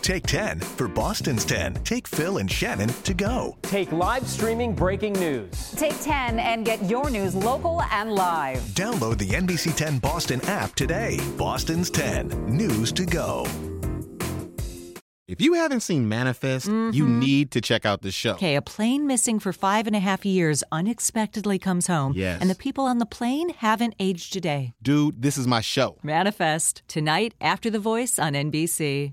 Take 10. For Boston's 10, take Phil and Shannon to go. Take live streaming breaking news. Take 10 and get your news local and live. Download the NBC 10 Boston app today. Boston's 10, news to go. If you haven't seen Manifest, you need to check out the show. Mm-hmm. Okay, a plane missing for five and a half years unexpectedly comes home. Yes. And the people on the plane haven't aged a day. Dude, this is my show. Manifest, tonight after The Voice on NBC.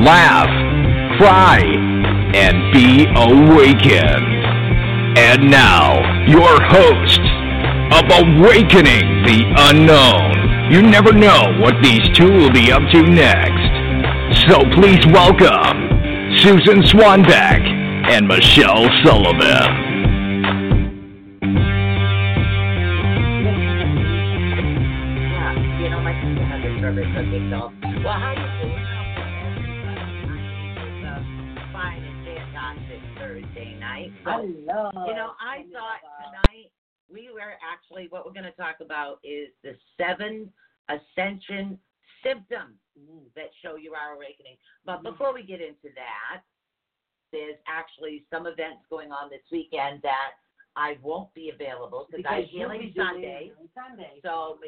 laugh, cry, and be awakened. And now, your hosts of Awakening the Unknown. You never know what these two will be up to next. So please welcome Susan Swanbeck and Michelle Sullivan. Yeah, you know, my sister had a service of me, so, well, how you doing out there? uh, fine and fantastic Thursday night. I But, love. you know, I thought tonight we were actually what we're going to talk about is the seven ascension symptoms that show you are awakening. But Mm. before we get into that, there's actually some events going on this weekend that I won't be available because I'm Because you'll healing be doing Sunday. it on Sunday. So Steph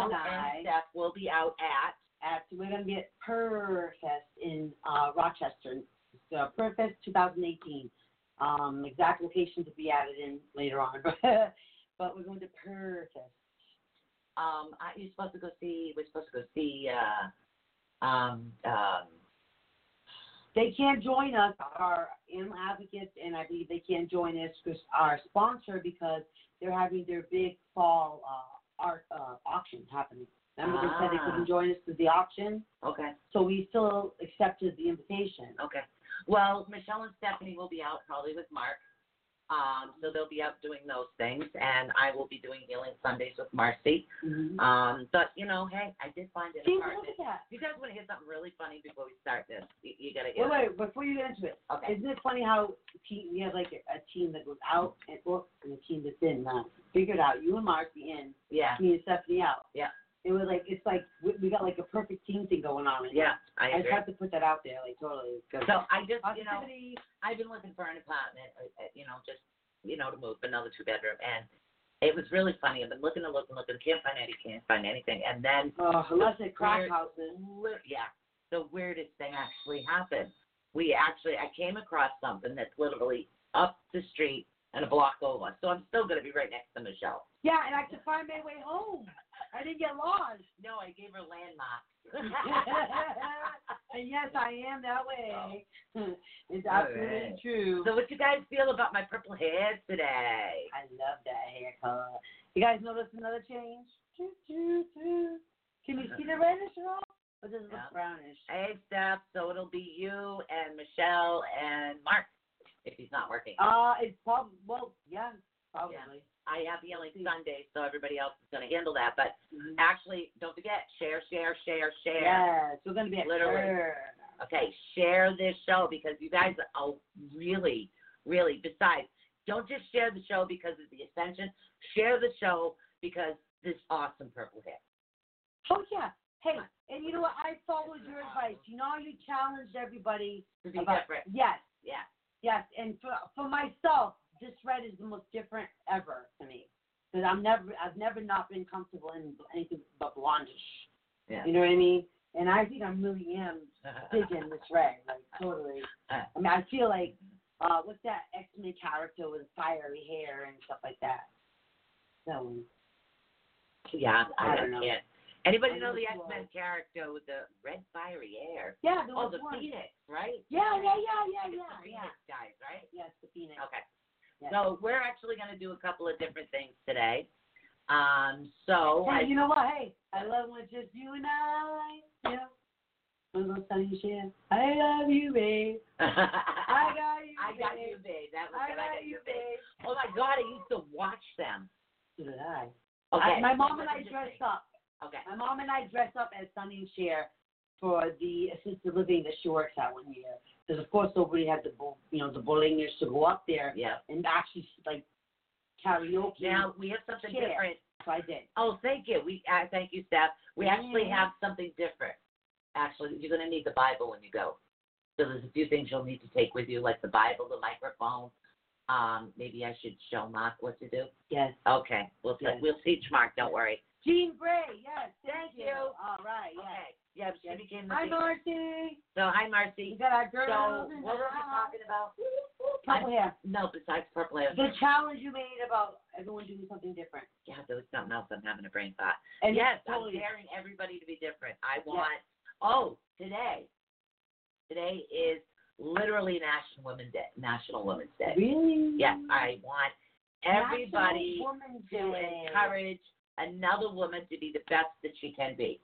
Michelle and I- and Steph will be out at At, we're going to be at Purfest in uh, Rochester, so Purfest 2018. Um, exact location to be added in later on, but we're going to Purfest. um I, you're supposed to go see we're supposed to go see uh um um They can join us, our animal advocates, and I believe they can join us because our sponsor because they're having their big fall uh, art uh, auction happening. Remember they said they Ah. couldn't join us to the auction, okay, so we still accepted the invitation. okay. Well, Michelle and Stephanie will be out probably with Mark. Um, so they'll be out doing those things and I will be doing healing Sundays with Marcy. Mm-hmm. Um, but you know, hey, I did find an See, apartment. look at that. You guys want to hear something really funny before we start this? You, you gotta hear Wait, wait, before you get into it, this. Okay. isn't it funny how team, we have like a, a team that goes out and well, and a team that's in now. Figured out you and Marcy in, Yeah. me and Stephanie out. Yeah. It was like it's like we, we got like a perfect team thing going on. right now. Yeah. I I just agree. have to put that out there, like totally. 'cause- So I just, you know, Positivity. I've been looking for an apartment, uh, uh, you know, just you know to move another two bedroom, and it was really funny. I've been looking and looking, looking, can't find any, can't find anything, and then Oh, unless it crack Weird. houses. li- yeah, the weirdest thing actually happened. We actually, I came across something that's literally up the street and a block over, so I'm still gonna be right next to Michelle. Yeah, and I could find my way home. I didn't get lost. No, I gave her landmarks. and yes, I am that way. it's absolutely Alright. true. Oh. so, what you guys feel about my purple hairs today? I love that haircut. You guys notice another change? Choo, choo, choo. Can you see the reddish at all? Or does it Yeah. look brownish? Hey, Steph. So it'll be you and Michelle and Mark if he's not working. Uh, it's probably, well, yeah, probably. I have Healing see. Sunday, so everybody else is going to handle that. But Mhm. actually, don't forget share, share, share, share. Yes, we're going to be at Literally. Kerr. Okay, share this show because you guys are really, really, besides, don't just share the show because of the ascension, share the show because this awesome purple hair. Oh yeah. Hey, and you know what? I followed your advice. You know, how you challenged everybody To be about different. yes, Yeah. yes. And for for myself, this red is the most different ever to me because I'm never I've never not been comfortable in anything but blondish. Yeah. You know what I mean? And I think I really am digging this red, like totally. I mean, I feel like uh, what's that X Men character with fiery hair and stuff like that. So yeah, I, I don't know. can't. Anybody I know know the it's X Men wild. character with the red fiery hair? yeah, there Oh, was the one. Phoenix, right? Yeah, yeah, yeah, yeah, It's yeah, the yeah. Phoenix guys, right? Yes, the Phoenix. Okay. Yeah. So we're actually going to do a couple of different things today. Um, so Hey, I, you know what? Hey, I love when it's just you and I. Yeah. One of those funny shit. I love you, babe. I got you, I got you, babe. babe. That was I good. got you, babe. Oh my God, I used to watch them. So did I. Okay. I- my mom and that's I dressed interesting. up. Okay. My mom and I dressed up as Sunny and Cher for the assisted living that she works at one year. Because of course nobody had the bu- you know the bullyingers to go up there Yeah. and actually like karaoke. Now we have something Share. different. so I did. Oh, thank you. We uh, thank you, Steph. We actually Yeah. have something different. Actually, you're going to need the Bible when you go. So there's a few things you'll need to take with you, like the Bible, the microphone. Um, maybe I should show Mark what to do. Yes. Okay, we'll Yes. we'll teach Mark. Don't worry. Jean Bray. Yes. Thank, Thank you. All right. Yes. Okay. Yeah, she Yes. became the Hi, big- Marcy. So hi, You Marcy. got our So girls. in what the were we house. talking about? Purple hair. No, besides purple hair. The challenge you made about everyone doing something different. Yeah, there was something else. I'm having a brain thought. And yes, totally. I'm daring everybody to be different. I want. Oh, today, today is literally National Women's Day. National Women's Day. Really? Yes, I want everybody National Women's to Day. encourage another woman to be the best that she can be.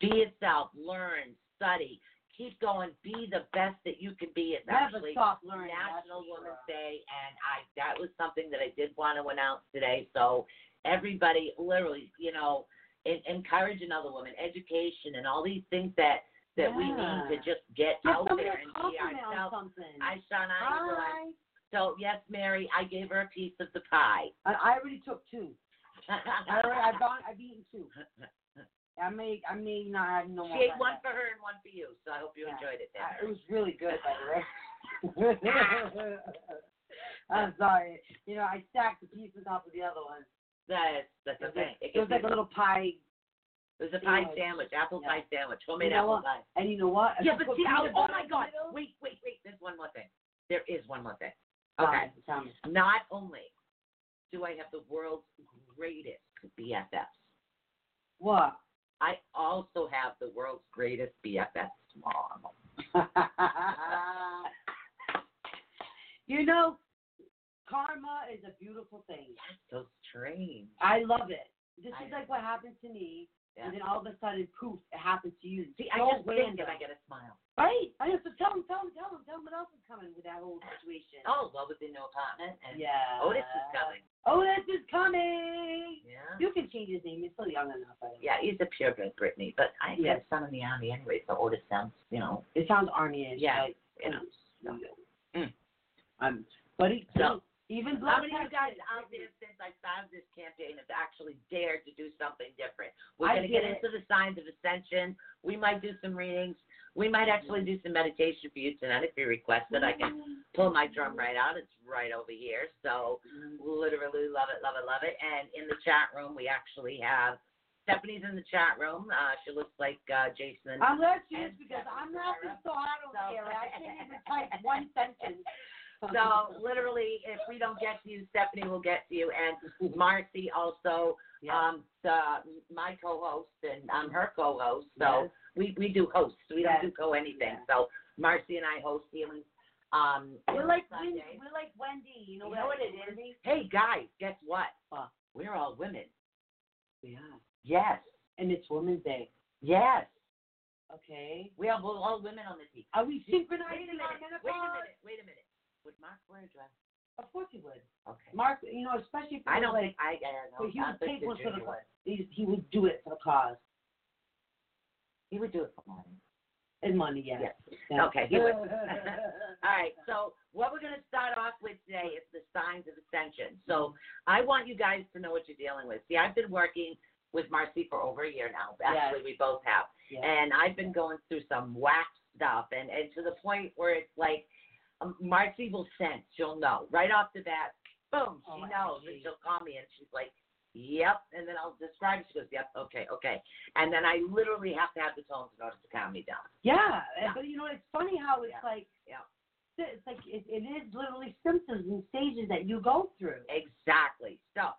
Be yourself. Learn. Study. Keep going. Be the best that you can be. It's Never actually stop learning. that's National for Women's sure. Day, and I that was something that I did want to announce today. So everybody, literally, you know, en- encourage another woman, education, and all these things that that we Yeah. need to just get Give out somebody there a and be compliment on ourselves. something. I, Shauna, I realized- Hi. so yes, Mary, I gave her a piece of the pie. I, I already took two. I already, I've gone, I've eaten two. I may, I may not have no more. she ate left. one for her and one for you. So I hope you Yeah. enjoyed it. There. I- it was really good, by the way. I'm sorry. You know, I stacked the piece on top of the other one. That's that's It was, okay. like, It, it was gets like a eaten. little pie, it was a pie sandwich. sandwich, apple Yeah. pie sandwich, homemade know apple what? pie. and you know what? I Yeah, just but put see, I, peanut oh butter my in the God! middle. Wait, wait, wait. There's one more thing. There is one more thing. Okay. Fine, tell me. Not only do I have the world's greatest BFFs, What? I also have the world's greatest BFFs mom. you know, karma is a beautiful thing. That's so strange. I love it. This I is know. like what happened to me, Yeah. and then all of a sudden, poof, it happened to you. See, So I just think random. and I get a smile. Right? I have to tell him, tell him, tell him, tell him what else is coming with that whole situation. Oh, love is in no apartment, and yeah. Otis is coming. Otis Oh, is coming. Yeah. You can change his name. He's still young enough. I think. Yeah, he's a purebred Brittany, but I Yeah. have a son in the army anyway, so Otis sounds, you know, It sounds army-ish. Yeah. Like, you know. no. Mm. Um, but he, So- even How Blood many of you guys Texas- out there since I started this campaign have actually dared to do something different? We're I going to get did it. into the signs of ascension. We might do some readings. We might actually do some meditation for you tonight if you request it. I can pull my drum right out. It's right over here. So literally love it, love it, love it. And in the chat room, we actually have Stephanie's in the chat room. Uh, she looks like uh, Jason. I'm glad she is And because Stephanie I'm laughing so hard So- over here. I can't even type one sentence. So literally, if we don't get to you, Stephanie will get to you, and Marcy also, Yeah. um, the, my co-host, and I'm her co-host. So Yes. we we do hosts. We Yes. don't do co anything. Yes. So Marcy and I host healings. Um, we're on like Wendy. Sundays. We're like Wendy. You know, You know what what it it is? Hey guys, guess what? What? We're all women. Yeah. Yes, And it's Women's Day. yes. Okay. We are we're all women on the team. Are we Wait a synchronizing our minute. menopause? Wait a minute. Wait a minute. Would Mark wear a dress? Of course he would. Okay. Mark, you know, especially if I he don't was think I. I don't Well, he know. would I think take the one for the junior cause. would. he, he would do it for the cause He would do it for Marty. and money. Yes. Yeah. Okay, he would. All right, so what we're going to start off with today is the signs of ascension. So I want you guys to know what you're dealing with. See, I've been working with Marcy for over a year now. Actually, we both have. Yeah. And I've been going through some whack stuff, and, and to the point where it's like um, Marcy will sense, she'll know right off the bat. Boom, Oh, she I knows, see. and she'll call me, and she's like, "Yep," and then I'll describe. it. She goes, "Yep, okay, okay," and then I literally have to have the tones in order to calm me down. Yeah, and- but you know, it's funny how it's Yeah. like. Yeah. It's like it, it is literally symptoms and stages that you go through. Exactly. So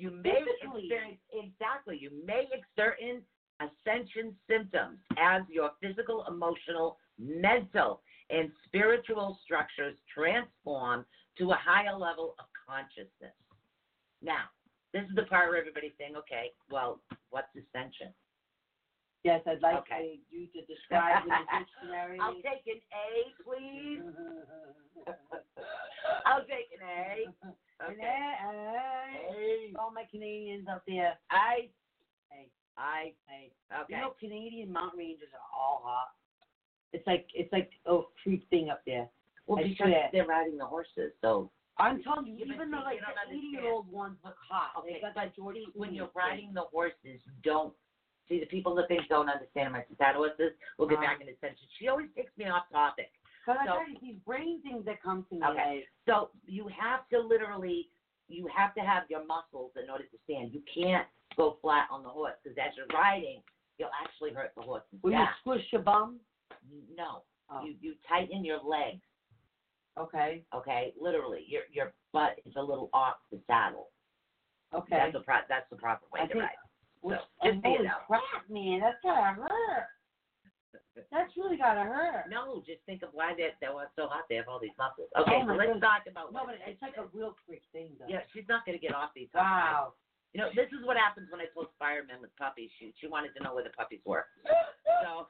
you may Physically. experience exactly you may certain ascension symptoms as your physical, emotional, mental, and spiritual structures transform to a higher level of consciousness. Now, this is the part where everybody's saying, okay, well, what's ascension? Yes, I'd like Okay. to- you to describe in the dictionary. I'll take an A, please. I'll take an A. An Okay. A. A. All my Canadians out there. I. Hey, I. hey. Okay. You know, Canadian mountain ranges are all hot. It's like it's like a creep thing up there. well, I because swear. they're riding the horses, so. I'm telling you, Yeah, but even see, the you like don't the understand. eighty year old ones look hot. Okay, they got but that George when Clooney you're thing. riding the horses, don't see the people that think don't understand my potato horses. We'll get Uh. back into tension. She always takes me off topic. But I So- tell you, these brain things that come to me. Okay. like, So you have to literally, you have to have your muscles in order to stand. You can't go flat on the horse because as you're riding, you'll actually hurt the horse's Will you back. squish your bum? No, Oh, you you tighten your legs. okay. Okay, literally, your your butt is a little off the saddle. Okay. That's the pro- that's the proper way I to think- ride. Which, so, just so you holy know. crap, man, that's gotta hurt. That's really gotta hurt. No, just think of why that that was so hot. They have all these muscles. Okay, Oh my so let's goodness. talk about No, what. but it's like a real freak thing, though. yeah, she's not gonna get off these. hot rides. Wow. You know, this is what happens when I post firemen with puppies. She she wanted to know where the puppies were. So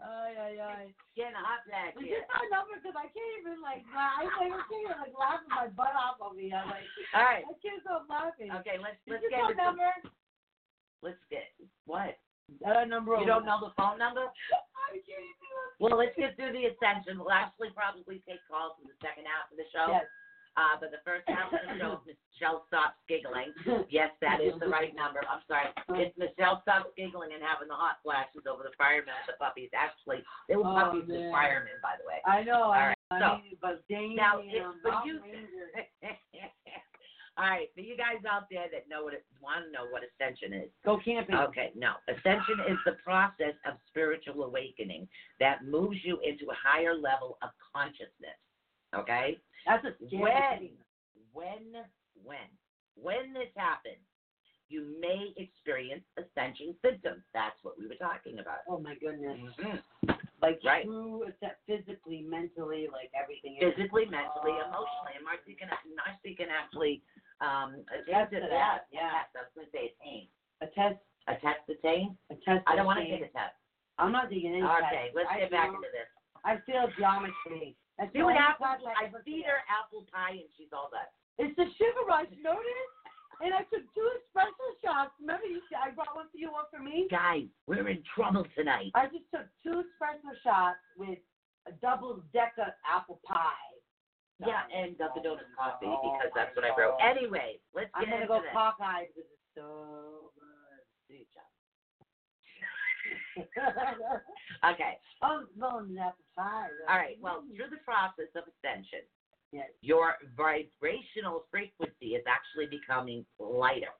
Ay, ay, ay. getting a hot flash We here. just found out because I can't even, like, laugh. I can't even, like, laughing my butt off of me. I'm like, All right. I can't stop laughing. Okay, let's Did let's you get know into some, number? let's get what Uh, number you don't know the phone number. I can't do Well, let's get through the ascension. We'll actually probably take calls in the second half of the show. Yes. Uh, but the first half of the show, if Michelle stops giggling. Yes, that is the right number. I'm sorry. Oh. If Michelle stops giggling and having the hot flashes over the firemen with the puppies, actually, they were Oh, puppies man. with firemen, by the way. I know. All I, right, I so- mean, but um, damn, Now, it's for Mount you- Ranger. All right, for you guys out there that know what it, want to know what ascension is. Go camping. Okay, no. Ascension is the process of spiritual awakening that moves you into a higher level of consciousness. Okay? That's a scary when, thing. when, when, when this happens, you may experience ascension symptoms. That's what we were talking about. Oh, my goodness. Mhm. Like, Right. true, except physically, mentally, like, everything. is- Physically, mentally, emotionally, and Marcy can Marcy can actually um, Attest attest to to that, that. yeah. Yes, I was going to say attain. A test. Attest to attain. A test. I don't want to thing. take a test. I'm not digging into that. Okay, let's I get back feel- into this. I feel geometry. That's See what the only happens? class I I ever feed failed. her apple pie and she's all done. It's the sugar rush, notice? And I took two espresso shots. Remember, you said I brought one for you, one for me. Guys, we're in trouble tonight. I just took two espresso shots with a double decker apple pie. Yeah, and Dunkin' Donuts coffee Oh, because that's my what I wrote. God. Anyway, let's I'm get gonna into go this. cockeyed because it's so good. Okay. oh, smelling the apple pie. All right. Well, through the process of ascension, Yes. your vibrational frequency is actually becoming lighter.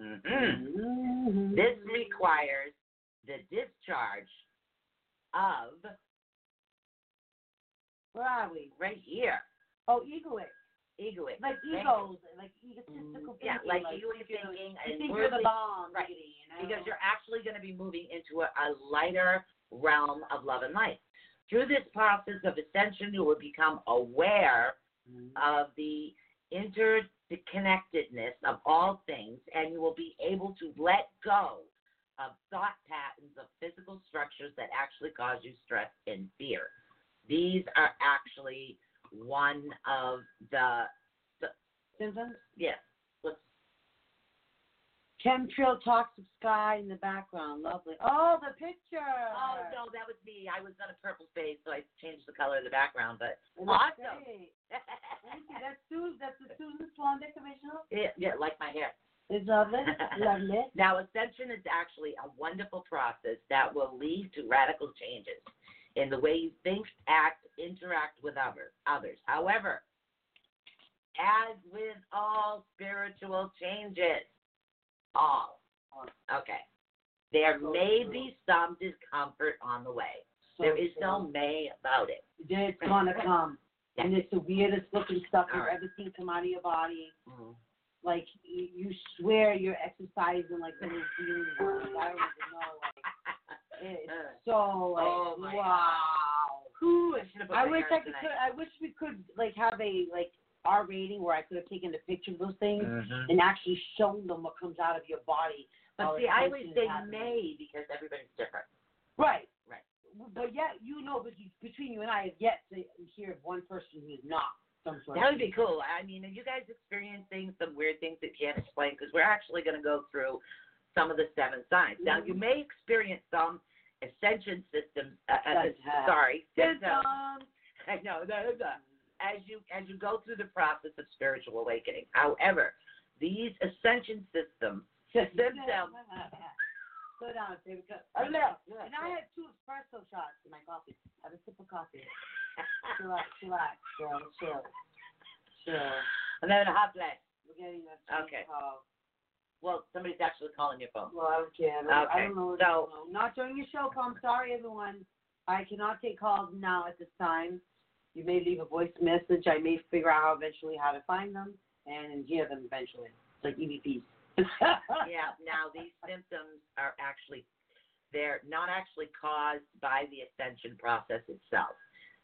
Mhm. Mhm. This requires the discharge of Where are we? right here, Oh, egoic. egoic. Like Thank egos, like egotistical Mm, Yeah, thinking, like you were if you're- thinking Mm, You and think you're worldly- the bomb, right. Giggity, you know? because you're actually going to be moving into a, a lighter realm of love and light. Through this process of ascension, you will become aware Mm-hmm. of the interconnectedness of all things, and you will be able to let go of thought patterns of physical structures that actually cause you stress and fear. These are actually one of the symptoms. yes. Let's Chemtrail toxic sky in the background, lovely. Oh, the picture. Oh no, that was me. I was on a purple space, so I changed the color of the background. But It looks awesome. great. Thank you. That's Susan. That's the Susan Swan decoration. yeah, yeah, like my hair. It's lovely, lovely. Now, ascension is actually a wonderful process that will lead to radical changes in the way you think, act, interact with other, others. However, as with all spiritual changes, all, okay, there may be some discomfort on the way. So There is no cool. may about it. It's gonna come, Yeah. and it's the weirdest looking stuff you've All right. Mm-hmm. ever seen come out of your body. Like you, you swear you're exercising like the little demon. I don't even know. Like, it's so like Uh, Oh, my wow. Who I should have put I my wish hair I up could. tonight. Could, I wish we could like have a like R rating where uh, I could have taken a picture of those things and actually shown them what comes out of your body. But All see, I always extensions say have- may because everybody's different. Right. Right. But yet, you know, but you- between you and I, have yet to hear of one person who's not some sort That of. would be cool. I mean, are you guys experiencing some weird things that Janice explained? Because we're actually going to go through some of the seven signs. Now, Mm-hmm. you may experience some ascension systems. Uh, uh, Symptoms. sorry, symptoms. Symptoms. I know those are, as you as you go through the process of spiritual awakening. However, these ascension systems symptoms. Slow down, baby. Because, I know. and I had two espresso shots in my coffee. Have a sip of coffee. Chillax, chillax, girl. Chill. Chill. and then a hot flash. We're getting a phone Okay. call. Well, somebody's actually calling your phone. Well, I don't care. I don't, I Okay, don't know. what's so- going on. not during your show call. I'm sorry, everyone. I cannot take calls now at this time. You may leave a voice message. I may figure out eventually how to find them and hear them eventually. It's like E EVPs. yeah. Now these symptoms are actually they're not actually caused by the ascension process itself.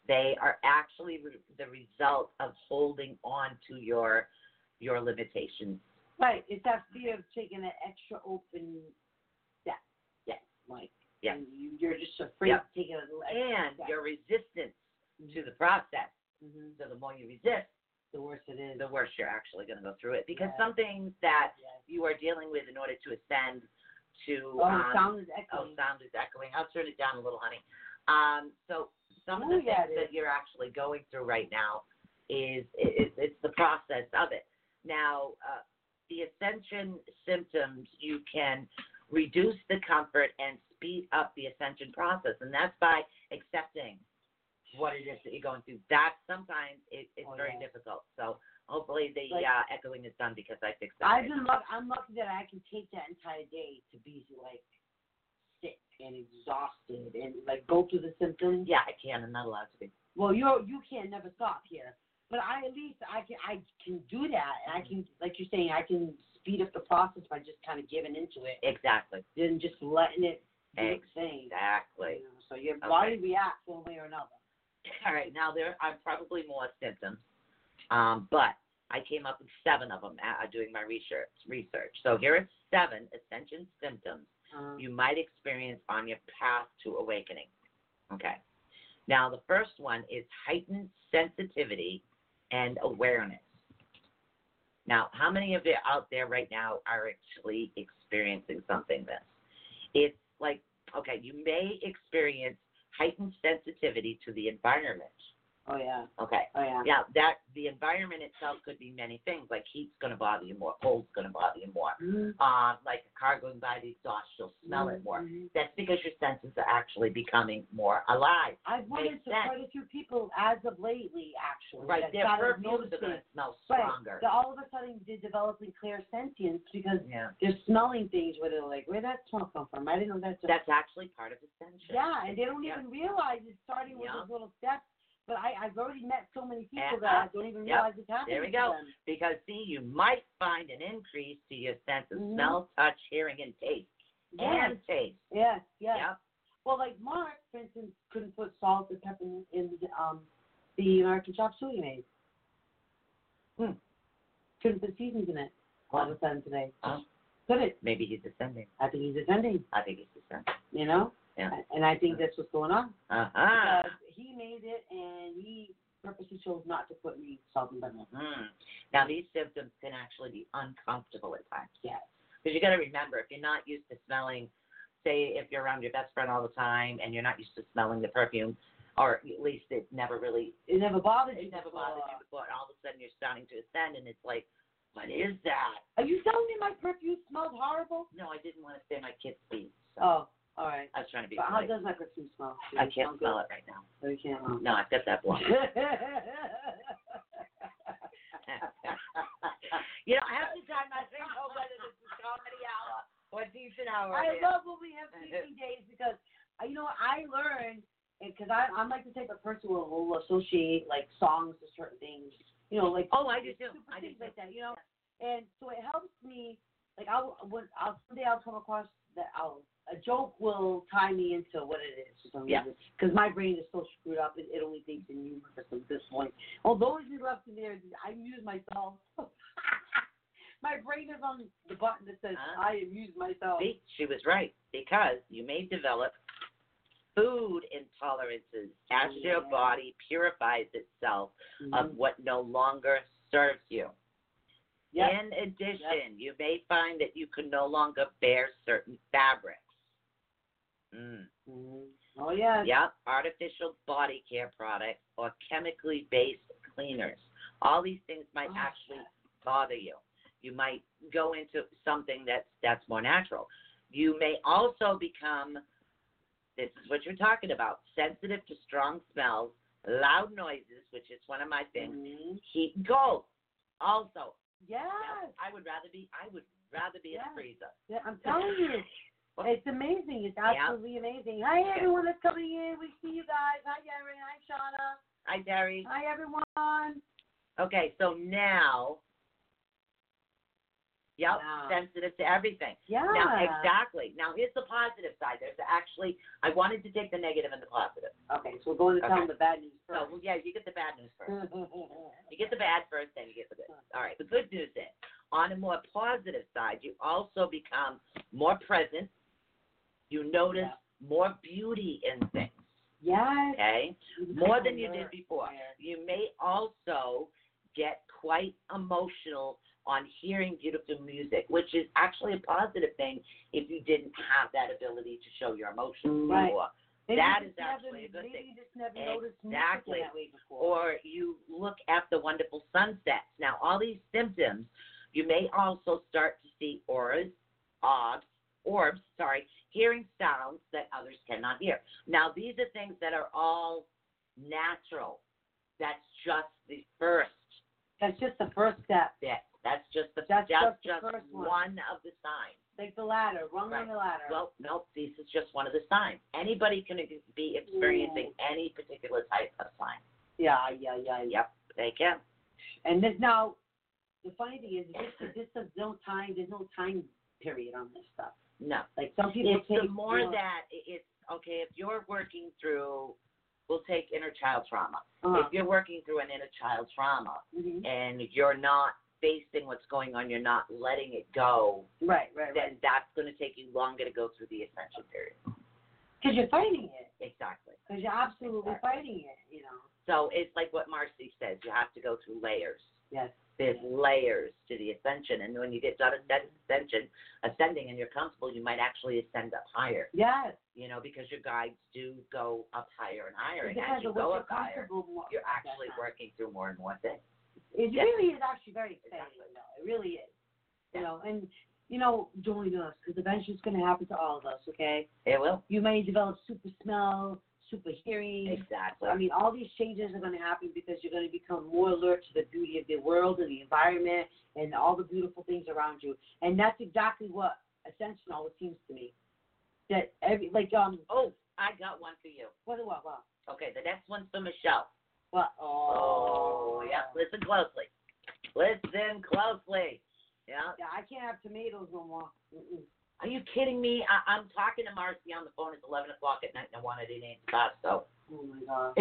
They are actually re- the result of holding on to your your limitations. Right. It's that fear of taking an extra open step. Yes. Like, Yeah. and you, you're just afraid Yeah. of taking a little extra and step. your resistance to the process. Mhm. So the more you resist, The worse it is. the worse you're actually going to go through it. Because Yes. some things that Yes. you are dealing with in order to ascend to Oh, um, sound is oh, echoing. sound is echoing. I'll turn it down a little, honey. Um, so some of the Ooh, yeah, things it that you're actually going through right now is it, it's the process of it. Now, uh, the ascension symptoms you can reduce the comfort and speed up the ascension process, and that's by accepting what it is that you're going through. That sometimes it, it's Oh, very yeah. difficult. So hopefully the Like- uh, echoing is done because I fixed that. I've right been now. luck. I'm lucky that I can take that entire day to be like sick and exhausted and like go through the symptoms. yeah, I can. I'm not allowed to be. Well, you are you can never stop here, but I at least I can I can do that and I can like you're saying I can speed up the process by just kind of giving into it Exactly. than just letting it do its thing. Exactly. You know, so your Okay. body reacts one way or another. All right, now there are probably more symptoms, um, but I came up with seven of them uh, doing my research. Research. So here are seven ascension symptoms Um, you might experience on your path to awakening. Okay. Now the first one is heightened sensitivity and awareness. Now, how many of you out there right now are actually experiencing something this? It's like, okay, you may experience heightened sensitivity to the environment. oh yeah. Okay. Oh yeah. Yeah, that the environment itself could be many things. Like heat's going to bother you more, cold's going to bother you more. Mhm. Um, like a car going by the exhaust, you'll smell it more. Mhm. That's because your senses are actually becoming more alive. I've run Makes into sense. quite a few people as of lately, actually. Right, that their started perfumes are going noticing- to smell Right. stronger. They're all of a sudden de- developing clairsentience because Yeah, they're smelling things where they're like, where would that smell come from? I didn't know that. smell- that's actually part of ascension. yeah, and they don't Yeah. even realize it's starting with Yeah. those little steps. But I, I've already met so many people Uh-huh. that I don't even Yep. realize it's happening. There we to go. them. Because see, you might find an increase to your sense of Mhm. smell, touch, hearing, and taste. Yes, And taste. yes, yes. Yep. Well, like Mark, for instance, couldn't put salt and pepper in, in um, the American chop suey he made. Hmm. Couldn't put seasons in it all of a sudden today. Huh? Could it? Oh, Maybe he's ascending. I think he's offending, I think he's ascending. you know? Yeah. And I think that's what's going on. Uh huh. Because he made it and he purposely chose not to put me salt and pepper. Mm. Now, these symptoms can actually be uncomfortable at times. Yes. Because you got to remember, if you're not used to smelling, say if you're around your best friend all the time and you're not used to smelling the perfume, or at least it never really, It never bothered you. it never before. bothered you before, and all of a sudden you're starting to ascend, and it's like, what is that? Are you telling me my perfume smelled horrible? No, I didn't want to say my kids' feet. So Oh, all right. I was trying to be But how polite. does my perfume smell? Oh. I can't smell it right now. You can't. No, I've got that block. you know, half the time I think, oh, whether this is comedy hour or decent hour. I it is. love when we have speaking days because uh, you know what I learned because I I'm like the type of person who will associate like songs to certain things. You know, like Oh, I do too. Stupid I do things too. like that. You know, and so it helps me. Like I'll when I'll someday I'll come across that I'll a joke will tie me into what it is for some Yeah. reason because my brain is so screwed up it, it only thinks in humor at this point. Although it's left in there, I amuse myself. my brain is on the button that says Huh? I amuse myself. See, she was right because you may develop food intolerances as your Yeah. Mm-hmm. body purifies itself of what no longer serves you. Yep. In addition, you may find that you can no longer bear certain fabrics. Mm. Mhm. Oh yeah. Yep, artificial body care products or chemically based cleaners. All these things might Oh, actually bother you. You might go into something that's that's more natural. You may also become this is what you're talking about, sensitive to strong smells, loud noises, which is one of my things. Mhm. Heat and cold. Also, Yes. I would rather be I would rather be in Yes. a freezer. Yeah, I'm telling you. It's amazing. It's absolutely amazing. Hi, everyone that's coming in. We see you guys. Hi, Erin. Hi, Shauna. Hi, Derry. Hi, everyone. Okay, so now, yep, Wow. sensitive to everything. Yeah. Now, exactly. Now, here's the positive side. There's actually, I wanted to take the negative and the positive. Okay, so Mm. we're going to tell Okay. them the bad news So, first. well, yeah, you get the bad news first. You get the bad first, then you get the good. Mm. All right, the good news is, on a more positive side, you also become more present. You notice more beauty in things, yes. okay? more than you did before. Yes. You may also get quite emotional on hearing beautiful music, which is actually a positive thing if you didn't have that ability to show your emotions Right. before. Maybe That you is just never- actually a good maybe thing. you just never noticed music in Exactly. that way before. Or you look at the wonderful sunsets. Now, all these symptoms, you may also start to see auras, orbs, orbs, sorry, hearing sounds that others cannot hear. Now, these are things that are all natural. That's just the first That's just the first step. Yes, that's just the That's just that's the just, first one. one. of the signs. Like the ladder. Rung on Right. the ladder. Well, nope, this is just one of the signs. Anybody can ex- be experiencing any particular type of sign. yeah, yeah, yeah, yeah. Yep, they can. And this now, the funny thing is, this, this is no time. There's no time period on this stuff. No, Like some people it's take the more you know, that i- it's okay if you're working through. We'll take inner child trauma. uh, If you're working through an inner child trauma mhm. and you're not facing what's going on, you're not letting it go, right, right, right. then that's going to take you longer to go through the ascension period. Because you're fighting it. Exactly. Because you're absolutely Exactly. fighting it. You know. So it's like what Marcy says, you have to go through layers. Yes. There's layers to the ascension, and when you get done ascend- ascension, ascending, and you're comfortable, you might actually ascend up higher. Yes. You know, because your guides do go up higher and higher, It and as depends you on go what you're up higher, comfortable more. you're at that actually time. working through more and more things. It Yes. really is actually very exciting. Exactly. Though. It really is. You Yeah. know, and you know, join us because eventually it's going to happen to all of us. Okay. It will. You may develop super smell, super hearing. Exactly. I mean, all these changes are going to happen because you're going to become more alert to the beauty of the world and the environment and all the beautiful things around you. And that's exactly what ascension always seems to me. That every like um oh, I got one for you. what what what Okay, the next one's for Michelle. what Oh, yeah. Listen closely. Listen closely. Yeah. yeah I can't have tomatoes no more. Mm-mm. Are you kidding me? I, I'm talking to Marcy on the phone. It's 11 o'clock at night, and I wanted it in class, so. Oh my god.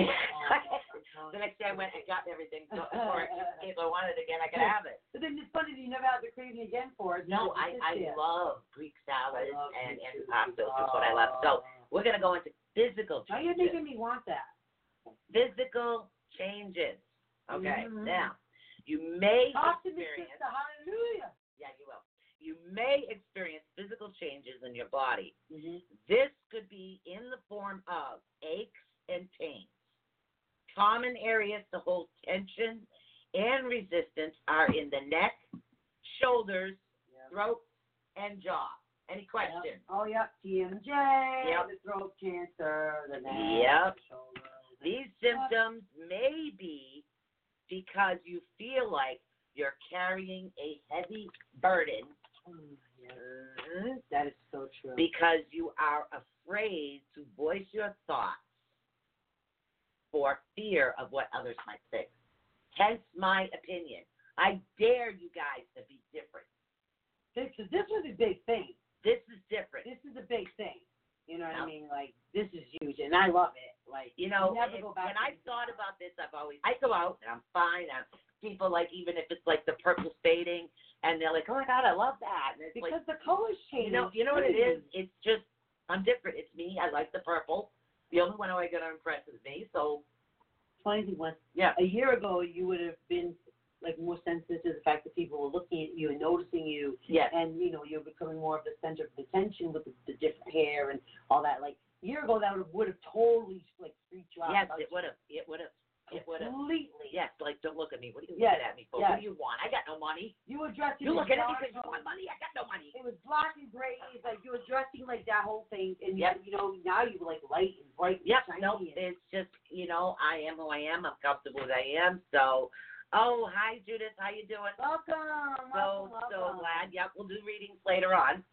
Oh, the next day I went and got everything so, for it, just in case I wanted it again, I could have it. But then it's funny that you never have the craving again for it. No, because I, it's I there. love Greek salads love Oh. and, Greek and food. pasta, which is what I love. So we're going to go into physical Now you're changes. making me want that. Physical changes. Okay, Mhm. now, you may Talk to me, experience. sister. Hallelujah. Yeah, you will. You may experience physical changes in your body. Mhm. This could be in the form of aches and pains. Common areas to hold tension and resistance are in the neck, shoulders, Yeah. throat, and jaw. Any questions? Oh, yep. TMJ. Yep. Yep. The throat cancer. The neck. Yep. The shoulders. These symptoms may be because you feel like you're carrying a heavy burden Mm, yeah. Mm, That is so true. because you are afraid to voice your thoughts for fear of what others might think. Hence my opinion. I dare you guys to be different. this, 'cause this was a big thing. This is different. This is a big thing. You know what I Yeah. mean? Like, this is huge, and I love it. Like, You know, never it- go back when to I this. thought about this, I've always I go out and I'm fine. I'm people like even if it's like the purple fading, and they're like, oh my god, I love that, and it's like Because the colors change. you know, you know what it is? It's just I'm different. It's me. I like the purple. The only one who I going to impress is me. So Funny thing was, yeah, a year ago, you would have been like more sensitive to the fact that people were looking at you and noticing you, yes, and you know you're becoming more of the center of attention with the, the different hair and all that. Like a year ago, that would have, would have totally like freaked you out. yes, I was it would have, it would have, it would have. completely. Yes, like don't look at me. What are you Yes, looking at me for? yes. What do you want? I got no money. You were dressing. You in look at dark anything. You colors. want money? I got no money. It was black and gray. It's like you were dressing like that whole thing, and Yep. you, you know now you were like light and bright and Yep. shiny. No, and- it's just you know I am who I am. I'm comfortable as I am. So, oh hi Judith, how you doing? So Welcome, welcome, welcome. so glad. Yep, we'll do readings later on.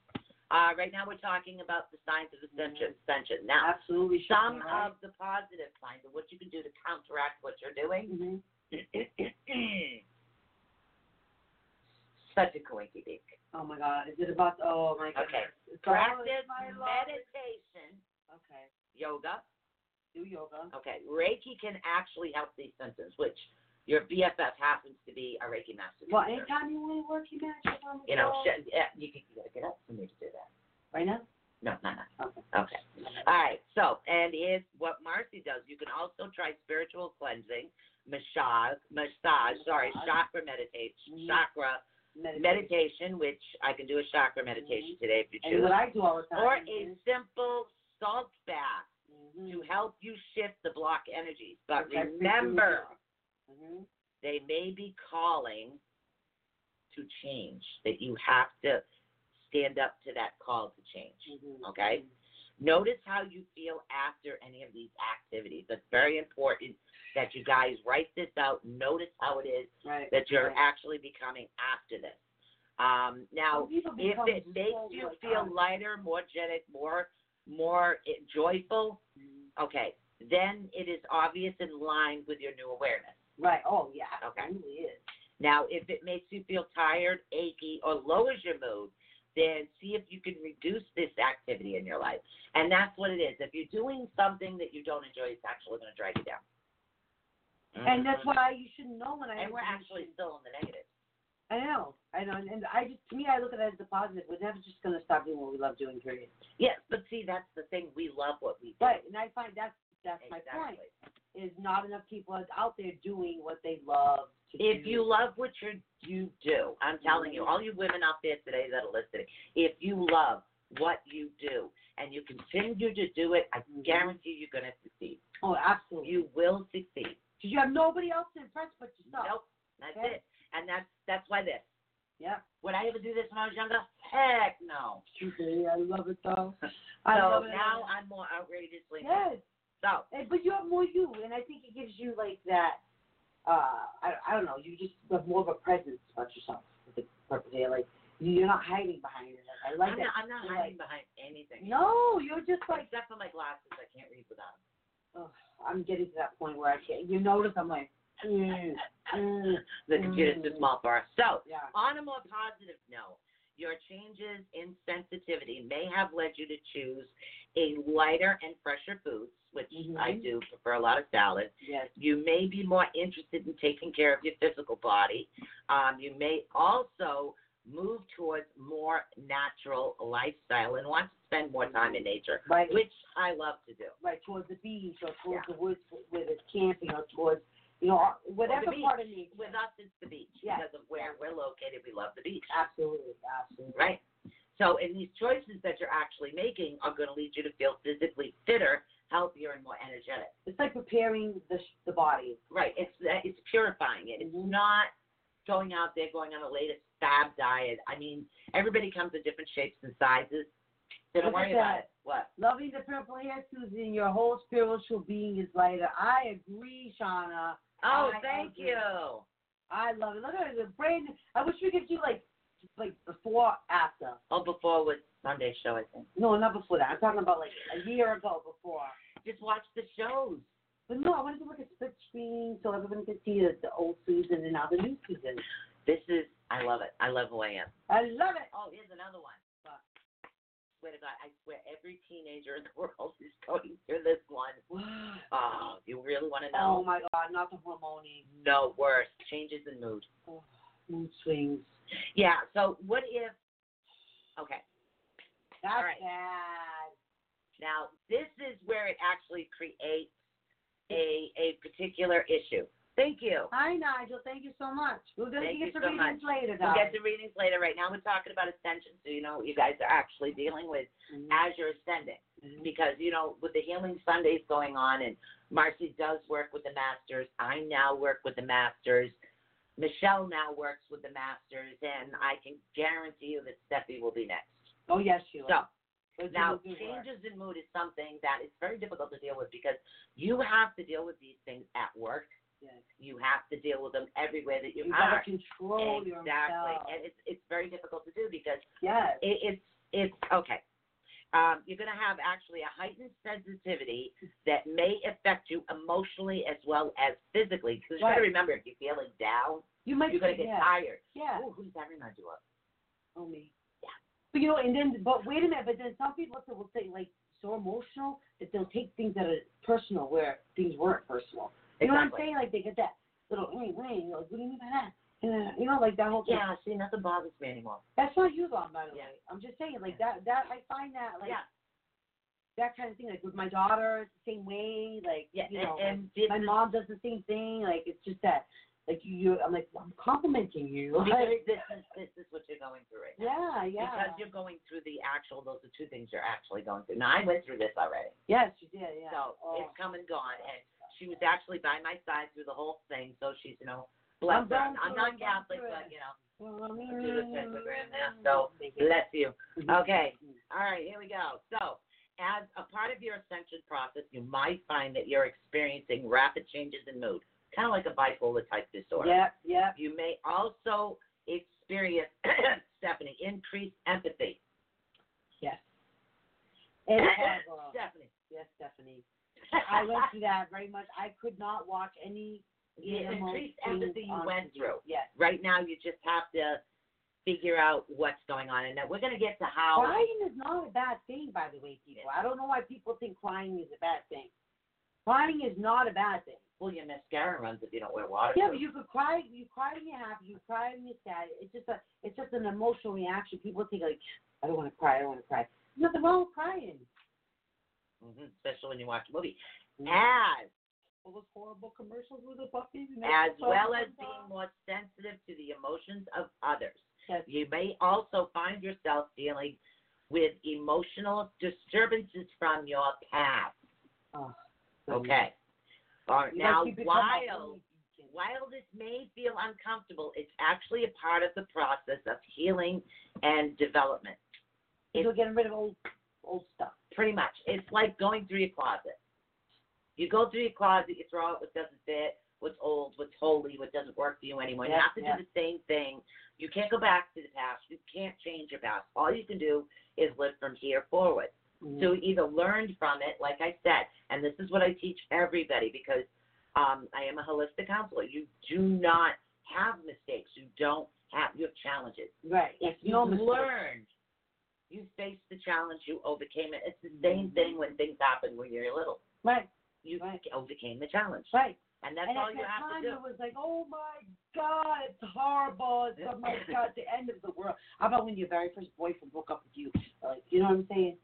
Uh, right now we're talking about the signs of ascension. Ascension. Now, Mm-hmm. Absolutely. some shocking, right? of the positive signs of what you can do to counteract what you're doing. Mhm. Such a coinky dink. Oh my God! Is it about? Oh my God! Okay. It's all- Practice it's my love. meditation, Okay. yoga. Do yoga. Okay, Reiki can actually help these symptoms, which your BFF happens to be a Reiki master. Well, teacher. anytime you want to work, you got to on the you know, phone. shit, yeah, you, can, you gotta get up for me to do that. Right now. No, not now. Okay. Okay. All right. So, and here's what Marcy does. You can also try spiritual cleansing, massage, massage. Sorry, chakra meditation, Mhm. chakra Meditate. meditation, which I can do a chakra meditation today if you Mm-hmm. And what choose, I do all the time. or a is- simple salt bath Mhm. to help you shift the block energies. But Which I frequently remember, do. Mhm. they may be calling to change. That you have to stand up to that call to change. Mhm. Okay. Notice how you feel after any of these activities. That's very important that you guys write this out. Notice how it is Right. that you're right. actually becoming after this. Um, now, Some people if become it makes so, you like, feel honest. lighter, more energetic, more more eh, joyful, Mhm. okay, then it is obvious in line with your new awareness. Right. Oh yeah. Okay. Absolutely is. Now, if it makes you feel tired, achy, or lowers your mood, then see if you can reduce this activity in your life. And that's what it is. If you're doing something that you don't enjoy, it's actually going to drag you down. And that's why you should know when I. Mm-hmm. And we're actually still in the negative. I know. I know. And, and I just, to me, I look at it as a positive. We're never just going to stop doing what we love doing, period. Yes, but see, that's the thing. We love what we do. Right. And I find that's that's my point. Exactly. Is not enough people is out there doing what they love to do. If you love what you you do, I'm telling you, all you women out there today that are listening, if you love what you do and you continue to do it, I Mhm. guarantee you're going to succeed. Oh, absolutely. You will succeed. Because you have nobody else to impress but yourself. Nope, that's Okay. it. And that's that's why this. Yeah. Would I ever do this when I was younger? Heck no. Okay, I love it though. I love So it. now I'm more outrageously. yes, So and, but you have more you, and I think it gives you like that. Uh, I, I don't know. You just have more of a presence about yourself with the purple hair. Like you're not hiding behind it. Like, I like I'm that. not, I'm not You're hiding behind anything. No, you're just like Except for my glasses, I can't read without them. ugh, I'm getting to that point where I can't. You notice I'm like, mm, mm, The computer's too Mm. small for us. So yeah. on a more positive note, your changes in sensitivity may have led you to choose a lighter and fresher foods, which I Mhm. do prefer a lot of salad. Yes. You may be more interested in taking care of your physical body. Um, you may also move towards more natural lifestyle and want to spend more time Mm-hmm. in nature, Right. which I love to do. Like towards the beach or towards the woods where there's camping or towards you know whatever beach. part of me. With us, it's the beach Yes. because of where we're located. We love the beach, Absolutely. Absolutely. right? So, and these choices that you're actually making are going to lead you to feel physically fitter, healthier, and more energetic. It's like preparing the the body. Right. It's uh, it's purifying it. It's Mhm. not going out there going on the latest fab diet. I mean, everybody comes in different shapes and sizes. So don't Look at worry about that. it. What? Loving the purple hair, Susan. Your whole spiritual being is lighter. I agree, Shauna. Oh, I thank agree. you. I love it. Look at the brain. I wish we could do like like before after. Oh, before was Sunday show, I think. No, not before that. I'm talking about like a year ago before. Just watch the shows. But no, I wanted to look at split screen so everyone could see the, the old Susan and now the new Susan. This is I love it. I love who I am. I love it. Oh, here's another one. swear to God, I swear every teenager in the world is going through this one. Oh, you really want to Oh know? my God, not the hormoning, No worse. Changes in mood. mood swings. Yeah. So what if? Okay. That's All right. bad. Now this is where it actually creates a a particular issue. Thank you. Hi, Nigel. Thank you so much. We'll get Thank get you to so readings later, We'll guys. get to readings later. Right now, we're talking about ascension, so you know what you guys are actually dealing with Mm-hmm. as you're ascending. Because, you know, with the Healing Sundays going on, and Marcy does work with the Masters, I now work with the Masters, Michelle now works with the Masters, and I can guarantee you that Steffi will be next. Oh yes, Sheila. So, Those now, people do work. changes in mood is something that is very difficult to deal with because you have to deal with these things at work. Yes. You have to deal with them everywhere that you, You are. gotta control Exactly, yourself. and it's it's very difficult to do because Yes. it, it's it's okay. Um, you're going to have actually a heightened sensitivity that may affect you emotionally as well as physically. Because you got to Right. remember, if you're feeling down, You might you're going to get yeah. tired. Yeah. Ooh, who does that remind you of? Oh me. Yeah. But you know, and then but wait a minute, but then some people will say- will say like so emotional that they'll take things that are personal where things weren't personal. You know what I'm Exactly. saying? Like they get that little wait, wait, you're like, what do you mean by that? And then, you know, like that whole thing. Yeah, see, nothing bothers me anymore. That's not you, Bob, by the Yeah. way. I'm just saying, like that that I find that like yeah, that kind of thing. Like with my daughter, it's the same way. Like yeah, you know, and, and like, this my is- mom does the same thing. Like it's just that, like you, you I'm like I'm complimenting you. because Like, this is this is what you're going through right now. yeah, yeah. Because you're going through the actual; those are two things you're actually going through. Now, I went through this already. yes, you did. Yeah. So Oh. it's come and gone, and she was actually by my side through the whole thing. So she's, you know, I'm blessed. going I'm, I'm through it, not I'm Catholic, going but through you know, Mm. do the pentagram now. So bless you. Mm-hmm. Okay. All right, here we go. So, as a part of your ascension process, you might find that you're experiencing rapid changes in mood, kind of like a bipolar type disorder. Yep, yep. You may also experience, Stephanie, increased empathy. Yes. And horrible. Stephanie. yes, Stephanie. I went through that very much. I could not watch any Yeah, animal increased things empathy you on went TV. through. Yes. right now you just have to figure out what's going on and that we're going to get to how Crying is not a bad thing, by the way, people. I don't know why people think crying is a bad thing. Crying is not a bad thing. well your mascara runs if you don't wear water Yeah, but you could cry. You cry when you're happy. You cry when you're sad. It's just a, it's just an emotional reaction. People think like, I don't want to cry. I don't want to cry. There's nothing wrong with crying. Mhm, especially when you watch a movie Mm-hmm. as All those horrible commercials with the puppies. and as everything. well as being more sensitive to the emotions of others Yes. you may also find yourself dealing with emotional disturbances from your past Oh, okay all right You now guys keep it coming. while While this may feel uncomfortable, it's actually a part of the process of healing and development. You're getting rid of old, old stuff. Pretty much. It's like going through your closet. You go through your closet, you throw out what doesn't fit, what's old, what's holy, what doesn't work for you anymore. you Yeah, have to yeah. do the same thing. You can't go back to the past. You can't change your past. All you can do is live from here forward. Mm-hmm. So we either learned from it, like I said, and this is what I teach everybody because um, I am a holistic counselor. You do not have mistakes. You don't have you have challenges. right. If It's you no mistake. learned, you faced the challenge, you overcame it. It's the same thing when things happen when you're little. Right. You Mm-hmm. Right. overcame the challenge, Right. and that's and all at you that have time, to do. it was like, oh my god, it's horrible. It's oh my god, the end of the world. How about when your very first boyfriend broke up with you? Like, you know what I'm saying?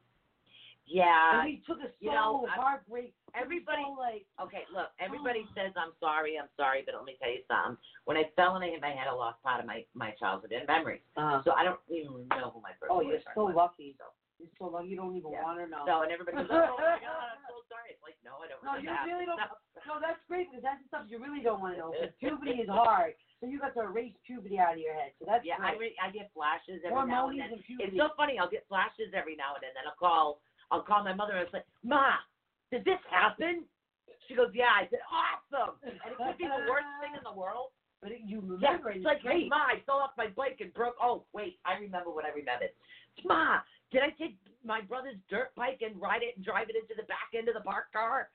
yeah. and we took a so Uh, you know, I- heartbreak. everybody- so, like, oh. Okay, look, everybody says I'm sorry, I'm sorry, but let me tell you something. When I fell and I hit my head, I lost part of my my childhood and memories. uh, So I don't even know who my first oh, you're boyfriend so was. lucky. You're so lucky. You don't even Yeah. want to know. So and everybody goes, oh my god, I'm so sorry. It's like no, I don't No, remember you that. really don't- No. No, that's great because that's the stuff you really don't want to know. Because puberty is hard, so you got to erase puberty out of your head. So that's Yeah, I re- great. I get flashes every now hormones and then. and puberty. It's so funny. I'll get flashes every now and then. Then I'll call. I'll call my mother and I'll say, Ma, did this happen? She goes, Yeah. I said, Awesome. And it could be the worst thing in the world. but it- you Yeah, remember. it, it's like, hey, great. Ma, I fell off my bike and broke. Oh, wait, I remember what I remembered. Ma, did I take my brother's dirt bike and ride it and drive it into the back end of the parked car?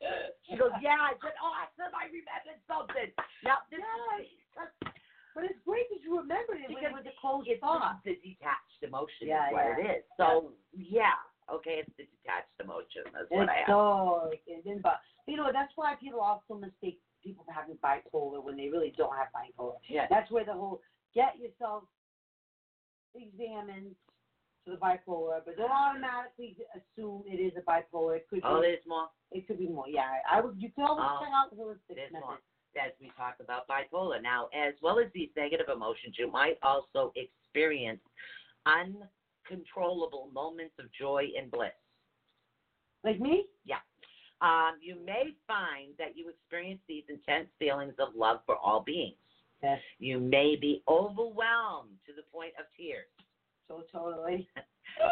She goes, yeah. I said, awesome, I remembered something. Now, this is But it's great that you remembered it when it because was a closed it's thought. the detached emotion Yeah, is what yeah. it is. So, yeah. okay, it's the detached emotion. That's It's what I have. dark and then but you know that's why people also mistake people for having bipolar when they really don't have bipolar. Yeah. That's where the whole get yourself examined for the bipolar, but don't automatically assume it is a bipolar. It could Oh, be there's more. it could be more. Yeah, I would. You could always Oh, check out the holistic There's method. more. As we talk about bipolar now, as well as these negative emotions, you might also experience uncontrollable moments of joy and bliss. Like me? Um, you may find that you experience these intense feelings of love for all beings. Yes. You may be overwhelmed to the point of tears So totally.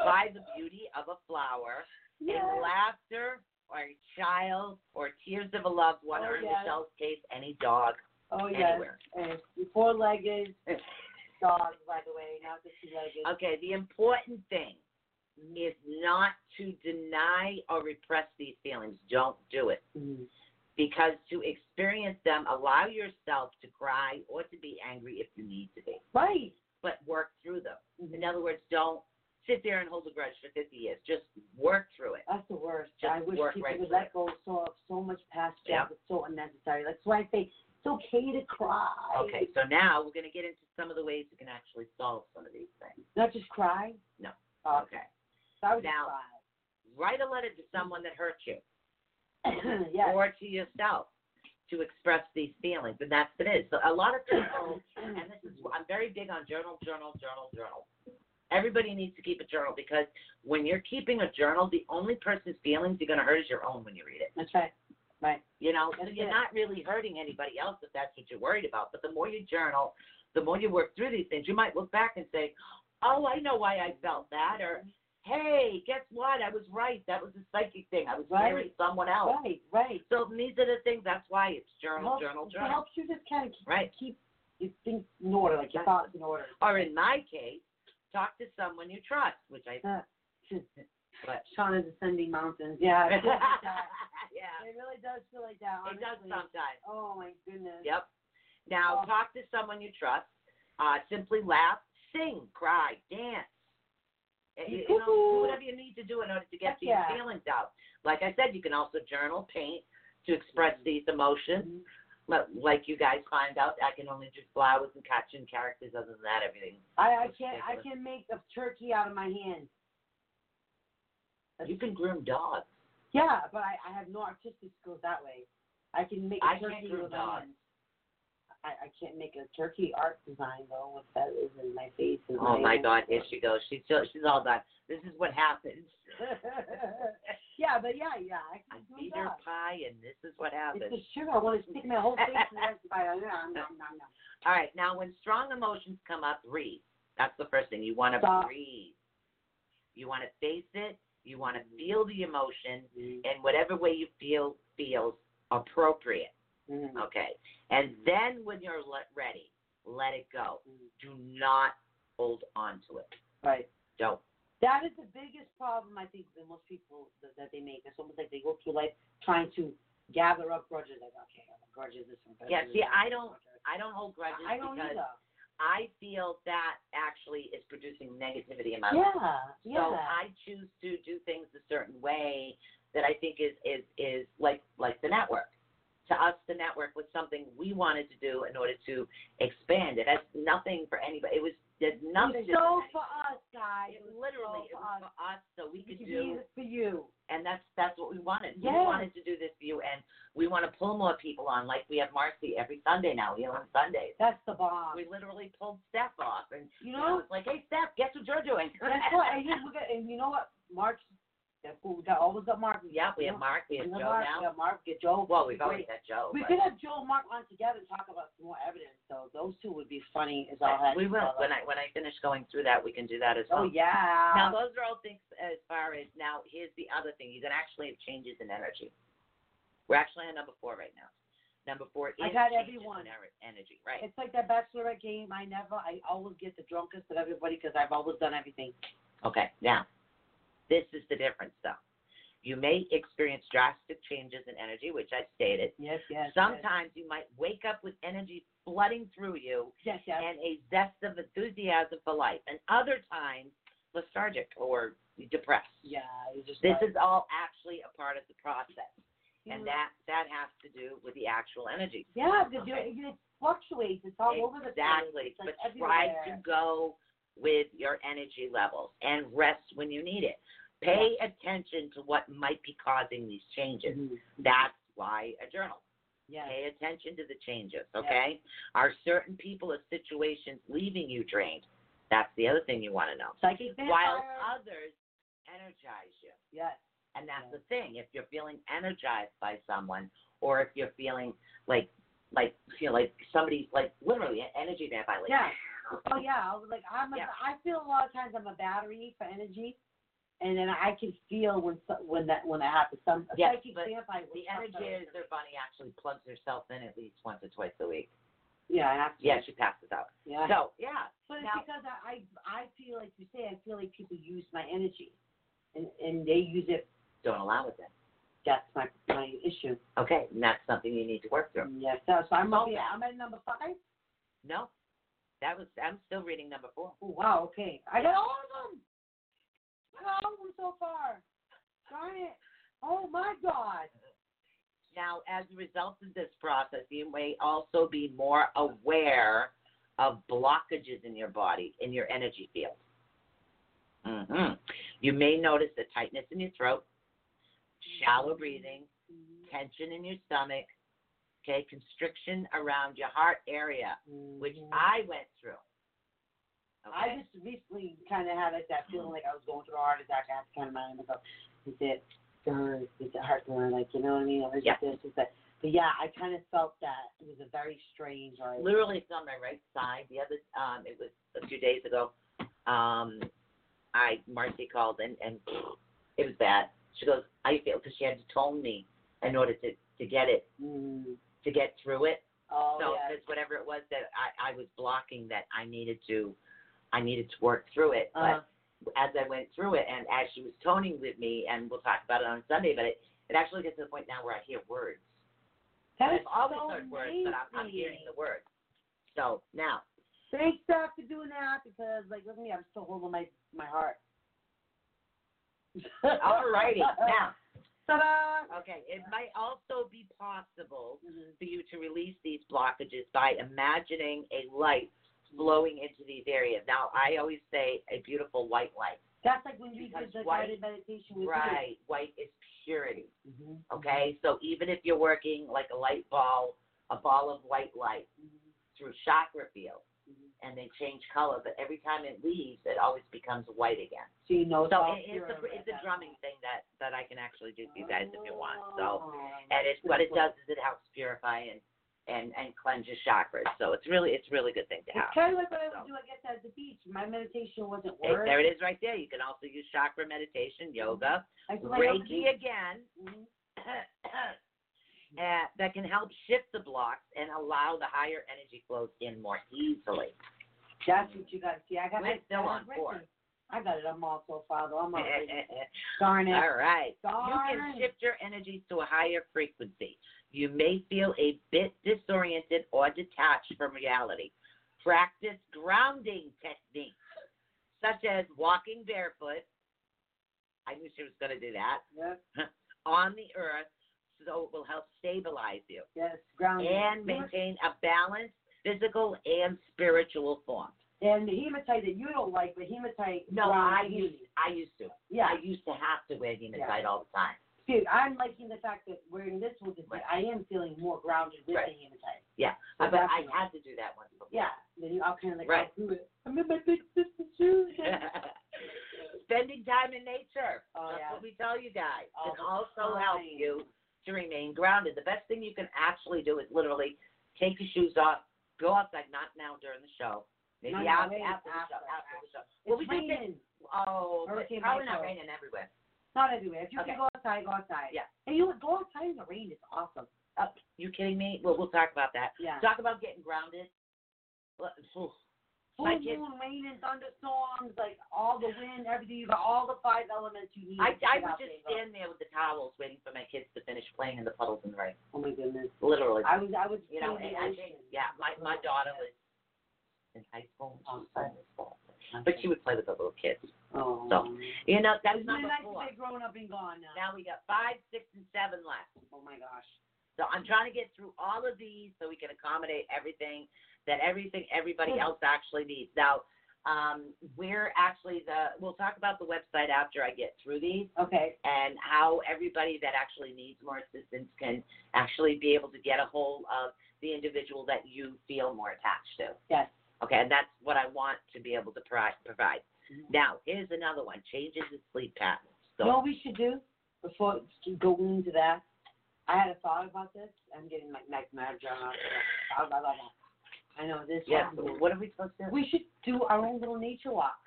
by the beauty of a flower and Yeah. laughter or a child or tears of a loved one Oh, or in yes. Michelle's case, any dog Oh yes. anywhere. And four-legged dog, by the way, not the two-legged. Okay, the important thing is not to deny or repress these feelings. Don't do it. Mhm. because to experience them, allow yourself to cry or to be angry if you need to be, Right. but work through them. In other words, don't sit there and hold a grudge for 50 years. Just work through it. That's the worst. Just I wish work people right would through let it. go of so so much past Yeah. stuff. It's so unnecessary. That's why I say it's okay to cry. Okay, so now we're going to get into some of the ways you can actually solve some of these things. Not just cry. No. Oh, okay. Okay. So I would Now- Write a letter to someone that hurt you just cry. yes. or to yourself to express these feelings. And that's what it is. So a lot of people and this is I'm very big on journal, journal, journal, journal. Everybody needs to keep a journal because when you're keeping a journal, the only person's feelings you're gonna hurt is your own when you read it. That's right. Right. You know, so That's you're it. not really hurting anybody else if that's what you're worried about. But the more you journal, the more you work through these things, you might look back and say, "Oh, I know why I felt that," or "Hey, guess what? I was right. That was a psychic thing. I was Right. hearing someone else." Right. Right. So these are the things. That's why it's journal, Helps- journal, It journal. helps you just kind of keep, Right. keep your things in order, like your Exactly. thoughts in order. Or in my case, talk to someone you trust, which I Uh, but Shauna descending mountains. Yeah. It, feels like that. yeah, It really does feel like that. it does honestly. sometimes. Oh my goodness. Yep. Now Oh. talk to someone you trust. Uh, simply laugh, sing, cry, dance. Y- You, you know, do whatever you need to do in order to get Heck these yeah. feelings out. Like I said, you can also journal, paint to express Mm-hmm. these emotions. Mhm. But like you guys find out, I can only do flowers and cartoon characters. Other than that, everything. I, I That's can't. I ridiculous. can make a turkey out of my hands. That's- You can groom dogs. Yeah, but I, I have no artistic skills that way. I can make I a can't turkey do with dogs. my hands. I, I can't make a turkey art design though with feathers in my face. And Oh my hands. God, here she goes. She's so, she's all done. This is what happens. yeah, but yeah, yeah, I I can do feed her that. pie, and this is what happens. It's the sugar. I want to stick my whole face in there. By nom, nom, nom, nom. All right, now when strong emotions come up, breathe. That's the first thing. You want to Stop. breathe. You want to face it. You want to feel the emotion, and whatever way you feel feels appropriate. Mhm. Okay. And then when you're le- ready, let it go. Do not hold on to it. Right. Don't. That is the biggest problem I think that most people that, that they make. It's almost like they go through life trying to gather up grudges. Like, okay, I'm a grudge is this one. grudge Yeah, is see, that, I don't- grudge is I don't hold that. grudges I don't because either. I feel that actually is producing negativity in my life. Yeah, yeah. So I choose to do things a certain way that I think is is is like like the network. To us, the network was something we wanted to do in order to expand it. That's nothing for anybody. It was there's nothing. It was so to for us, guys. it literally it so for was us. for us, so we It could could do, be for you. and that's that's what we wanted. We Yes. wanted to do this view, and we want to pull more people on. Like we have Marcy every Sunday now. We on Sundays. That's the bomb. We literally pulled Steph off, and you You know, know, it's like, hey Steph, guess what you're doing? that's what. And you, look at, and you know what? March. That's what we got. Always got Mark. Yeah, we have Mark, we We have got Joe Mark. now. We got Mark. We got Joe. Well, we've Great. always had Joe. We but- could have Joe and Mark on together and talk about some more evidence. So those two would be funny as all heck. we will. So, When I when I finish going through that, we can do that as well. Oh yeah. Now those are all things as far as now. Here's the other thing: you can actually have changes in energy. We're actually on number four right now. Number four is I've had changes in everyone. ener- energy, right? it's like that bachelorette game. I never. I always get the drunkest of everybody because I've always done everything. Okay. Now, this is the difference, though. You may experience drastic changes in energy, which I stated. Yes, yes. Sometimes you might wake up with energy flooding through you Yes, yes. yes. and a zest of enthusiasm for life. And other times, lethargic or depressed. Yeah, you just This like- is all actually a part of the process, and Mhm. that that has to do with the actual energy. yeah, the, Okay. it fluctuates. It's all over the place. Exactly, It's like but try everywhere. to go with your energy levels and rest when you need it. Pay attention to what might be causing these changes. Mhm. That's why a journal. Yeah. Pay attention to the changes, okay? Are certain people or situations leaving you drained? That's the other thing you want to know. Psychic vampire. While others energize you. yes. And that's Yeah. the thing. If you're feeling energized by someone, or if you're feeling like, like, feel like somebody's like literally an energy vampire. Like, Yeah. Oh yeah. I was like I'm. A, Yeah. I feel a lot of times I'm a battery for energy, and then I can feel when so- when that when that happens. Some a Yes, psychic but vampire. will The come energy through. is their bunny actually plugs herself in at least once or twice a week. Yeah, I have to. Yeah, she passes out. Yeah. So yeah, But it's Now- because I, I I feel like you say I feel like people use my energy, and and they use it. don't allow it then. That's my my issue. Okay, and that's something you need to work through. Yeah. So, so I'm up Okay. here. I'm at number five. No, that was I'm still reading number four. Oh wow. Okay. I got all of them. I got all of them so far. Darn it. Oh my God. Now, as a result of this process, you may also be more aware of blockages in your body, in your energy field. hmm You may notice the tightness in your throat, shallow breathing, tension in your stomach, okay, constriction around your heart area, which I went through. I just recently kind of had like that feeling like I was going through a heart attack. I had to kind of mind myself. Is it darn? Is it heart burn? Like you know what I mean? Or is Yeah. it this? Is that? But yeah, I kind of felt that it was a very strange. Or literally it's on my right side. The other um it was a few days ago. Um I Marcy called and and it was bad. She goes, I feel because she had to tone me in order to to get it Mm. to get through it. Oh so yeah. because whatever it was that I I was blocking that I needed to I needed to work through it. Uh-huh. But as I went through it and as she was toning with me and we'll talk about it on Sunday, but it it actually gets to the point now where I hear words. That I've is always so heard words, but I'm, I'm hearing amazing. the words. So now Thanks, Doc, for doing that because, like, look at me, I'm still holding my my heart. All righty. Now, Ta-da! okay, it might also be possible for you to release these blockages by imagining a light flowing into these areas. Now, I always say a beautiful white light. That's like when we Because did the white- guided meditation with Right. White is purity. you. Mhm. Okay? So even if you're working like a light ball, a ball of white light Mm-hmm. through chakra field, and they change color, but every time it leaves, it always becomes white again. So you know, So Oh, all it, it's, a, pure it's a at that drumming thing point. that, that I can actually do for you guys if you want. So. Oh, and it's what it beautiful. does is it helps purify and and and cleanse your chakras. So it's really it's a really good thing to It's have. kind of like what I would do, I guess, at the beach. My meditation It- wasn't working. there it is right there. You can also use chakra meditation, yoga, Mm-hmm. I feel like I was Reiki again, Mhm. uh, that can help shift the blocks and allow the higher energy flows in more easily. That's what you got to see. I got We're it. still I got on it written. board. I got it. I'm all so far, though. I'm all All Darn it. right. You Darn. can shift your energies to a higher frequency. You may feel a bit disoriented or detached from reality. Practice grounding techniques such as walking barefoot. I knew she was going to do that Yes, on the earth so it will help stabilize you yes. Grounding. and maintain a balanced physical and spiritual form. And the hematite that you don't like, but hematite. No, ground I heat. used I used to. Yeah, I used to have to wear hematite all the time. dude, I'm liking the fact that wearing this one because Right. I am feeling more grounded with Right. the hematite. Uh, But I Definitely. had to do that once before. Yeah, then you all kind of like Right. I'll do it. I'm in my big sister's shoes. Spending time in nature. Oh, That's yeah. Oh, what we tell you guys. All can the also help time. you to remain grounded. The best thing you can actually do is literally take your shoes off, go outside, not now during the show. Maybe No, no, out, wait, after, the show. after, After the show. Well, It's we did get, raining. oh, but Hurricane probably not Michael. raining everywhere. Not everywhere. If you Okay. can go outside, go outside. Yeah. And you would go outside in the rain. It's awesome. Oh, you kidding me? Well, we'll talk about that. Yeah. Talk about getting grounded. Well, phew. Full my kids- moon, rain, and thunderstorms, like all the wind, everything. You got all the five elements you need. I, to I get would out just there and stand there with the towels waiting for my kids to finish playing in the puddles and the rain. go. Oh my goodness. Literally. I was I was you know, in the and I ocean. think, yeah, my my daughter was in high school. and She was in this fall. But she would play with the little kids. Oh. So, you know, that's Isn't it number nice four. that they've grown up and gone now? Now we got five, six, and seven left. Oh my gosh. So I'm trying to get through all of these so we can accommodate everything that everything everybody else actually needs. Now, um, we're actually the we'll talk about the website after I get through these Okay. and how everybody that actually needs more assistance can actually be able to get a hold of the individual that you feel more attached to. Yes. Okay, and that's what I want to be able to pri- provide. Now, here's another one: changes in sleep patterns. You know what Mm-hmm. we should do before going into that? I had a thought about this. I'm getting my my mad drama. Blah, blah, blah, blah. I know this. yeah. one. so what are we supposed to? We should do our own little nature walks.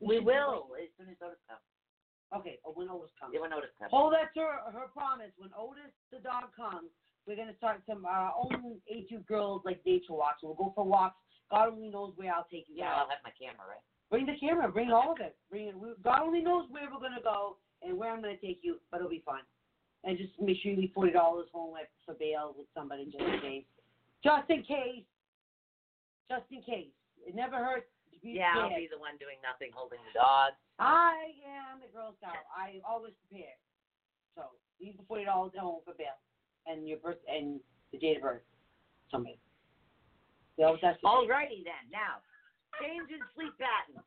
we should do will as soon as Otis comes. like- Okay. Oh, when Otis comes. Yeah, when Otis comes. Hold that to her, her promise. When Otis the dog comes, we're gonna start some our own age of girls like nature walks. We'll go for walks. God only knows where I'll take you. Yeah, guys. I'll have my camera, right? Bring the camera. Bring all of it. Bring it. We- God only knows where we're gonna go and where I'm gonna take you, but it'll be fun. And just make sure you leave forty dollars home with for bail with somebody just in case. Just in case. Just in case. It never hurts. to be Yeah, I'll be prepared. the one doing nothing, holding the dog. I am the Girl Scout. I am always prepared. So leave the forty dollars at home for bail, and your birth and the date of birth. Somebody. They always ask you- Alrighty then. Now, change in sleep patterns.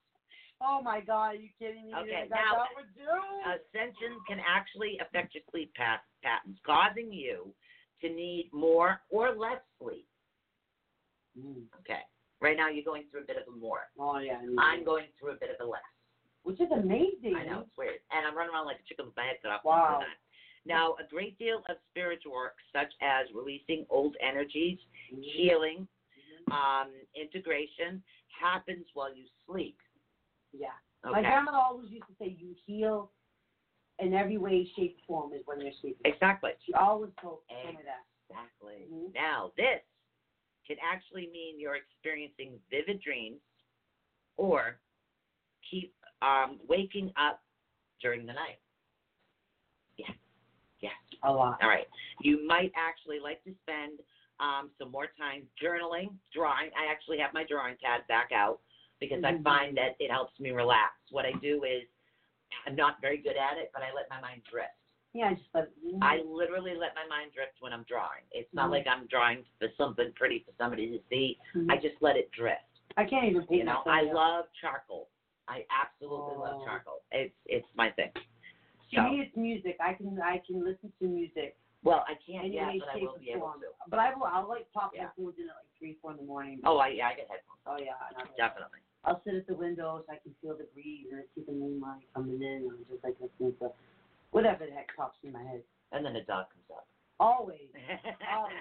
Oh my God! Are you kidding me? Okay, That's now- Uh, what we're doing. Ascension can actually affect your sleep pat- patterns, causing you to need more or less sleep. Mm. Okay. Right now, you're going through a bit of a more. Oh yeah. I'm going through a bit of a less. which is amazing. I know it's weird, and I'm running around like a chicken with my head cut off. Mm-hmm. Wow. Now, a great deal of spiritual work, such as releasing old energies, Mm-hmm. healing, um, integration, happens while you sleep. Yeah. My Okay. grandmother always used to say, "You heal in every way, shape, form is when you're sleeping." Exactly. She always told told me that. Exactly. Mhm. Now, this can actually mean you're experiencing vivid dreams or keep um, waking up during the night. Yeah. Yeah. A lot. All right. You might actually like to spend um, some more time journaling, drawing. I actually have my drawing pad back out because I Mhm. find that it helps me relax. What I do is I'm not very good at it, but I let my mind drift. Yeah, I just let. I literally let my mind drift when I'm drawing. It's not Mhm. like I'm drawing for something pretty for somebody to see. Mhm. I just let it drift. I can't even paint You know, myself I yet. love charcoal. I absolutely Oh. love charcoal. It's it's my thing. To So, me, it's music. I can I can listen to music well, I can't any yet, way, but I shape, will be or able form. to. But I will. I'll like pop Yeah. headphones in at like three, four in the morning. Oh, I, yeah, I get headphones. Oh, yeah. and I'll- Definitely. I'll sit at the window so I can feel the breeze and I see the moonlight coming in. and I'm just like listening to whatever the heck pops in my head. And then a dog comes up. Always. Always.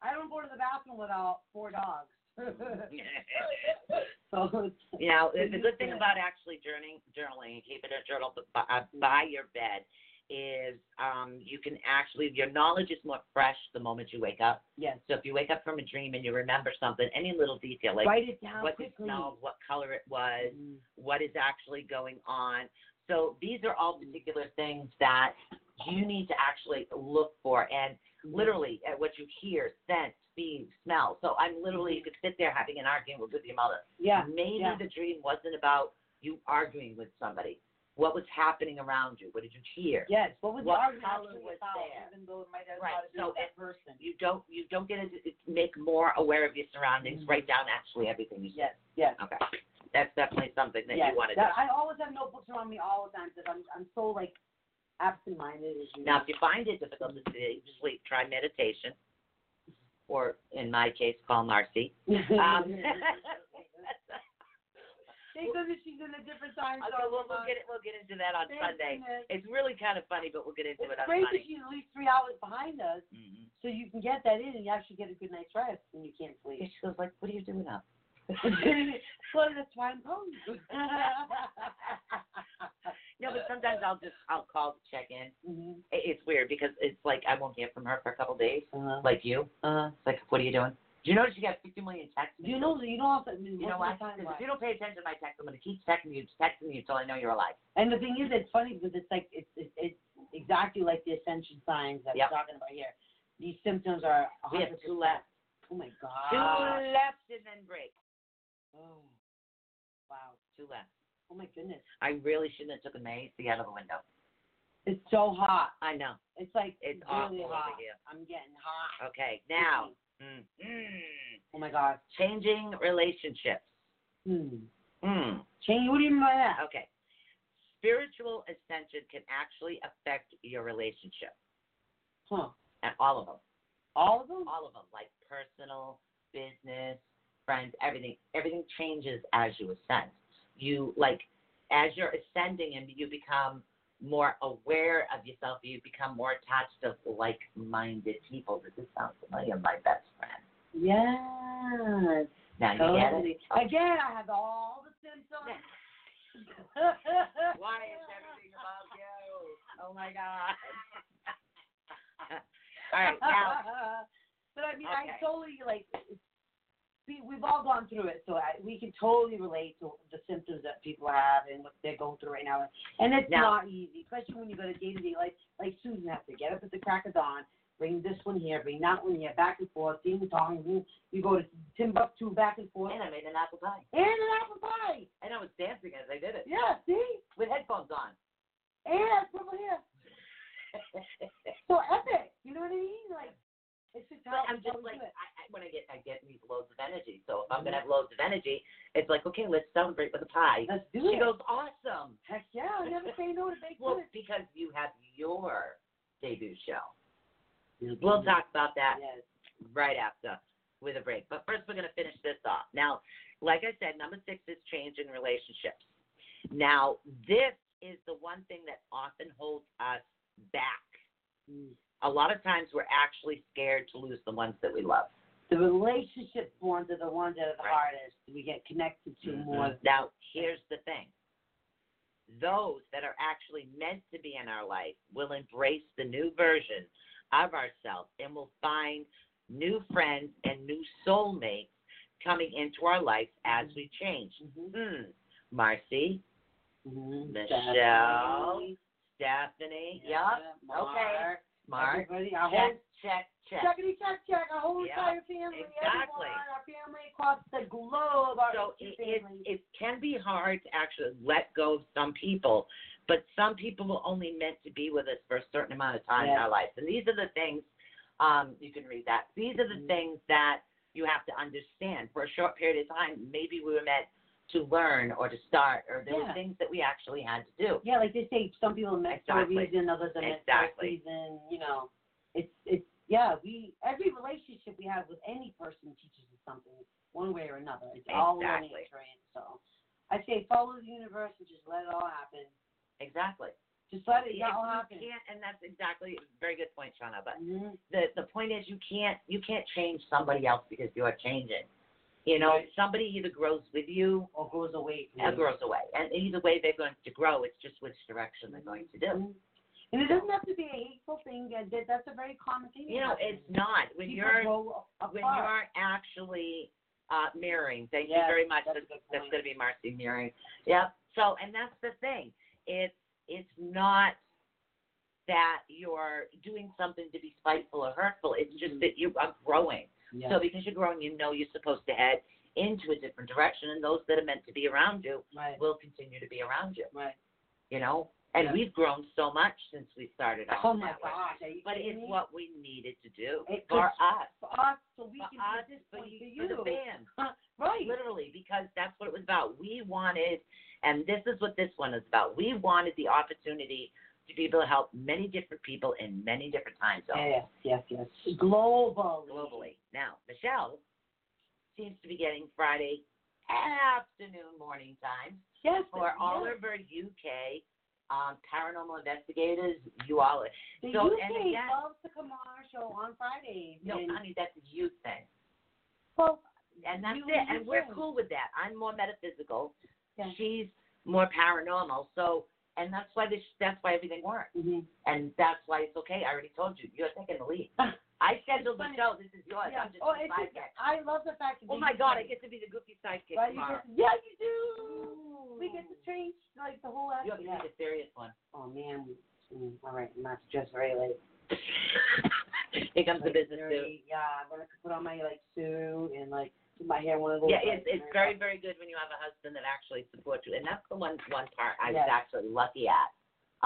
I don't go to the bathroom without four dogs. so it's, you know, the the Mm-hmm. good thing about actually journaling, journaling and keeping a journal b- uh, by your bed is um, you can actually, your knowledge is more fresh the moment you wake up. yes. So if you wake up from a dream and you remember something, any little detail, like Write it down what it quickly. smelled, what color it was, Mm. what is actually going on. So these are all Mm-hmm. particular things that you need to actually look for and Mm-hmm. literally at what you hear, sense, see, smell. So I'm Mm-hmm. literally, you could sit there having an argument with your mother. Yeah. Maybe yeah. the dream wasn't about you arguing with somebody. What was happening around you? What did you hear? Yes. What was What our color actually was about, there? even though it might have Right, not been so that it- person? You don't you don't get into make more aware of your surroundings. Mhm. Write down actually everything you see. Yes. Yes. Okay. That's definitely something that yes. you want to do. That- I always have notebooks around me all the time because I'm I'm so like absent-minded. As you Now, know. if you find it difficult to stay- sleep, try meditation, or in my case, call Marcy. Um, Mm-hmm. because she's in a different time okay, zone. we'll, we'll uh, get it. We'll get into that on thank Sunday. goodness. It's really kind of funny, but we'll get into It's it on great that Sunday. she's at least three hours behind us, Mhm. so you can get that in and you actually get a good night's rest when you can't And sleep. She goes like, "What are you doing up?" well, that's why I'm calling you. No, but sometimes I'll just I'll call to check in. Mhm. It- It's weird because it's like I won't hear from her for a couple days, Uh-huh. like you. Uh-huh. It's like, "What are you doing?" Do you notice you got 50 million texts? You know, you don't have to. You know what? 'Cause if you don't pay attention to my text, I'm going to keep texting you, texting you until I know you're alive. And the thing is, it's funny because it's like it's it's, it's exactly like the ascension signs that Yep. we're talking about here. These symptoms are a We 100 have two left. Oh my Two god. left and then break. Oh. Wow. Two left. Oh my goodness. I really shouldn't have took a Macy out of the window. It's so hot. I know. It's like It's really awful over hot. here. I'm getting hot. Okay, now mm, mm, Oh my god. changing relationships. Hmm. Mm. Change. What do you mean by that? Okay. Spiritual ascension can actually affect your relationship Oh. Huh. and all of them. All of them? All of them, like personal, business, friends, everything. Everything changes as you ascend. You like as you're ascending and you become more aware of yourself, you become more attached to like-minded people. Does this sound familiar? My best friend. Yes. Now you get it. Totally. Again, I have all the symptoms. Why is everything about you? Oh my God. All right, now but I mean, Okay. I totally like. We, we've all gone through it, so I, we can totally relate to the symptoms that people have and what they're going through right now. And it's Now- not easy, especially when you go to day to day. Like like Susan has to get up at the crack of dawn, bring this one here, bring that one here, back and forth, ding dong. You go to Timbuktu, back and forth, and I made an apple pie. and an apple pie. And I was dancing as I did it Yeah, see, with headphones on. and a purple hair. So epic. You know what I mean? Like it's just But how I'm how just we like do it. I, I, when I get I get these loads of energy. So if I'm gonna have loads of energy, it's like okay, let's celebrate with a pie. Let's do She it. goes awesome. Heck yeah, I never say no to baked Well, goods. because you have your debut show. We'll talk about that Yes. right after with a break. But first, we're going to finish this off. Now, like I said, number six is change in relationships. Now, this is the one thing that often holds us back. Mm. A lot of times, we're actually scared to lose the ones that we love. The relationship ones are the ones that are the Right. hardest. We get connected to more. Now, here's the thing those that are actually meant to be in our life will embrace the new version of ourselves and will find new friends and new soulmates coming into our life as we change. Mhm. Hmm. Marcy, Mhm. Michelle, Stephanie, Stephanie, yeah, yep, Mark, Mark. Everybody, our whole Check, check, check. checkity check check. Our whole Yeah, entire family. exactly. Everyone, our family across the globe. Our so it, it, family. it can be hard to actually let go of some people, but some people are only meant to be with us for a certain amount of time in Yeah. our lives. And these are the things, um, you can read that. These are the Mhm. things that you have to understand. For a short period of time, maybe we were meant to learn or to start, or there Yeah. were things that we actually had to do. yeah, like they say, some people are meant Exactly. for a reason, others are meant for a Exactly. reason. You know, it's it's yeah. We every relationship we have with any person teaches us something, one way or another. It's all learning Exactly. experience. So I say, follow the universe and just let it all happen. Exactly. Just let it If all you happen. can't, and that's exactly very good point, Shauna. But Mhm. the the point is you can't you can't change somebody else because you are changing. You know, Right. somebody either grows with you Or goes away. from or you. grows away, and either way they're going to grow. It's just which direction they're going to do. Mhm. And it doesn't have to be a hateful thing. that- that- That's a very common thing. You know, it's not when People you're grow apart. when you're actually uh, mirroring. Thank you Yes, very much. that's a good that's point. going to be Marcy mirroring. Yep. So, and that's the thing. It's it's not that you're doing something to be spiteful or hurtful. It's just Mhm. that you are growing. Yeah. So because you're growing, you know you're supposed to head into a different direction, and those that are meant to be around you right, will continue to be around you. right. You know, and Yeah. we've grown so much since we started out. Oh my that way. gosh! Are you But kidding it's me? what we needed to do It for puts- us, for us, so we for can us, be this for point you, for for you. the fans. Right. Literally, because that's what it was about. We wanted, and this is what this one is about. We wanted the opportunity to be able to help many different people in many different time zones Yes, yes, yes. Global. globally. Now, Michelle seems to be getting Friday afternoon morning time Yes. for yes. all of our UK um, paranormal investigators. You all, The so, UK and again- loves to come on our show on Fridays. no, and, honey, that's a you thing, well, and that's You it. And we're should. cool with that. I'm more metaphysical. Yeah. She's more paranormal. So, and that's why this. That's why everything works, mhm. and that's why it's okay. I already told you. You're taking the lead. I scheduled the funny. show. This is yours. yeah. I'm just oh, the it's just, sidekick. I love the fact that Oh they my do God! that. I get to be the goofy sidekick Right, you tomorrow. get- yeah, you do. We get to change like the whole You have to episode. be the serious one. Oh man. Mm, all right, I'm not just very late. Here comes the Like, business very- suit. Yeah, I'm gonna put on my like suit and like to my hair one of those. Yeah, it's it's very very good when you have a husband that actually supports you, and that's the one one part I was Yes. actually lucky at.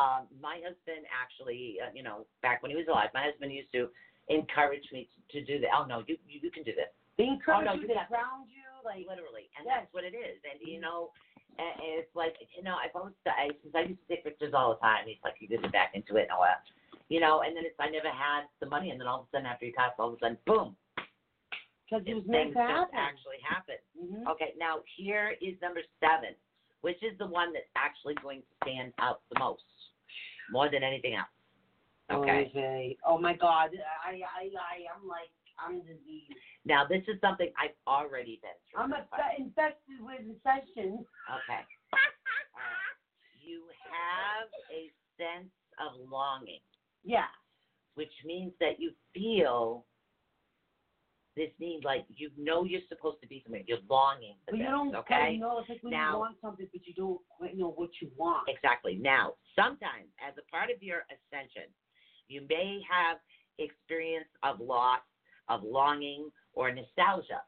Um, my husband actually, uh, you know, back when he was alive, my husband used to encourage me to, to do the. Oh no, you, you you can do this. They encourage Oh, no, you, you they got- ground you, like literally, and Yes. that's what it is. And you know, and and it's like you know, I've always I since I used to take pictures all the time. He's like, you get back into it and all that, you know. And then it's I never had the money, and then all of a sudden after you pass, all of a sudden, boom, because it it- was things meant to just happen. actually Oh, happen. Mhm. Okay, now here is number seven, which is the one that's actually going to stand out the most, more than anything else. Okay. Okay. Oh my God, I I I I'm like I'm diseased. Now this is something I've already been through. I'm upset, infested with infection. Okay. All right. You have a sense of longing, Yeah. which means that you feel this need, like you know you're supposed to be somewhere. You're longing for But you this, don't okay? you know it's like when Now- you want something but you don't quite know what you want. Exactly. Now, sometimes as a part of your ascension, you may have experience of loss, of longing, or nostalgia,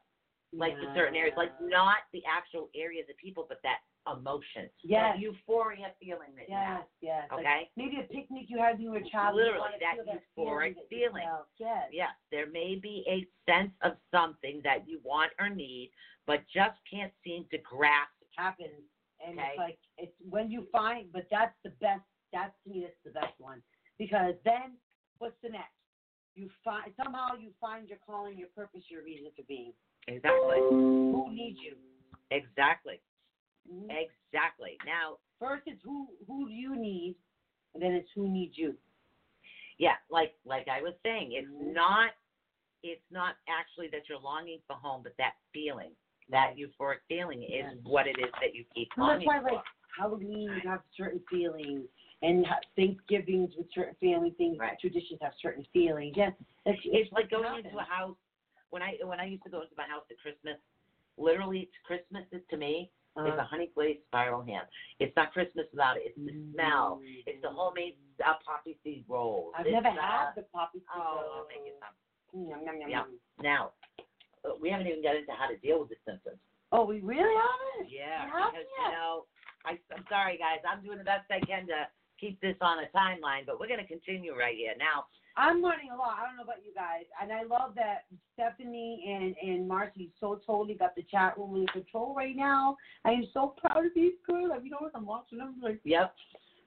like for certain areas, like Yeah. not the actual areas of people, but that emotion, Yes. that euphoria feeling that you Yes, have. yes. Like Okay. maybe a picnic you had when you were a child. Literally, you wanna that feel that euphoric feeling. That you felt. Yes. Yes, there may be a sense of something that you want or need, but just can't seem to grasp. Happens. And Okay. it's like it's when you find but that's the best that's to me that's the best one. Because then what's the next? You find somehow you find your calling, your purpose, your reason for being. Exactly. Who needs you? Exactly. Mhm. Exactly. Now, First, it's who who do you need, and then it's who needs you. yeah like like i was saying it's Mhm. not it's not actually that you're longing for home but that feeling that euphoric feeling is Yes. what it is that you keep And longing that's why, for like Halloween, you have certain feelings, and ha- Thanksgivings with certain family things, Right. traditions have certain feelings. Yeah, it's, it's like what going happens. into a house when i when i used to go into my house at christmas literally it's christmas is to me is a Uh, honey glazed spiral ham it's not christmas without it it's the smell it's the homemade uh, poppy seed rolls Mm-hmm. I've It's, never uh, had the poppy. oh i'll make you some some. Yum, yum, yum, Yeah. yum. now uh, we haven't even got into how to deal with the symptoms Oh, we really haven't. Yeah, It hasn't because yet. you know, I, I'm sorry guys, I'm doing the best I can to keep this on a timeline, but we're gonna continue right here now. I'm learning a lot. I don't know about you guys, and I love that Stephanie and and Marcy so totally got the chat room in control right now. I am so proud of these girls. Like you know what I'm watching them like Yep,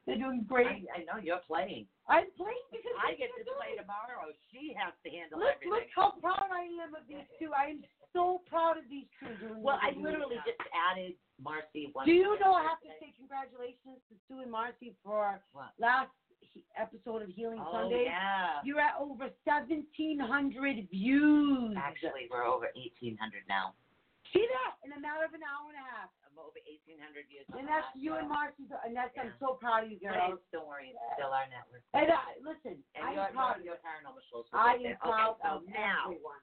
they're doing I, great. I know you're playing. I'm playing because I they get can't to do play it. tomorrow. She has to handle Look, look everything. how proud I am of these two. I am so proud of these two doing well, what I they're doing literally now. just added Marcy. One Do you know I more have to thing. say congratulations to Sue and Marcy for What? last he- episode of Healing Oh Sunday. yeah. You're at over 1,700 views. Actually, we're over 1,800 now. See that in a matter of an hour and a half. I'm over 1,800 views. on the And that's last you and show. Marcy, and that's I'm Yeah. so proud of you girls. Please, don't worry, it's still our network. And I, listen, And I your, am proud. of you. your paranormal shows. will I get there. am proud okay, so of now, everyone.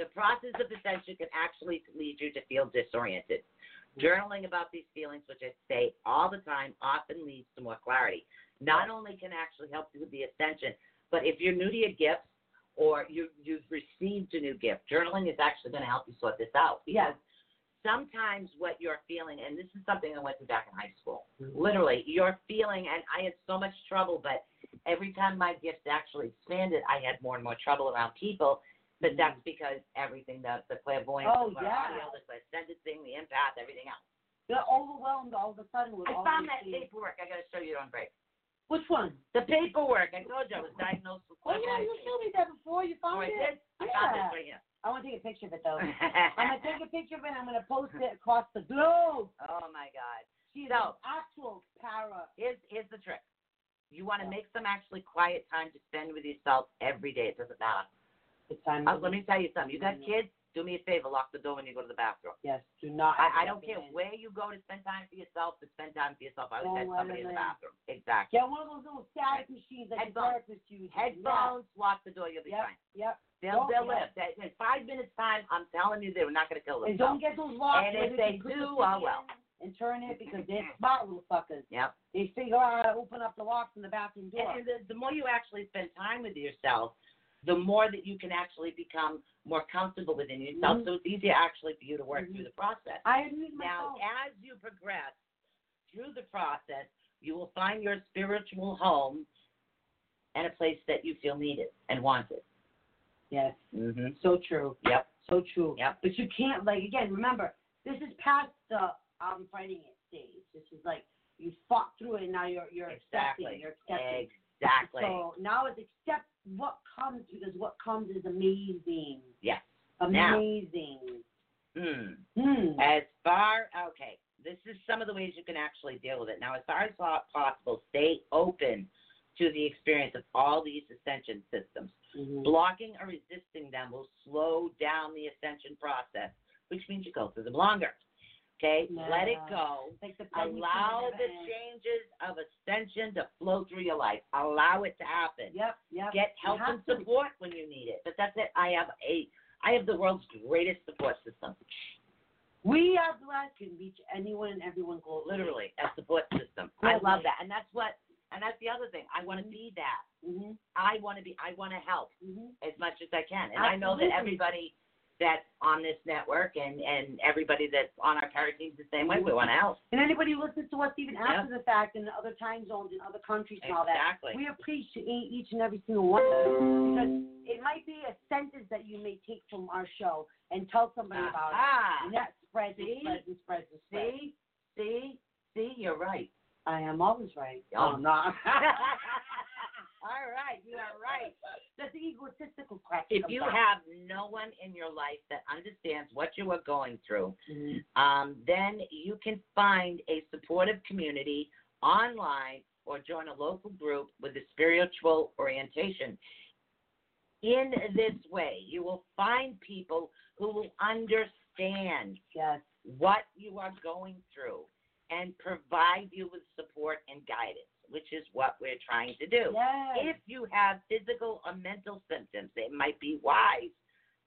The process of ascension can actually lead you to feel disoriented. Journaling about these feelings, which I say all the time, often leads to more clarity. Not only can actually help you with the ascension, but if you're new to your gifts or you, you've received a new gift, journaling is actually going to help you sort this out. Because sometimes what you're feeling, and this is something I went through back in high school, literally, you're feeling, and I had so much trouble, but every time my gifts actually expanded, I had more and more trouble around people. But that's because everything the the clairvoyance, Mm-hmm. Oh, the yeah. audio, the ascended thing, the empath, everything else. They're overwhelmed all of a sudden with I all found these that things. paperwork. I got to show you it on break. Which one? The paperwork. I told you I was diagnosed with Oh yeah, clairvoyance. you showed me that before. You Oh, found I it. did. I found this right here. I want to take a picture of it though. I'm gonna take a picture of it. and I'm gonna post it across the globe. oh my God. She's So- an actual para. Here's here's the trick. You want to make some actually quiet time to spend with yourself every day. It doesn't matter. It's time. Uh, let me tell you something. You got Mm-hmm. kids? Do me a favor. Lock the door when you go to the bathroom. Yes. Do not. I, I don't care where you go to spend time for yourself, to spend time for yourself. I Don't always had let somebody in the them in. bathroom. Exactly. Get one of those little static machines that your Headphones. therapist uses. Headphones, lock the door, you'll be Yep. fine. Yep. They'll, Don't- they'll yeah. live. That, in five minutes time, I'm telling you, they're not going to kill And themselves. don't get those locks. And where if can they put do, the oh, key well. in And turn it because they're smart little fuckers. Yep. They figure out how to open up the locks in the bathroom door. And, and the, the more you actually spend time with yourself, the more that you can actually become more comfortable within yourself. So it's easier actually for you to work through the process. Mm-hmm. I agree with Now, myself. as you progress through the process, you will find your spiritual home and a place that you feel needed and wanted. yes, Mm-hmm. so true. Yep. So true. Yep. But you can't like again. Remember, this is past the I'm fighting it stage. This is like you fought through it, and now you're you're Exactly. accepting. You're accepting. Exactly. So now it's accept what comes because what comes is amazing. Yes. Now. Amazing. Mm. Hmm. As far okay, this is some of the ways you can actually deal with it. Now, as far as po- possible, stay open to the experience of all these ascension systems. Mm-hmm. Mhm. Blocking or resisting them will slow down the ascension process, which means you go through them longer. Okay, let it Yeah. go. Like the pregnancy Allow never the ends. changes of ascension to flow through your life. Allow it to happen Yep. Yep. get You help have and to. support when you need it. But that's it. I have a I have the world's greatest support system. We are blessed to reach anyone and everyone globally. Literally a support system. I Right. Mm-hmm. love that. And that's what and that's the other thing. I want to be that. Mhm, I want to be I want to help mhm. as much as I can. And I know Absolutely. that everybody that's on this network and and everybody that's on our parent team's the same way. We want to help. And anybody who listens to us even Yep. after the fact in other time zones in other countries and all that. Exactly. We appreciate each and every single one of you because it might be a sentence that you may take from our show and tell somebody about it. Ah, And that spreads and See? spreads and spreads and spreads. see, see, see, you're right. I am always right. Oh. I'm not. All right, you are right. That's the egotistical crap. if comes you out. have no one in your life that understands what you are going through, Mhm. um, then you can find a supportive community online or join a local group with a spiritual orientation. In this way, you will find people who will understand Yes. what you are going through and provide you with support and guidance, which is what we're trying to do. Yes. If you have physical or mental symptoms, it might be wise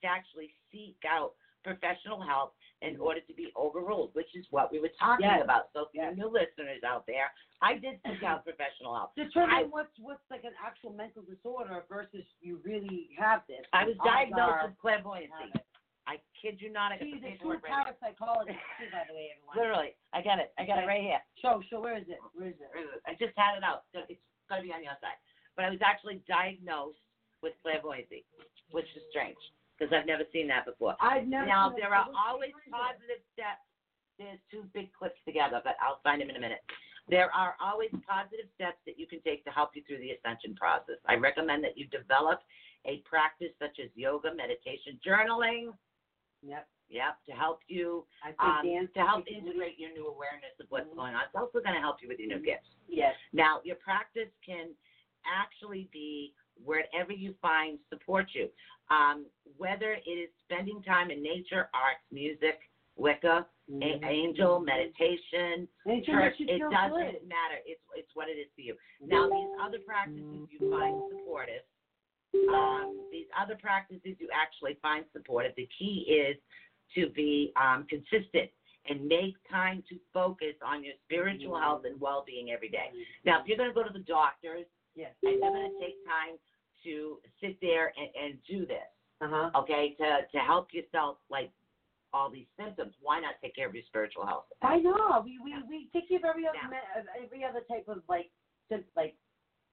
to actually seek out professional help in order to be overruled, which is what we were talking Yes. about. So, for Yes. you new listeners out there, I did seek out professional help. determine I- what's what's like an actual mental disorder versus you really have this. I was Odds diagnosed are- with clairvoyancy. have Oh, it. I kid you not, I got She's the a paperwork right two-power psychologist, too, by the way, here. everyone. Literally, I got it. I got it right here. So, so where is it? Where is it? I just had it out. So It's going to be on your side. But I was actually diagnosed with clairvoyancy, which is strange because I've never seen that before. I've never. Now, seen it. there are Where is always it? positive steps. There's two big clips together, but I'll find them in a minute. There are always positive steps that you can take to help you through the ascension process. I recommend that you develop a practice such as yoga, meditation, journaling, Yep. yep, to help you I think um, dance to help is- integrate your new awareness of what's Mhm. going on. It's also going to help you with your new gifts. Yes. Now, your practice can actually be wherever you find support you, um, whether it is spending time in nature, arts, music, Wicca, Mm-hmm. a- angel, meditation, And it's church. makes you It feel doesn't good. matter. It's it's what it is for you. Now, these other practices you find supportive. Um, these other practices you actually find supportive. The key is to be um, consistent and make time to focus on your spiritual health and well-being every day. Now, if you're going to go to the doctors Yes. and you're going to take time to sit there and, and do this, Uh uh-huh. huh. okay, to, to help yourself, like all these symptoms, why not take care of your spiritual health? I know. We we we take care of every other Yeah. me- of every other type of like sim- like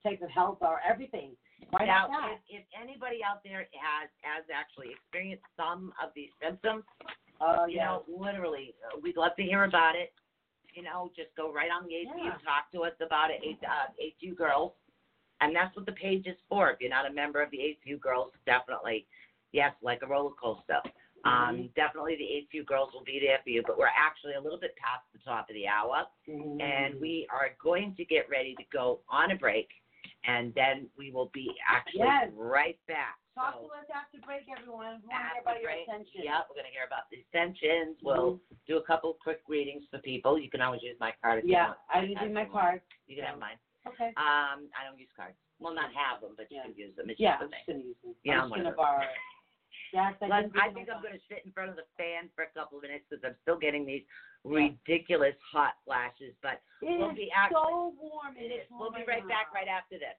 type of health or everything. Why now, not that? If, if anybody out there has has actually experienced some of these symptoms, uh, Oh you yeah. know, literally, uh, we'd love to hear about it. You know, just go right on the ATU, Yeah. talk to us about it, uh, ATU Girls. And that's what the page is for. If you're not a member of the ATU Girls, definitely, yes, like a roller coaster. Um, Mm-hmm. definitely the ATU Girls will be there for you, but we're actually a little bit past the top of the hour Mm-hmm. and we are going to get ready to go on a break, and then we will be actually Yes. right back. Talk so to us after break, everyone. We want after to hear about your Mm-hmm. break- attention. Yeah, we're going to hear about the ascensions. We'll do a couple quick readings for people. You can always use my card if you Yeah, want. I didn't do my card. You can have mine. Okay. Um, I don't use cards. Well, not have them, but you Yeah. can use them. It's just Yeah, a I'm thing. just gonna use them. Yeah, I'm I'm one of just gonna borrow it. Yes, I Plus, think I think I'm going to sit in front of the fan for a couple of minutes because I'm still getting these ridiculous hot flashes. But we'll It be is act- so warm in this We'll be room right back now. right after this.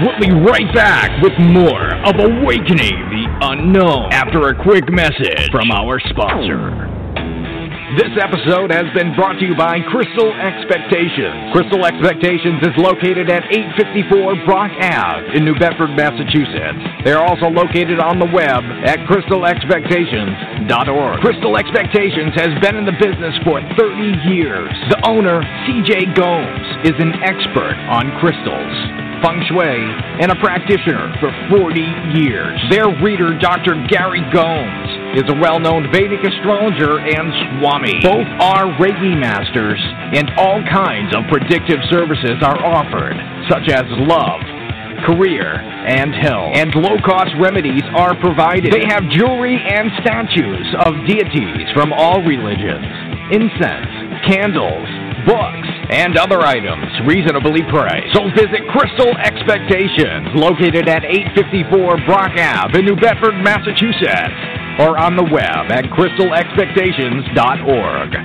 We'll be right back with more of Awakening the Unknown after a quick message from our sponsor. This episode has been brought to you by Crystal Expectations. Crystal Expectations is located at 854 Brock Ave in New Bedford, Massachusetts. They are also located on the web at crystalexpectations.org. Crystal Expectations has been in the business for 30 years. The owner, CJ Gomes, is an expert on crystals feng shui, and a practitioner for 40 years. Their reader, Dr. Gary Gomes, is a well known Vedic astrologer and Swami. Both are Reiki masters, and all kinds of predictive services are offered, such as love career, and health. And low cost remedies are provided. They have jewelry and statues of deities from all religions, incense, candles, books, and other items reasonably priced. So visit Crystal Expectations, located at 854 Brock Ave in New Bedford, Massachusetts, or on the web at crystalexpectations.org.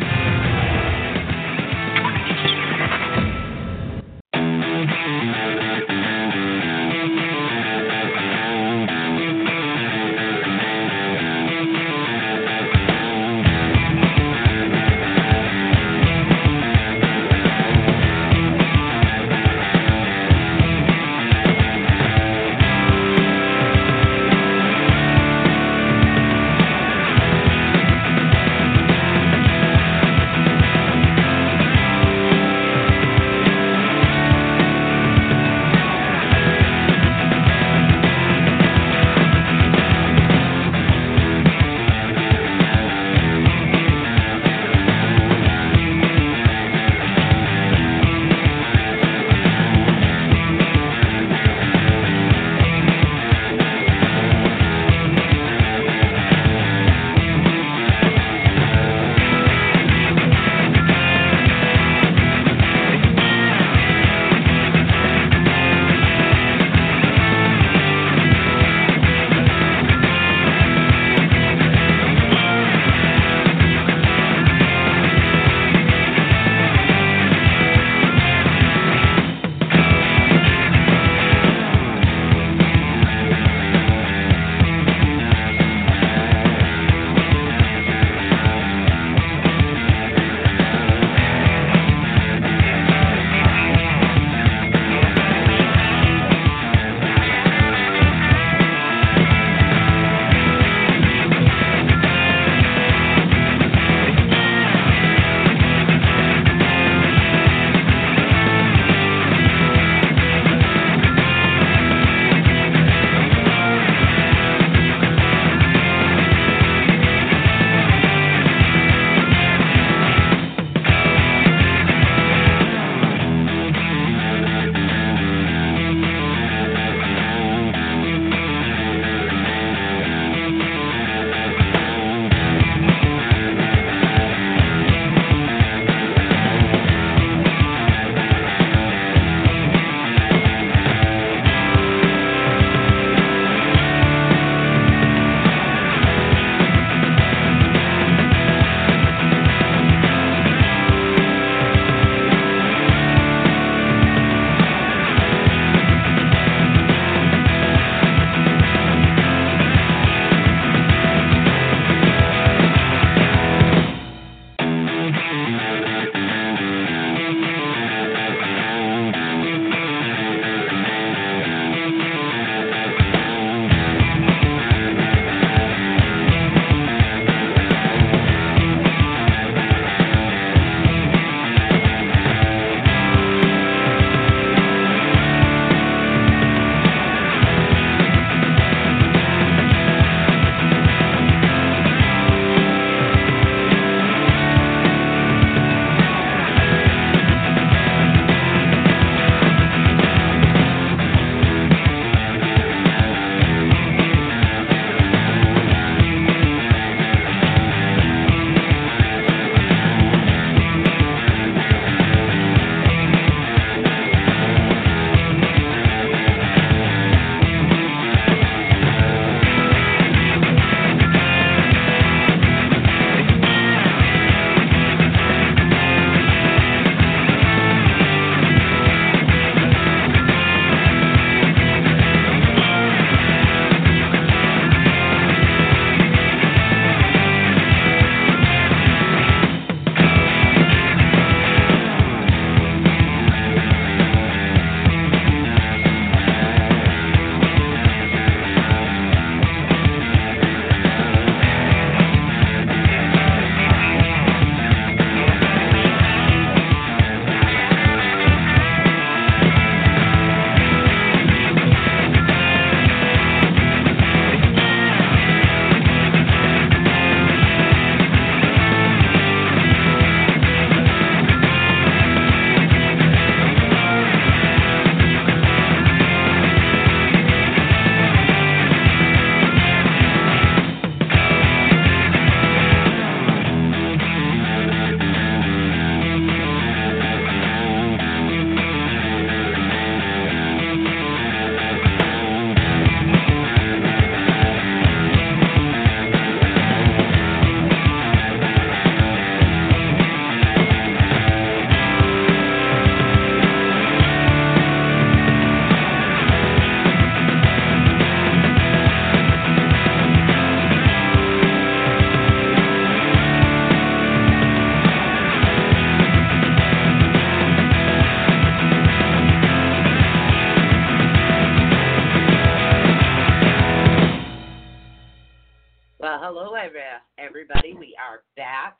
every- everybody. We are back.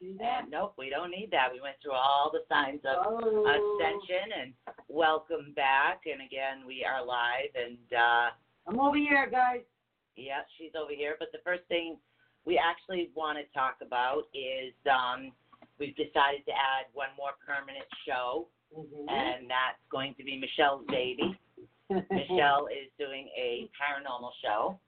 Do that. And nope, we don't need that. We went through all the signs of Oh. ascension and welcome back. And again, we are live. And uh, I'm over here, guys. yeah, she's over here. But the first thing we actually want to talk about is um, we've decided to add one more permanent show, Mm-hmm. Mhm. and that's going to be Michelle's baby. Michelle is doing a paranormal show.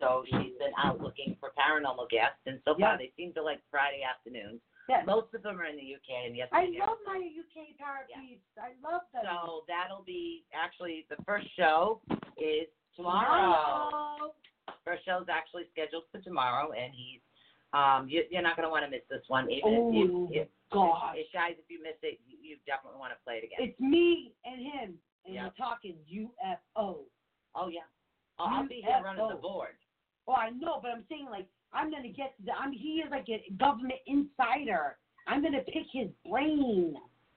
So she's been out looking for paranormal guests, and so far Yeah. they seem to like Friday afternoons. Yeah. Most of them are in the UK, and yes, I they do. love my UK power Yeah. beats. I love them. So that'll be actually the first show is tomorrow. Hello. First show's actually scheduled for tomorrow, and he's um you, you're not going to want to miss this one. Even if you, Oh, if, gosh. if- guys, if you miss it, you, you definitely want to play it again. It's me and him, and Yeah. we're talking UFO. oh yeah, I'll, I'll be here running the UFO. board. Well, I know, but I'm saying like I'm gonna get. To the, I'm he is like a government insider. I'm gonna pick his brain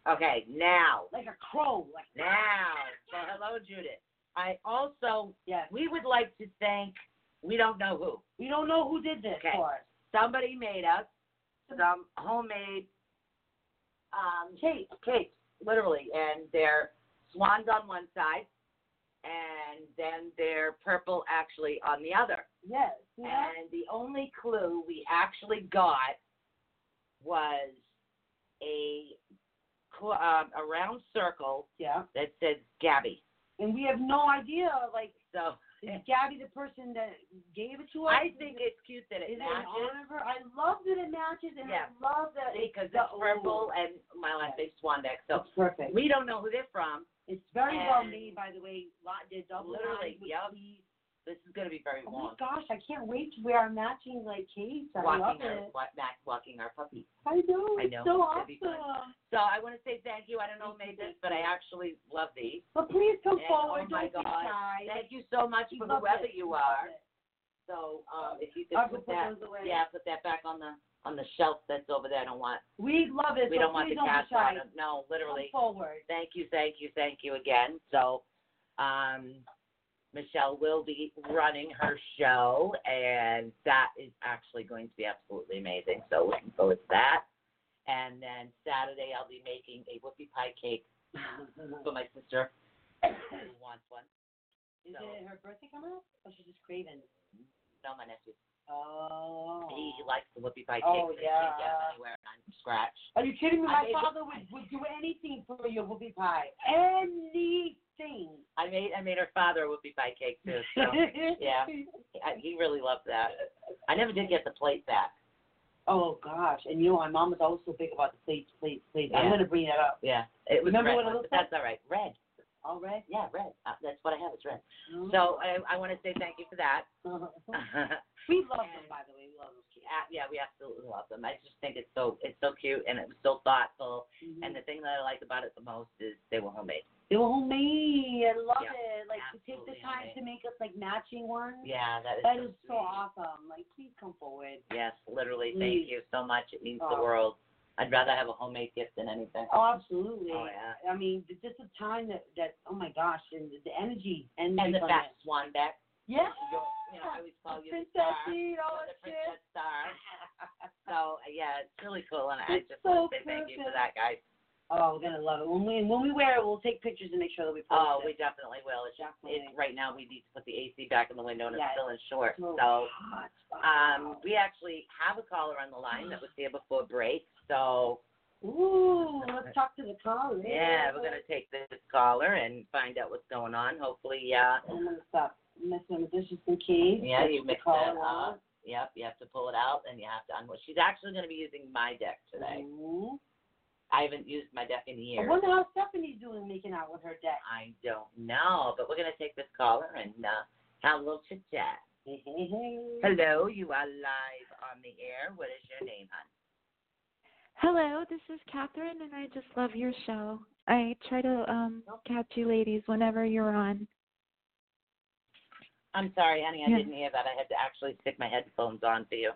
Okay, now, like a crow. Like now. So hello, Judith. I also Yes. we would like to thank we don't know who We don't know who did this Okay. for us. somebody made us some homemade um, cake, cakes, literally, and they're swans on one side, and then they're purple actually on the other. Yes. see that? And the only clue we actually got was a cl- um, a round circle Yeah. that said Gabby. And we have no idea. Like, So is Gabby the person that gave it to us? I think it's cute that Is it it an matches honor? I love that it matches, and Yeah. I love that because the- it's purple oh, and my last name's Swanbeck. So it's perfect. we don't know who they're from. It's very well and- made, by the way. Lot did double Literally, lines with yup. these. This is going to be very Oh my long. gosh, I can't wait to wear our matching like capes. I love Walking our it. wa- back, walking our puppy. I know. I It's know, so it'd be fun. awesome. So I want to say thank you. I don't know who made this, but I actually love these. But please come And, forward. oh my Don't be God. shy. Thank you so much We for love whoever it. you We love are. it. So um, if you could I'll go put put that, those away. yeah, put that back on the on the shelf that's over there. I don't want. We love it. We so don't want please the don't cats be shy. on them. No, literally. Come forward. Thank you, thank you, thank you again. So, um, Michelle will be running her show, and that is actually going to be absolutely amazing. So, looking forward to that. And then Saturday, I'll be making a whoopie pie cake for my sister who wants one. Is So- it her birthday coming up? Or she's just craving? No, my nephew. Oh. He likes the whoopie pie cake. Oh, but he can't get 'em yeah. anywhere on scratch. Are you kidding me? My I made- father would, would do anything for your whoopie pie. Anything. I made I made her father a whoopie pie cake too. So yeah. I, he really loved that. I never did get the plate back. Oh gosh, and you know my mom was always so big about the plates, plates, plates. Yeah. I'm gonna bring that up. Yeah, it was Remember red. what it one, looked Oh, but that's all right. Red. All right. Yeah, red. Uh, that's what I have. It's red. Mm-hmm. So I, I want to say thank you for that. Uh, we love them, by the way. We love those kids. yeah, we absolutely love them. I just think it's so it's so cute and it was so thoughtful. Mm-hmm. And the thing that I liked about it the most is they were homemade. they were homemade. I love Yeah, it. Like to take the absolutely time homemade. to make us like matching ones. Yeah, that is. That so is sweet. so awesome. Like please come forward. Yes, literally. Please. Thank you so much. It means the Oh. world. I'd rather have a homemade gift than anything. Oh, absolutely. Oh, yeah. I mean, th- just the time that that. Oh my gosh, and the, the energy and And the from fat it. swan back. Yeah. You know, I always call you the Princess star. Seed, all You're that the Oh, shit. princess star. So yeah, it's really cool, and I It's just so want to say thank you for perfect. that, guys. Oh, we're gonna love it. When we when we wear it, we'll take pictures and make sure that we post Oh, we it. definitely will. It's just it's Definitely. right now we need to put the AC back in the window and it's Yes. still in short. Oh, So hot. um we actually have a caller on the line that was here before break. So Ooh, let's talk to the caller. yeah, we're gonna take this caller and find out what's going on. Hopefully, uh I'm gonna stop messing with this just in case. yeah, you The mix that caller up. Yep, you have to pull it out and you have to unwind. She's actually gonna be using my deck today. Ooh. Mm-hmm. I haven't used my deck in I years. wonder how Stephanie's doing making out with her deck. I don't know, but we're gonna take this caller and uh have a little chit chat. Hey, hey, hey. Hello, you are live on the air. What is your name, hon? Hello, this is Catherine, and I just love your show. I try to um, catch you ladies whenever you're on. I'm sorry, honey, I Yeah. didn't hear that. I had to actually stick my headphones on for you.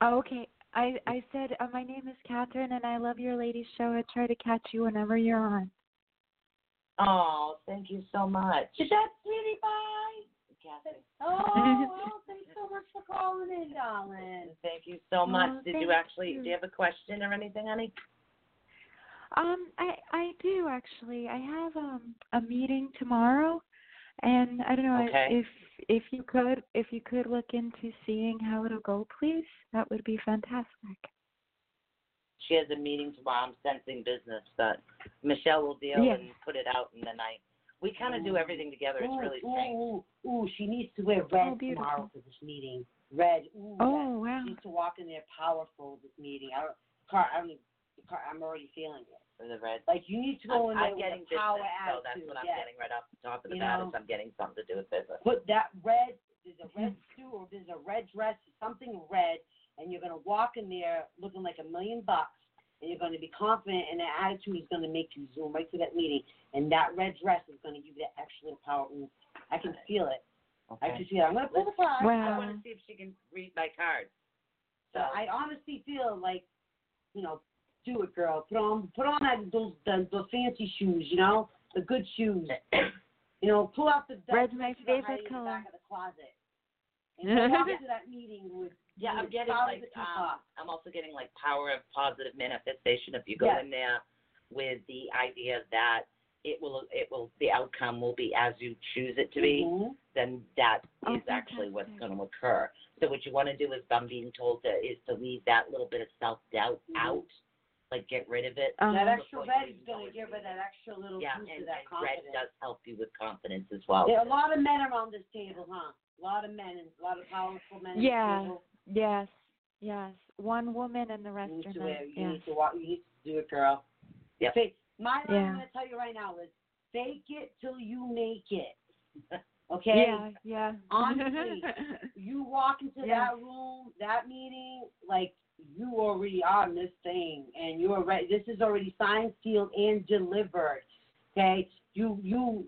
Oh, okay, I I said uh, my name is Catherine, and I love your ladies show. I try to catch you whenever you're on. Oh, thank you so much. Is that Sweetie Pie? Kathy. Oh, well, thanks so much for calling in, darling. Thank you so much. Oh, Did thank you actually you. do you have a question or anything, honey? Um, I I do actually. I have um a meeting tomorrow, and I don't know I- Okay. if if you could if you could look into seeing how it'll go, please. That would be fantastic. She has a meeting tomorrow. I'm sensing business that Michelle will deal Yeah. and put it out in the night. We kind of do Oh. everything together. It's really ooh, strange. ooh, ooh, ooh, she needs to wear red Oh, beautiful. tomorrow for this meeting. Red, ooh, red. Oh wow. She needs to walk in there powerful this meeting. I don't, Car, I don't, even- Car, I'm already feeling it. For the red. Like you need to I'm, go in there I'm getting with a power business, so that's attitude. what I'm yes. getting right off the top of the You bat. know- Is I'm getting something to do with business. Put that red. There's a Mm-hmm. red suit or there's a red dress, something red, and you're gonna walk in there looking like a million bucks, and you're gonna be confident, and that attitude is gonna make you zoom right to that meeting, and that red dress is gonna give you that extra little power. oomph. I can feel it. I can feel it. I'm gonna pull the card. I Wow. want to see if she can read my card. So I honestly feel like, you know, do it, girl. Put on, put on that those the, the fancy shoes, you know, the good shoes. You know, pull out the the- Red's my you know, hiding favorite in the color. back of the closet. And go to that meeting with Yeah, I'm with getting Tyler like the um, Tupac. I'm also getting like power of positive manifestation. If you go Yes. in there with the idea that it will it will the outcome will be as you choose it to be, Mhm. then that is Oh, actually what's fantastic. going to occur. So what you want to do is I'm being told to is to leave that little bit of self doubt Mhm. out, like get rid of it. Um, That extra before you red is even go gonna into give her it. that extra little yeah, boost and, of and that red confidence. does help you with confidence as well. There are a lot of men around this table, huh? A lot of men and a lot of powerful men. at this Yeah. table. Yes. Yes. One woman and the rest You need are to men. wear. You Yes. need to walk. You need to do it, girl. Yep. Fake, my line, Yeah. I'm gonna tell you right now is fake it till you make it. Okay. Yeah. Yeah. Honestly. You walk into Yeah. that room, that meeting, like you already are in this thing, and you're right. This is already signed, sealed, and delivered. Okay. You you,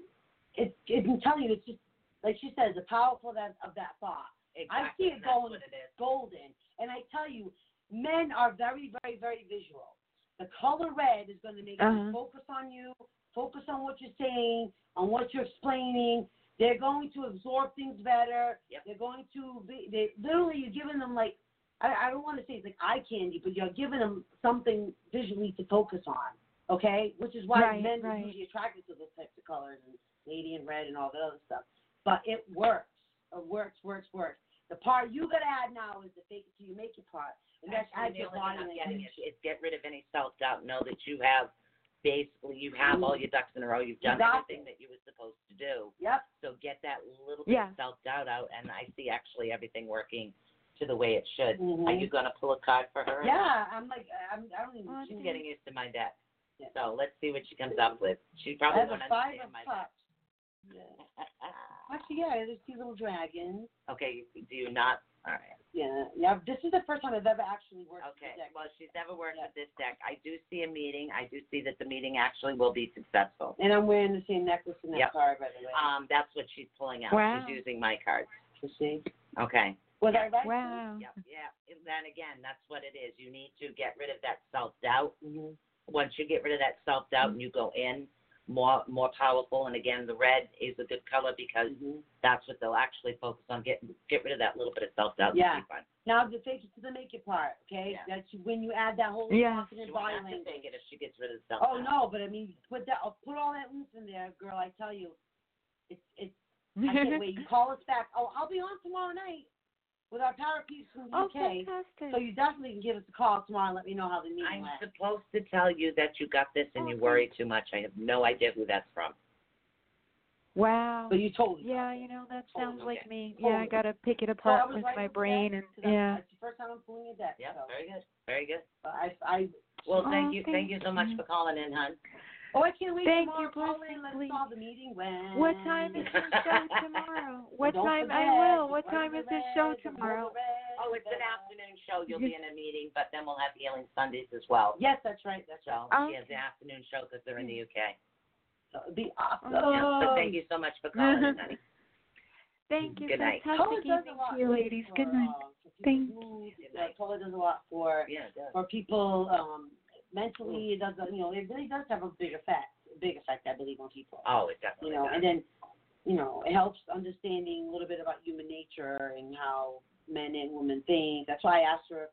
it, it, I'm telling you, it's just like she says, the powerful that of that thought I see Exactly, it and that's going- what it is. golden. And I tell you, men are very, very, very visual. The color red is going to make Uh-huh. them focus on you, focus on what you're saying, on what you're explaining. They're going to absorb things better. Yep. They're going to be, they literally, you're giving them like, I, I don't want to say it's like eye candy, but you're giving them something visually to focus on. Okay, which is why Right, men are right. usually attracted to those types of colors and navy and red and all that other stuff. But it works. It works, works, works. The part you gotta add now is the fake it till you make it part, and that's add Actually, your the only body thing I'm getting language. is, is get rid of any self doubt. Know that you have basically you have all your ducks in a row. You've done Exactly. everything that you were supposed to do. Yep. So get that little bit Yeah. of self doubt out, and I see actually everything working to the way it should. Mhm. Are you gonna pull a card for her? Yeah, I'm like, I'm, I don't even. Oh, She's thank- getting used to my deck. Yeah. So let's see what she comes up with. She I probably have a won't five understand of my deck. cups. Yeah. Actually, yeah, there's two little dragons. okay, do you not? All right. Yeah, yeah. This is the first time I've ever actually worked Okay. with the deck. Well, she's never worked Yeah. with this deck. I do see a meeting. I do see that the meeting actually will be successful. And I'm wearing the same necklace and that Yep. card, by the way. Um, that's what she's pulling out. Wow. She's using my cards. you see? Okay. Was I right? wow. Yep. Yeah. And then again, that's what it is. You need to get rid of that self doubt. Mhm. Once you get rid of that self doubt and you go in more more powerful and again the red is a good color because Mhm. that's what they'll actually focus on. Get get rid of that little bit of self doubt Yeah. and keep on. Now the fake it to the make it part, okay? Yeah. That's when you add that whole Yeah. confident She body won't have to language. take it if she gets rid of self doubt. Oh no, but I mean, put that, oh, put all that loose in there, girl. I tell you, it's it's. I can't wait. You call us back. Oh, I'll be on tomorrow night with our power piece from the oh, UK. fantastic. So you definitely can give us a call tomorrow and let me know how the meeting I'm went. supposed to tell you that you got this and Oh, you thank- worry too much. I have no idea who that's from. wow. But you told me. Yeah, you know that Totally sounds okay. like me. Yeah, I Totally. gotta pick it So I apart was with right my with that, brain and 'cause I'm- yeah. It's the first time I'm pulling a deck. Yep. So. Very good. Very good. But I, I, Well, Oh, thank you. Thank, thank you so much you. for calling in, hon. oh, I can't wait Thank tomorrow. you, Call blessing, in. Let us please. know how the meeting went. What time is your show tomorrow? What Don't time? forget, I will. the What time purple is your red, show the purple tomorrow? red, Oh, it's an the- afternoon show. You'll be in a meeting, but then we'll have Healing Sundays as well. Yes, that's right. That's right. So she has an afternoon show because they're in the UK. So it'd be Oh, awesome. Yeah. But thank you so much for calling in, honey. Thank you. Good night. Fantastic Paula evening does a lot to you, for- ladies. Good for, night. uh, for people Thank who- Good night. Paula does a lot for Yeah, it does. for people um, mentally. It does a- you know it really does have a big effect, a big effect I believe on people. Oh, it definitely you know, does. and then you know, it helps understanding a little bit about human nature and how men and women think. That's why I asked her,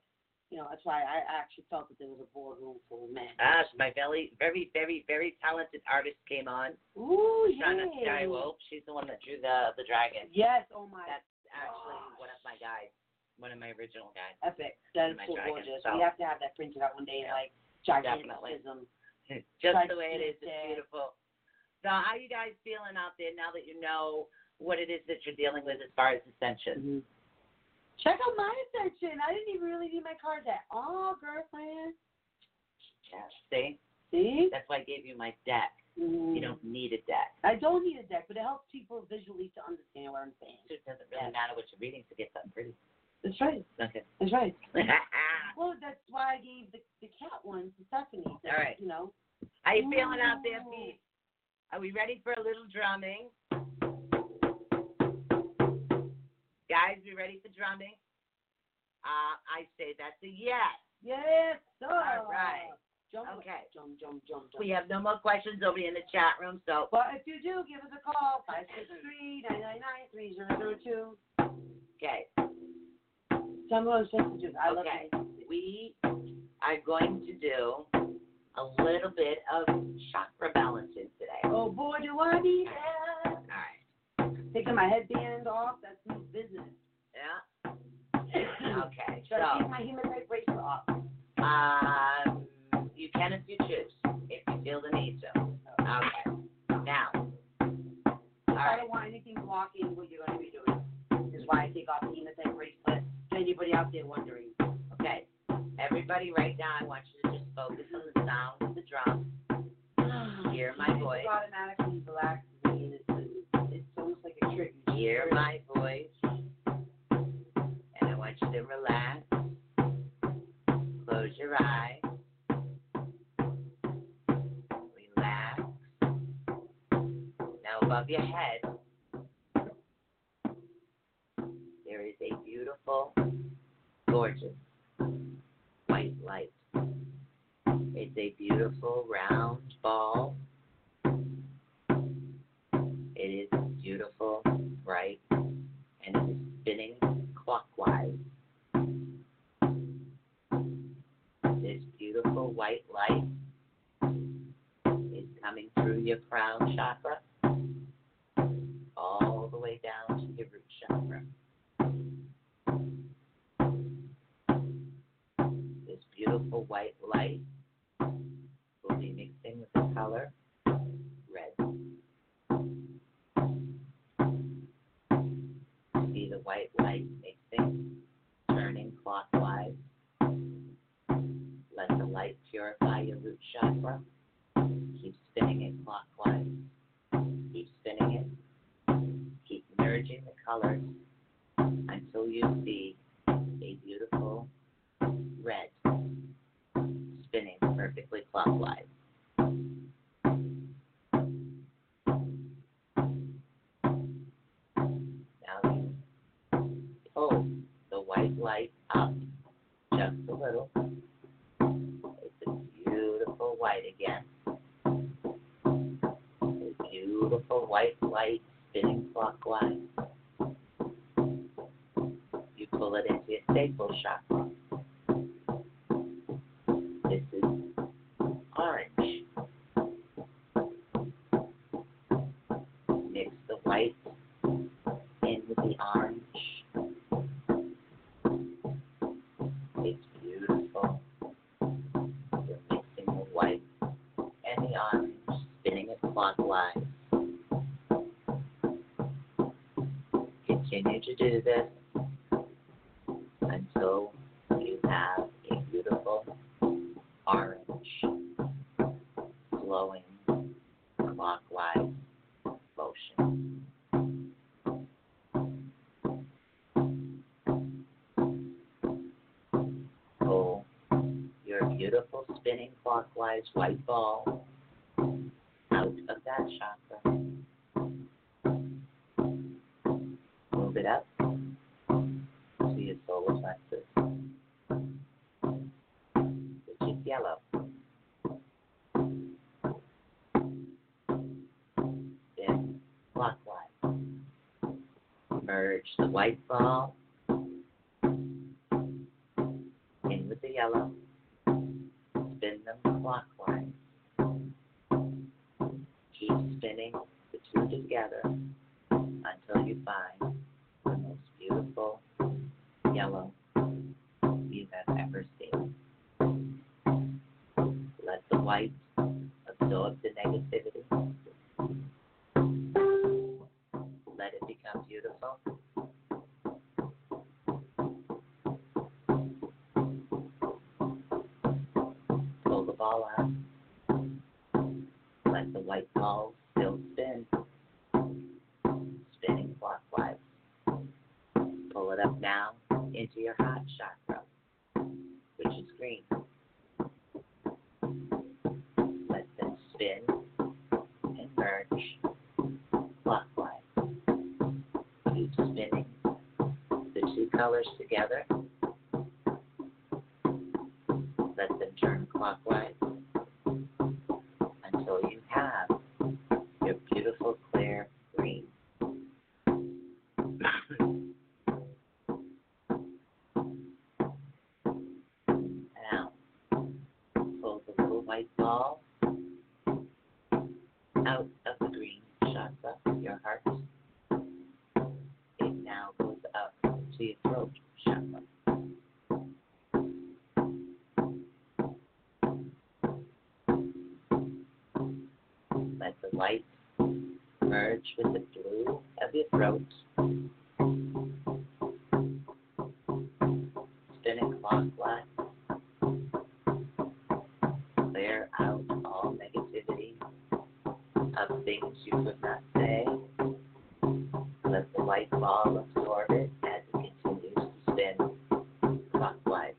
you know, that's why I actually felt that there was a boardroom full of men. Gosh, my very, very, very, very talented artist came on. Ooh, Shauna yay. Skywope. She's the one that drew the the dragon. Yes, oh my, That's actually one of my guys, one of my original guys. epic. That is my so dragon, gorgeous. so- We have to have that printed out one day, Yeah, like definitely. gigantism. Just Like the way it is, it's Tuesday. beautiful. So, how you guys feeling out there now that you know what it is that you're dealing with as far as ascension? Mm-hmm. Check out my attention. I didn't even really need my card at all, girlfriend. Yeah, see, See? that's why I gave you my deck. Mm-hmm. You don't need a deck. I don't need a deck, but it helps people visually to understand what I'm It saying. just doesn't really matter what you're reading to get something pretty. That's right. Okay. That's right. how Well, that's why I gave the, the cat one to Stephanie. All right. You know, you feeling out there, Ooh. Pete? Are we ready for a little drumming? Guys, we ready for drumming? Uh, I say that's a yes. yes, sir. All right. Jump, Okay. Jump, jump, jump, jump. We have no more questions over in the chat room, so But if you do, give us a call 563 999 okay. Tell me what I'm supposed to do. I love Okay. you. We are going to do a little bit of chakra balancing today. All Oh boy, do I need that. right. Taking my headband off, that's my business. Yeah. Okay. Should I So. take my human right bracer off? Um, you can if you choose, if you feel the need to. Okay. Now. All I right. don't want anything blocking what you're going to be doing. Is why I take off the Hematite bracelet. To anybody out there wondering, Okay. Everybody, right now, I want you to just focus on the sound of the drum. Hear my voice. It automatically relaxes me, and it's, it's almost like a trick. Hear my voice. And I want you to relax. Close your eyes. Relax. Now, above your head, there is a beautiful, gorgeous white light. It's a beautiful round ball. It is beautiful, bright, and it is spinning clockwise. This beautiful white light is coming through your crown chakra all the way down to your root chakra. This beautiful white light will be mixing with the color red. see the white light mixing, turning clockwise. Let the light purify your root chakra. Keep spinning it clockwise. Keep spinning it. Keep merging the colors until you see a beautiful red spinning perfectly clockwise. Now you pull the white light up just a little. It's a beautiful white again. A beautiful white light spinning clockwise. You pull it into your staple chakra. This is orange. Mix the white in with the orange. It's beautiful. You're mixing the white and the orange, spinning it clockwise. Continue to do this until you have a beautiful orange glowing clockwise motion. pull your beautiful spinning clockwise white ball out of that chakra. Move it up to your solar plexus, which is yellow. Spin clockwise. merge the white ball in with the yellow, spin them clockwise, keep spinning the two together until you find the most beautiful yellow you have ever seen. Let the white absorb the negativity. Let it become beautiful. Pull the ball out. Let the white ball still spin. Spinning clockwise. Pull it up now into your heart chakra, which is green. Let them spin and merge clockwise. Keep spinning the two colors together. Let them turn clockwise until you have your beautiful clear green. Now, pull the little white ball out of the green chakra, your heart. It now goes up to your throat chakra. Let the light merge with the blue of your throat. Spin it clockwise. Clear out all negativity of things you could not say. Let the light ball absorb it as it continues to spin clockwise.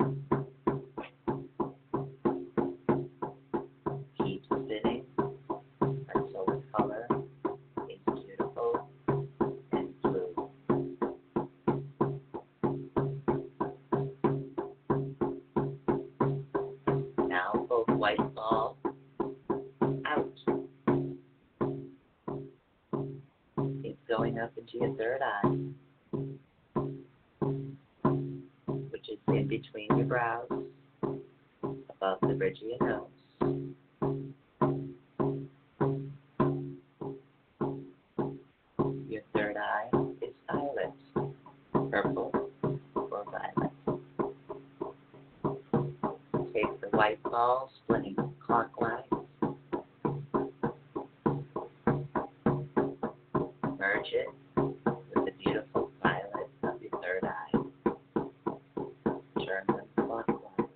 Keep spinning until the color is beautiful and blue. Now pull the white ball out. It's going up into your third eye, which is in between your brows, above the bridge of your nose. Your third eye is violet, purple, or violet. Take the white ball, splitting clockwise, merge it with the beautiful violet of your third eye. Turn them clockwise.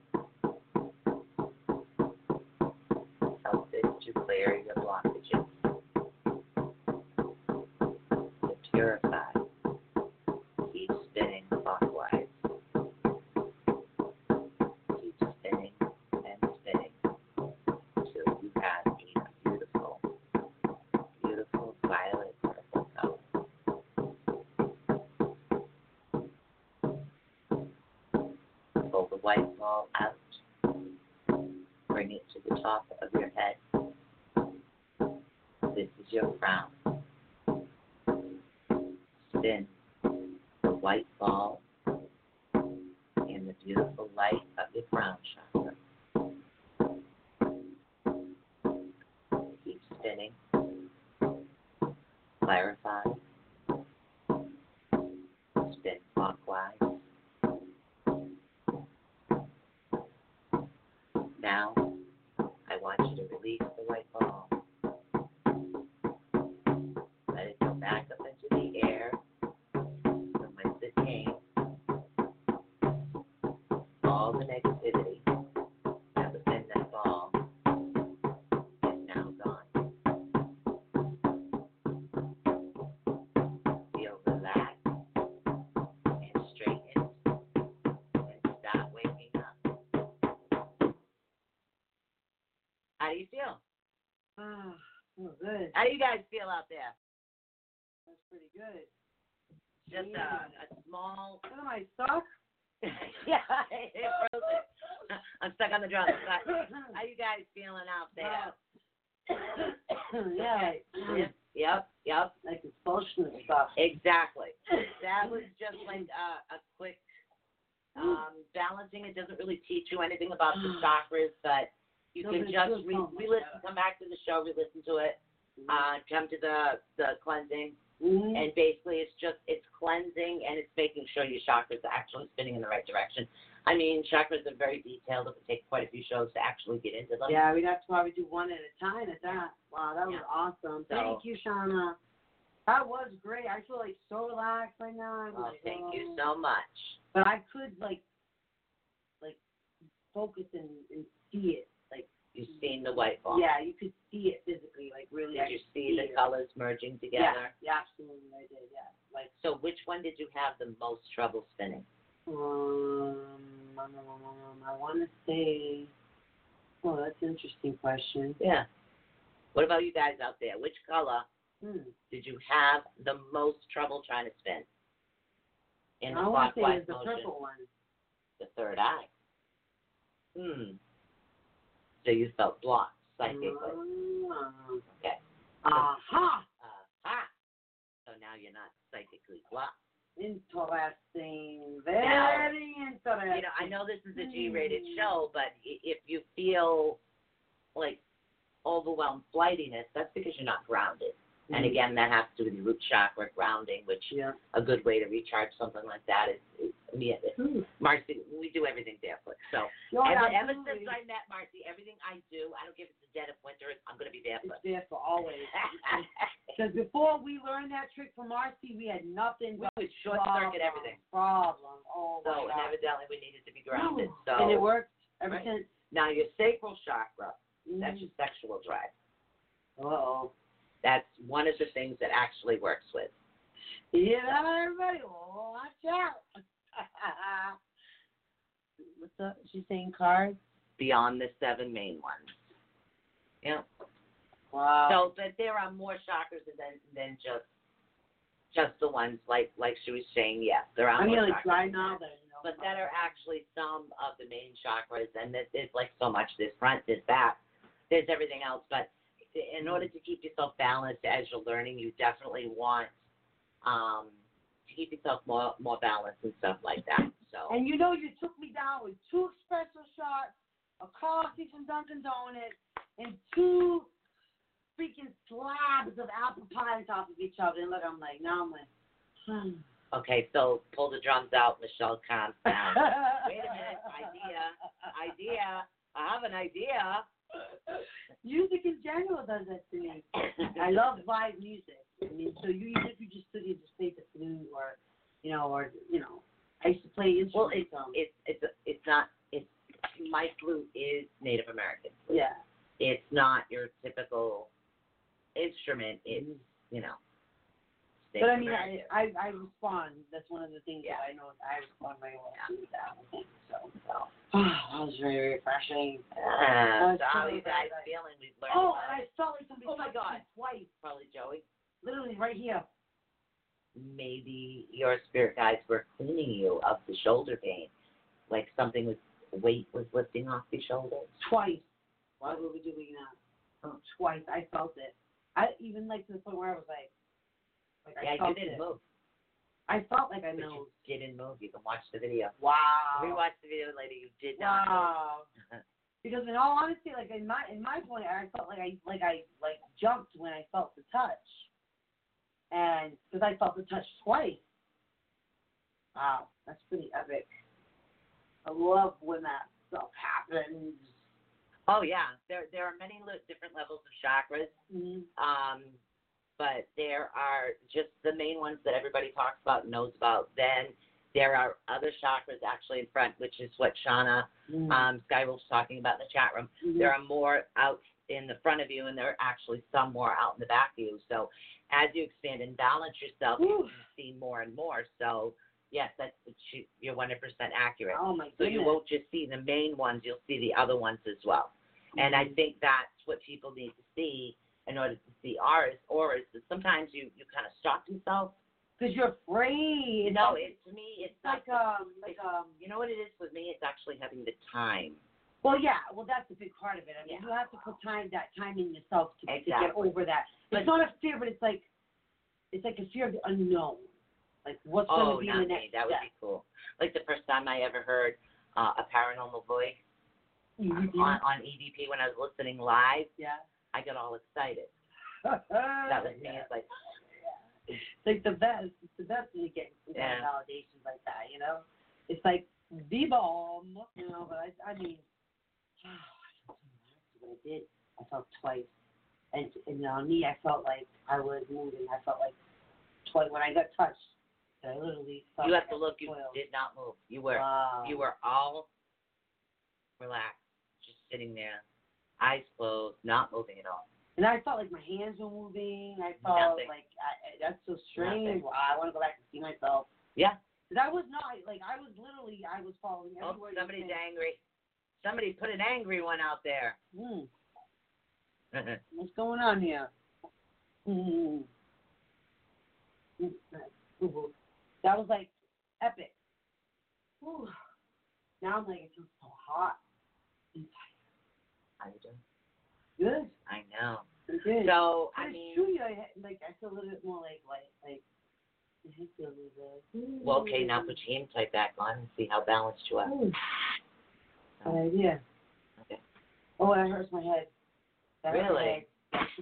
Help it to clear your blockages, to purify. Keep spinning clockwise. Keep spinning and spinning till you have a beautiful, beautiful violet purple color. Pull the white ball out. Bring it to the top of your head. This is your crown. Spin the white ball in the beautiful light of your crown chakra. Keep spinning. Clarify. Spin clockwise. Now, I want you to release the white ball. Let it go back up into the air from whence it came. All the negativity that was in that ball is now gone. Feel relaxed and straightened and stop waking up. How do you feel? Ah, oh, good. How do you guys feel out there? That's pretty good. Just Yeah. a, a small. Look at my sock. yeah, it froze it. I'm stuck on the drum. How you guys feeling out there? yeah. Yeah. Yep, yep. like expulsion and stuff. Exactly. That was just like uh, a, a quick um, balancing. It doesn't really teach you anything about the chakras, but you No, can but it just feels re, so much re listen, better. come back to the show, re listen to it, Mm-hmm. uh, come to the, the cleansing. Mhm. And basically, it's just it's cleansing and it's making sure your chakras are actually spinning in the right direction. I mean, chakras are very detailed. It would take quite a few shows to actually get into them. yeah, we'd have to probably do one at a time at that. Wow, that was Yeah. awesome. So- Thank you, Shauna. That was great. I feel like so relaxed right now. I'm Well, like, Uh, thank you "Oh." so much. But I could like, like, focus and, and see it. Like, You've seen the white ball. yeah, you could see it physically. Like, really, I Did you could see it. the colors merging Yeah, together? yeah, absolutely, I did. Yeah, like, So which one did you have the most trouble spinning? um, um, um, um, I want to say. Oh, that's an interesting question. Yeah. What about you guys out there? Which color Hmm. did you have the most trouble trying to spin? In I want to say clockwise it's the motion, purple one. the third eye. Hmm. So you felt blocked psychically. Hmm. Ah. Okay. Aha! Aha! So now you're not psychically blocked. Interesting. Now, Very interesting. you know, I know this is a G-rated Mm. show, but i- if you feel like overwhelmed flightiness, that's because you're not grounded. And again, that has to do with your root chakra grounding, which Mm. Yeah. a good way to recharge something like that is, is me. Hmm. Marcy, we do everything barefoot. So You're ever, not ever doing since I met Marcy, everything I do, I don't give it the dead of winter. I'm going to be It's barefoot. there for always. Because before we learned that trick from Marcy, we had nothing. we would short Problem, circuit everything. Problem. Oh, So my and God. evidently we needed to be grounded. So and it worked ever Right. since. now your sacral chakra, that's Mm. your sexual drive. Uh-oh. That's one of the things that actually works with. Yeah, everybody, oh, watch out. What's up? She's saying cards? beyond the seven main ones. Yeah. Wow. So, but there are more chakras than than just just the ones like like she was saying. Yes, there are I'm more really chakras dry than now, that. but you know, But that are actually some of the main chakras, and there's, there's like so much. There's front, there's back, there's everything else. But in order to keep yourself balanced as you're learning, you definitely want um, to keep yourself more more balanced and stuff like that. So And you know, you took me down with two espresso shots, a coffee from Dunkin' Donuts, and two freaking slabs of apple pie on top of each other. And look, I'm like, now I'm like, hmm. okay, so pull the drums out, Michelle, calm down. Wait a minute, idea, idea. I have an idea. Music in general does that to me. I love live music. I mean, so you even if you just stood here, just played the flute or, you know, or you know, I used to play instruments. Well, it's um, it's it's it's not it's my flute is Native American. flute. yeah, It's not your typical instrument. It's you know. it's Mm-hmm. but I Native mean, I, American. I I respond. That's one of the things Yeah. that I know. I respond very well to that. I think so. so. that was very refreshing. Ah, That's so how true, you guys right. feeling? We've learned Oh, about and I felt like somebody Oh, my touched me God. twice, probably Joey. literally right here. Maybe your spirit guides were cleaning you of the shoulder pain, like something was weight was lifting off your shoulders. twice. Why were we doing that? Oh, Twice. I felt it. I even like to the point where I was like, like I Yeah, you felt didn't it. move. I felt like I But know. you didn't move. You can watch the video. Wow. Rewatch the video later. You did not. move. Wow. because in all honesty, like in my in my point, I felt like I like I like jumped when I felt the touch, and because I felt the touch twice. Wow, that's pretty epic. I love when that stuff happens. Oh yeah, there there are many le- different levels of chakras, Mm-hmm. um, but there are just the main ones that everybody talks about and knows about. Then there are other chakras actually in front, which is what Shauna um, Skywolf's talking about in the chat room. There are more out in the front of you, and there are actually some more out in the back of you. So as you expand and balance yourself, you Whew. can see more and more. So yes, that's you- you're 100% accurate. Oh my So goodness. you won't just see the main ones, you'll see the other ones as well. And Mm-hmm. I think that's what people need to see in order to see ours, auras, is sometimes you, you kind of shock yourself. Because you're You afraid. know, it's me, it's like not, um like um you know what it is with me? It's actually having the time Well, yeah. Well, that's a big part of it. I mean, you have to put time that time in yourself to, to get Exactly. over that. But- it's not a fear, but it's like it's like a fear of the unknown. Like what's going Oh, to be not me. the next That would step? be cool. Like the first time I ever heard uh, a paranormal voice um, Mhm. on, on EVP when I was listening live, yeah. I got all excited. That that was me. It's like, It's like the best. It's the best when you get some kind Yeah. of validations like that. You know, it's like the bomb. You know, but I, I mean, what I did, I felt twice, and and on me, I felt like I was moving. I felt like twice when I got touched. I literally felt you like have to I look. You coiled. did not move. You were Oh, Wow. you were all relaxed, just sitting there, eyes closed, not moving at all. And I felt like my hands were moving. I felt Nothing. like I, I- that's so Nothing. strange. Wow, I want to go back and see myself. Yeah. 'Cause I was not like I was literally I was following Oh, everywhere. you somebody's said. angry. Somebody put an angry one out there. Hmm, what's going on here? Hmm. That was like epic. Whew. Now I'm like it feels so hot. How you doing? Good. I know. I'm good. So I I mean, shoot you. I had, like I feel a little bit more like like like. I feel a little bit. hmm. well, okay, now put your inside back on and see how balanced you are. Good idea. Okay. Oh, that hurts my head. That Hurt my Really? head.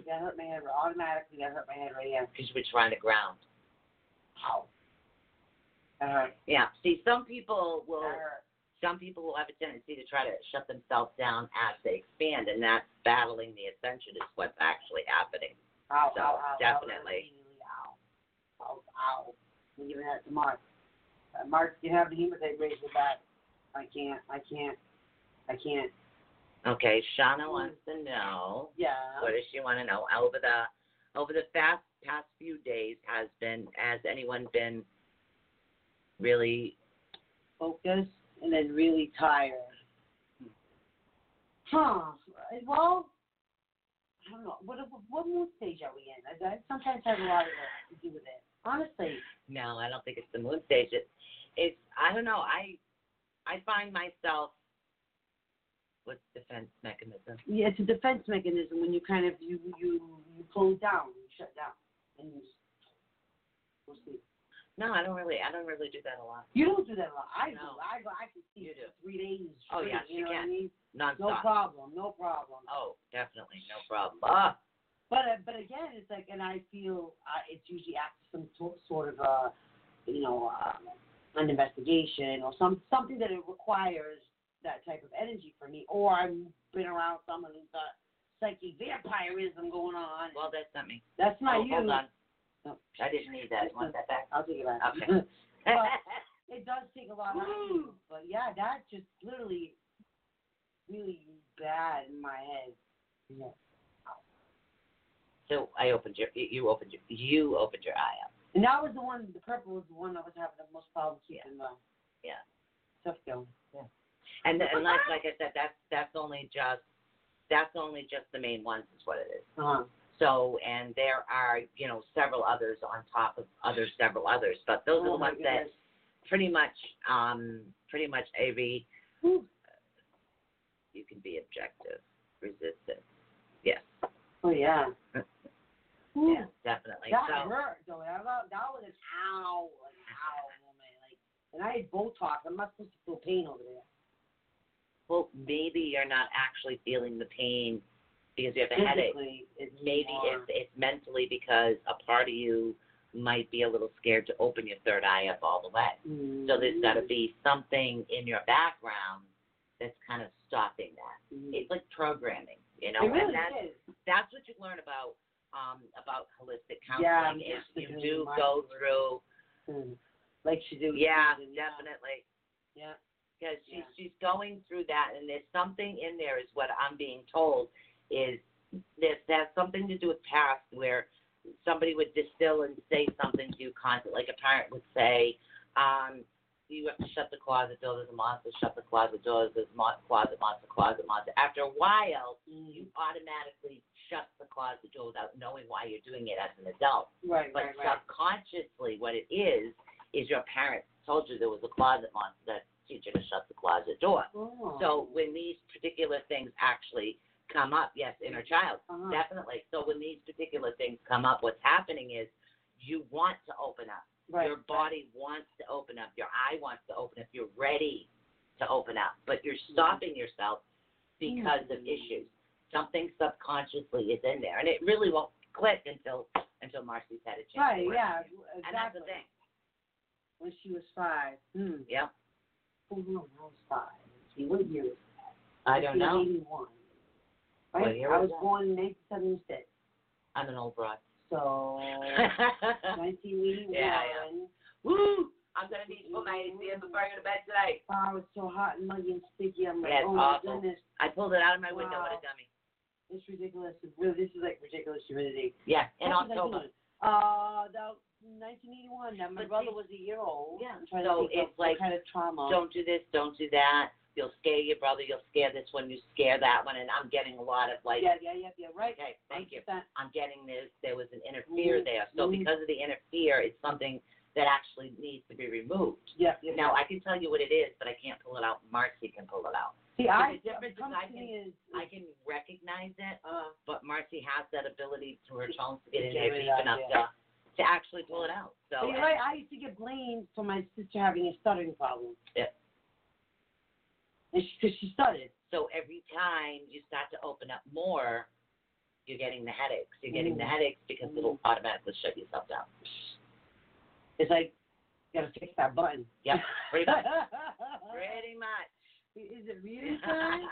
That hurt my head. Automatically, that hurt my head right here. Because we're trying to ground. Ow. That Uh, hurt. Yeah. See, some people will. That hurt. Some people will have a tendency to try to shut themselves down as they expand, and that's battling the ascension is what's actually happening. Ow, So, ow, ow, definitely. Ow, ow, ow. ow. I'm giving that to Mark. Uh, Mark, you have the hematite raise your back. I can't. I can't. I can't. Okay, Shauna wants to know Yeah. what does she want to know over the over the past past few days has been has anyone been really Focus and then really tired. Hmm. Huh. Uh, Well, I don't know. What what mood stage are we in? I, I sometimes have a lot of to do with it. Honestly, No, I don't think it's the moon stage. It's, it's I don't know. I I find myself with defense mechanism. yeah, it's a defense mechanism when you kind of you you you close down, you shut down, and you just go to sleep. No, I don't really. I don't really do that a lot. You don't do that a lot. I No. do. I go. I can see You do. for three days. Oh, straight, yeah, she you know what I can. mean? No Nonstop. problem. No problem. oh, definitely no problem. Ah, But uh, but again, it's like, and I feel uh, it's usually after some to- sort of a, you know, um, an investigation or some something that it requires that type of energy for me, or I've been around someone who's got psychic vampirism going on. well, that's not me. That's not oh, you. hold on. No. I didn't need that. Want that back? I'll take it back. Okay. But- it does take a lot out of you, but yeah, that just literally, really bad in my head. Yeah. so I opened your. You you opened your. You opened your eye up. And that was the one, the purple was the one that was having the most problems keeping the Yeah. stuff going. And and like like I said, that's that's only just that's only just the main ones is what it is. Uh-huh. So, and there are, you know, several others on top of other several others, but those are the Oh, my ones that goodness. pretty much, um, pretty much every. Whew. You can be objective, resistant. Yes, Oh yeah. Whew. yeah, definitely. That so, hurt though. That, wa- that was an ow, an ow moment. Like, and I had Botox. I'm not supposed to feel pain over there. well, maybe you're not actually feeling the pain because you have a headache. Physically, it's Maybe more- it's it's mentally because a part of you might be a little scared to open your third eye up all the way. Mm. So there's got to be something in your background that's kind of stopping that. Mm. It's like programming, you know, It and really that's is. that's what you learn about um about holistic Yeah, I'm counseling is just you thinking do my go word. through Mm. Like she do. yeah, definitely. Yeah. Because she's Yeah. she's going through that and there's something in there is what I'm being told is this has something to do with past where somebody would distill and say something to you constantly. Like a parent would say, um, you have to shut the closet door, there's a monster, shut the closet door, there's a mon- closet, monster, closet, monster. After a while, Mm. you automatically shut the closet door without knowing why you're doing it as an adult. Right, But right, right. subconsciously, what it is, is your parents told you there was a closet monster that teach you to shut the closet door. Oh. So when these particular things actually come up, yes, inner child, Uh-huh. definitely. So when these particular things come up, what's happening is you want to open up. right. Your body wants to open up. Your eye wants to open up. You're ready to open up, but you're Mm-hmm. stopping yourself because of issues. Something subconsciously is in there, and it really won't click until until Marcy's had a chance. Right, to work yeah, with you. exactly. And that's the thing. When she was five. Hmm. Yeah, Who knew I was five? She what year was I don't know. 1981. What Right? year I was was that? born in 1976. I'm an old broad. So, 1981. Yeah, yeah. Woo! I'm gonna need to put my AC in before I go to bed tonight. Wow, it's so hot and muggy and sticky. I'm like, Yeah, it's oh my awful. goodness, I pulled it out of my window. What Wow. a dummy! it's ridiculous. It's really, this is like ridiculous humidity. Yeah, in What was I October. doing? Uh, that 1981. Now my But brother see- was a year old. Yeah, I'm trying so to think it's of what like, kind of trauma. don't do this, don't do that. You'll scare your brother, you'll scare this one, you scare that one, and I'm getting a lot of like, yeah, yeah, yeah, yeah. Right. okay, thank you. 100%. I'm getting this. There was an inner fear Mhm. there, so Mhm. because of the inner fear, it's something that actually needs to be removed. Yeah, yeah. Now I can tell you what it is, but I can't pull it out. Marcy can pull it out. See, I the difference is comes I to can- me is, I can recognize it, uh, but Marcy has that ability through her tones to get in Get there rid of deep that, enough yeah. to to actually pull it out. So but you're right. I used to get blamed for my sister having a stuttering problem. Yeah. And because she, stuttered. So every time you start to open up more, you're getting the headaches. You're getting the Mm. headaches because it'll automatically shut yourself down. It's like, gotta fix that button. Yep, pretty much. Is pretty much. it reading time?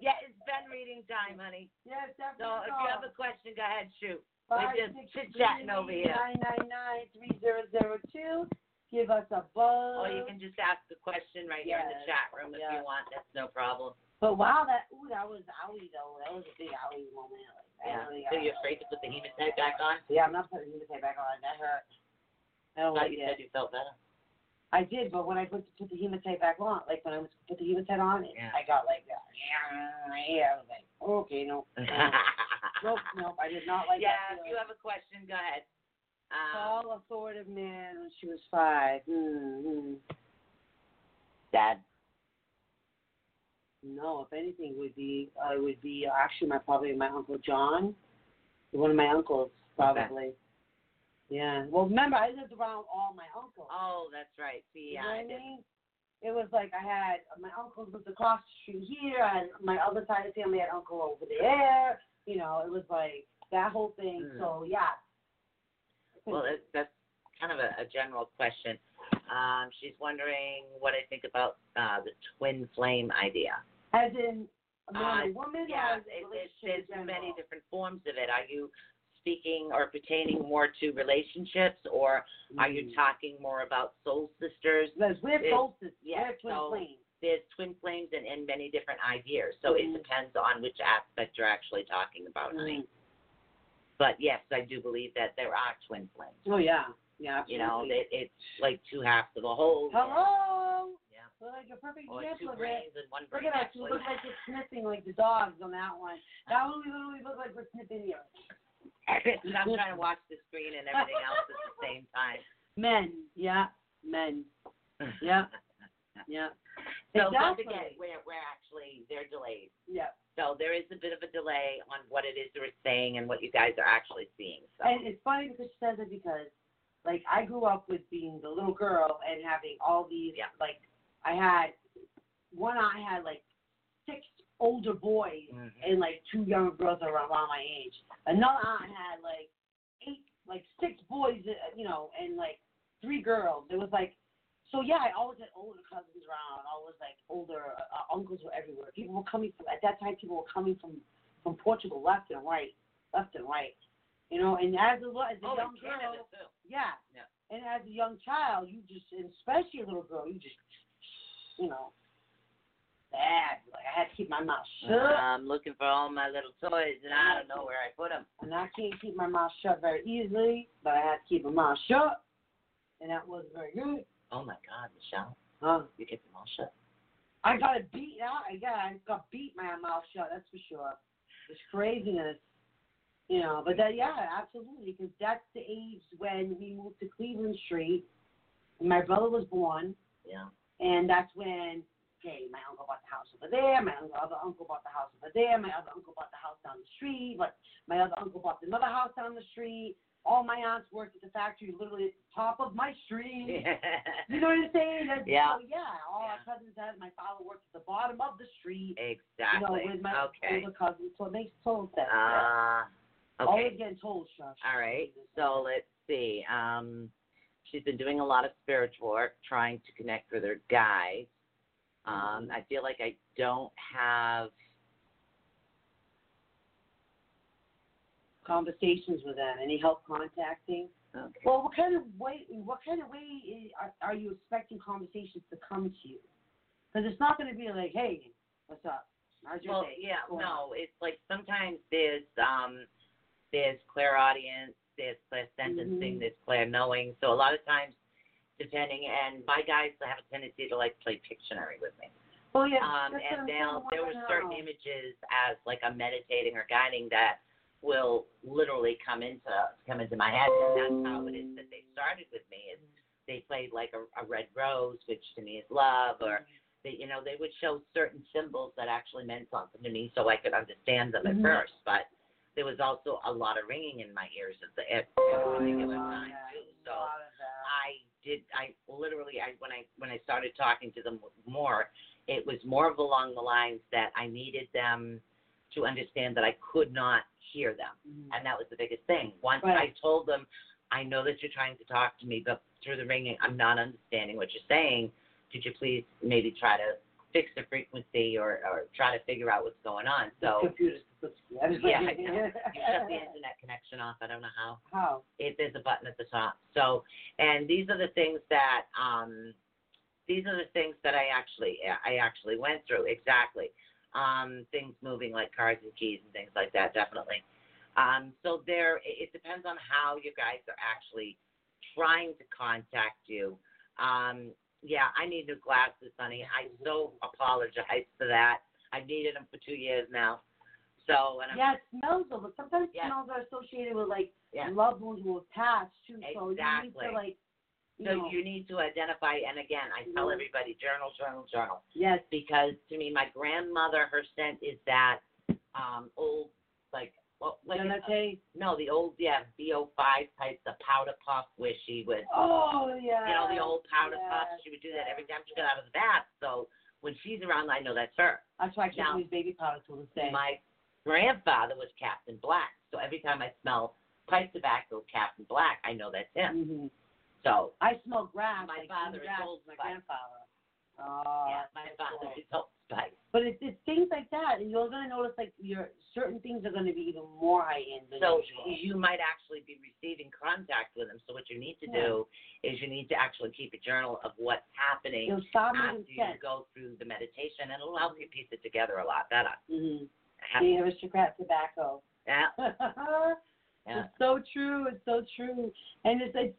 yeah, it's been reading time, honey. Yes, So definitely. if you have a question, go ahead, shoot. Five, We're just six, chit-chatting three, over here. Nine nine nine three zero zero two. Give us a buzz. Or Oh, you can just ask a question right here in the Yes, chat room if yeah. you want. That's no problem. But wow, that ooh, that was owie though. That was a big owie moment. Like, Yeah. that really So got- you're afraid to put the hematite back on? Yeah, I'm not putting the hematite back on. That hurt. I I don't thought like you it. said you felt better. I did, but when I put, put the hematite back on, like when I was put the hematite on, it Yeah. I got like, that, yeah, I was like, okay, no, no, nope, nope, I did not like yeah, that. if you have a question, go ahead. Um, all authoritative man when she was five. Mm-hmm. Dad. No, if anything, would be uh, it would be actually my probably my uncle John, one of my uncles probably. Yeah. Well, remember I lived around all my uncles. Oh, that's right. See, You yeah, know what I I did. mean? It was like I had my uncle was across the street here, and my other side of the family had uncle over there. You know, it was like that whole thing. Mm. So yeah. Well, that's, that's kind of a, a general question. Um, she's wondering what I think about uh, the twin flame idea. As in a man Uh, and woman, Yeah, or as in it, it, relationship there's in many general? different forms of it. Are you speaking or pertaining more to relationships, or are you Mm-hmm. talking more about soul sisters? Because we're It- solstices. yeah, we're twin so- flames. There's twin flames and, and many different ideas, so Mhm. it depends on which aspect you're actually talking about. honey. Mhm. Mm-hmm. But yes, I do believe that there are twin flames. Oh yeah, yeah. Absolutely. You know, it, it's like two halves of a whole. Hello. Yeah. We're like a perfect Or two example of it. brains and one Look brain. at us. We actually. look like we're sniffing like the dogs on that one. That one we literally look like we're sniffing the earth. And I'm trying to watch the screen and everything else at the same time. Men, yeah, men, yeah, yeah. So once exactly. again, we're, we're actually, they're delayed. yeah. So there is a bit of a delay on what it is they're saying and what you guys are actually seeing. So And it's funny because she says it because, like, I grew up with being the little girl and having all these, Yeah. like, I had one. I had like six older boys Mhm. and like two younger girls that were around my age. Another aunt had like eight, like six boys, uh, you know, and like three girls. It was like, so yeah, I always had older cousins around. Always like older uh, uncles were everywhere. People were coming from at that time. People were coming from from Portugal left and right, left and right. You know, and as a, as a oh, young and Canada girl, too. yeah. Yeah. And as a young child, you just, and especially a little girl, you just, you know, bad. Like I had to keep my mouth shut, I'm looking for all my little toys and I don't know where I put them. and I can't keep my mouth shut very easily, but I had to keep my mouth shut, and that wasn't very good. Oh my God, Michelle, Huh? you get them all shut. I got it beat out. I got, I got beat my mouth shut. That's for sure. It's craziness, you know. But that, yeah, absolutely, because that's the age when we moved to Cleveland Street. And my brother was born. Yeah. And that's when, okay, my uncle bought the house over there, my un- other uncle bought the house over there, my other uncle bought the house down the street, but my other uncle bought another house down the street. All my aunts worked at the factory literally at the top of my street. You know what I'm saying? That's- Yeah. So yeah, all Yeah. my cousins had my father worked at the bottom of the street. You know, exactly. with my okay. older cousins, so it makes total sense. Uh, Always okay. Uh, getting told stuff. All right. So let's see. Um, she's been doing a lot of spiritual work, trying to connect with her guides. Um, I feel like I don't have Conversations with them. Any help contacting? okay. Well, what kind of way? What kind of way i- are, are you expecting conversations to come to you? Because it's not going to be like, "Hey, what's up? How's your Well, day?" yeah, Or- no, it's like sometimes there's um there's clairaudience, there's clair sentencing, Mhm. there's clair knowing. So a lot of times depending and my guys have a tendency to like play Pictionary with me. Well, Oh, yeah. Um and that's what I'm they'll kinda there were wanna certain know. images as like I'm meditating or guiding that will literally come into come into my head and that's how it is that they started with me is Mm-hmm. they played like a, a red rose, which to me is love or Mm-hmm. that you know they would show certain symbols that actually meant something to me so I could understand them Mhm. at first but there was also a lot of ringing in my ears at the at Oh, the particular time too so I did I literally I when I when I started talking to them more it was more of along the lines that I needed them to understand that I could not hear them and that was the biggest thing. Once Right. I told them, I know that you're trying to talk to me, but through the ringing, I'm not understanding what you're saying. Could you please maybe try to fix the frequency or, or try to figure out what's going on? So computers. Yeah. yeah, I know. you shut the internet connection off. I don't know how. How? It, there's a button at the top. So, and these are the things that um, these are the things that I actually I actually went through exactly. Um, things moving like cars and keys and things like that, definitely. Um, so there, it, it depends on how you guys are actually trying to contact you. Um, yeah, I need new glasses, honey. I so apologize for that. I've needed them for two years now. So, and I'm, Yeah, it smells a little. Sometimes Yeah. smells are associated with like Yeah. loved ones who have passed too. So you need Exactly. to like, you So know, you need to identify, and again, I tell Mhm. everybody journal, journal, journal, yes, because to me, my grandmother, her scent is that um old, like, well, like Then I say, no, the old, yeah, BO5 type, the powder puff, where she would, oh yeah, you know, the old powder puff. yes, She would do that every time she got out of the bath. So when she's around, I know that's her. That's why I can't Now- use baby powder till this day. My grandfather was Captain Black, so every time I smell pipe tobacco, Captain Black, I know that's him. hmm So I smell grass. My like father green is grass, old, My but- grandfather. Oh, yeah, my father is Old Spice. But it's, it's things like that, and you're gonna notice like your certain things are gonna be even more high end than So usual. you might actually be receiving contact with them. So what you need to do is you need to actually keep a journal of what's happening You'll stop after making you sense. go through the meditation, and it'll help you piece it together a lot uh, better. Mm-hmm. Yeah, The aristocrat tobacco. yeah. It's so true. It's so true. And it's like,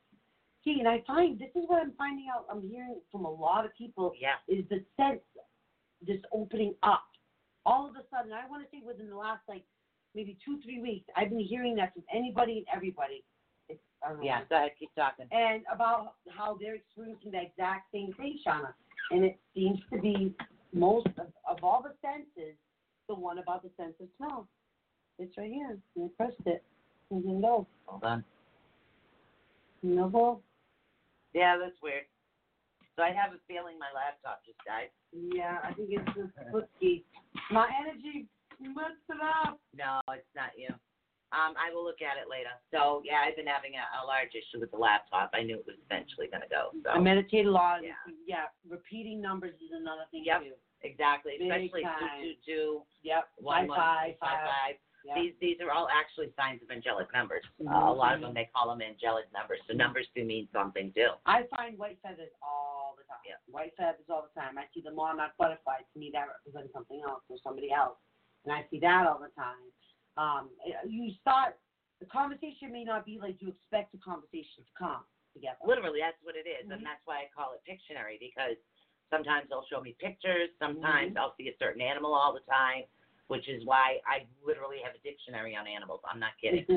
see, and I find this is what I'm finding out. I'm hearing from a lot of people yeah. is the sense this opening up. All of a sudden, I want to say within the last like maybe two, three weeks, I've been hearing that from anybody and everybody. It's, I don't know. Yeah. Go ahead, keep talking. And about how they're experiencing the exact same thing, Shauna. And it seems to be most of, of all the senses, the one about the sense of smell. It's right here. You pressed it. You can go. Hold on. You know, go. Yeah, that's weird. So I have a feeling my laptop just died. Yeah, I think it's just spooky. My energy messed it up. No, it's not you. Um, I will look at it later. So yeah, I've been having a, a large issue with the laptop. I knew it was eventually going to go. So I meditate a lot. Yeah. Yeah. repeating numbers is another thing Yep. too. exactly, Big especially time. two two two. Yep. one one, five, Wi-Fi, five. five. Yeah. These these are all actually signs of angelic numbers. Uh, a Mhm. lot of them they call them angelic numbers. So numbers do mean something too. I find white feathers all the time. Yep. White feathers all the time. I see the monarch butterfly. To me, that represents something else or somebody else, and I see that all the time. Um, it- you start the conversation may not be like you expect the conversation to come together. Literally, that's what it is, Mhm. and that's why I call it Pictionary Mm-hmm. because sometimes they'll show me pictures. Sometimes I'll see a certain animal all the time. which is why I literally have a dictionary on animals. I'm not kidding.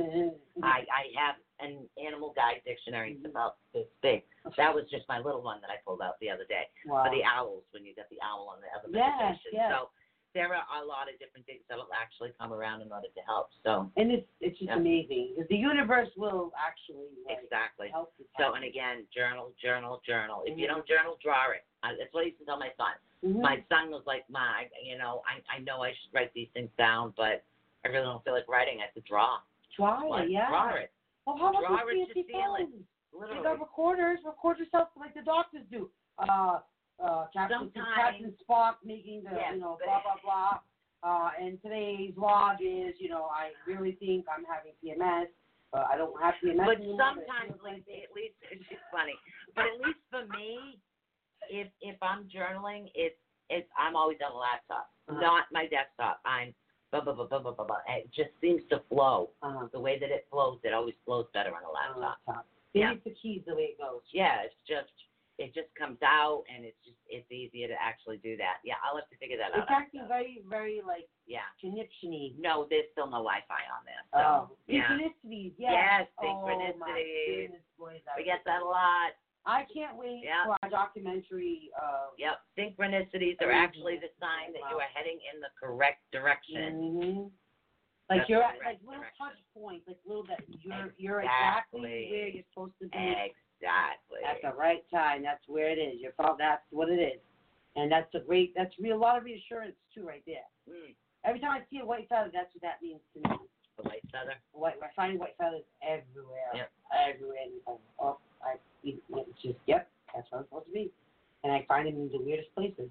I, I have an animal guide dictionary Mm-hmm. It's about this big. That was just my little one that I pulled out the other day wow. for the owls when you got the owl on the other Yes, meditation. yes. So there are a lot of different things that'll actually come around in order to help. So And it's it's just Yeah. amazing. The universe will actually like, exactly. help you. So and again, journal, journal, journal. If you Mm-hmm. don't journal, draw it. I, that's what I used to tell my son. Mhm. My son was like, "Ma, I, you know, I I know I should write these things down, but I really don't feel like writing. I said draw, Try Like, it, Oh, yeah. draw it, Well, how Draw about it these to fancy feel it. phones? They literally." got recorders. Record yourself like the doctors do. Uh, uh, Captain, Sometimes. Captain Spock making the Yes, you know but- blah blah blah. Uh, and today's log is you know I really think I'm having PMS. Uh, I don't have PMS but anymore. it sometimes feels like it. at least she's funny but at least for me if if i'm journaling it's it's i'm always on a laptop Uh-huh. not my desktop i'm blah blah blah blah blah blah blah it just seems to flow Uh-huh. the way that it flows it always flows better on a Uh, laptop laptop. Yeah. Maybe it's the keys the way it goes. yeah it's just it just comes out and it's just it's easier to actually do that yeah i'll have to figure that out It's actually very very like yeah conniptiony. no there's still no wi-fi on there so Oh, yeah synchronicities. Yes, Oh my synchronicities. goodness, boy, that we get that a lot I can't wait Yeah. for our documentary. Uh, Yep. Synchronicities are actually the sign that you are heading in the correct direction. mhm. Like That's you're the at like correct little direction. touch points, like little that you're you're exactly Exactly. where you're supposed to be Exactly. at the right time. Mm-hmm. That's where it is. You're prob- that's what it is, and that's a great. That's real. A lot of reassurance too, right there. Mm. Every time I see a white feather, that's what that means to me. The white feather. White, I find white feathers everywhere, Yep. everywhere. And it's like, oh, I it's just yep, that's where I'm supposed to be. And I find them in the weirdest places.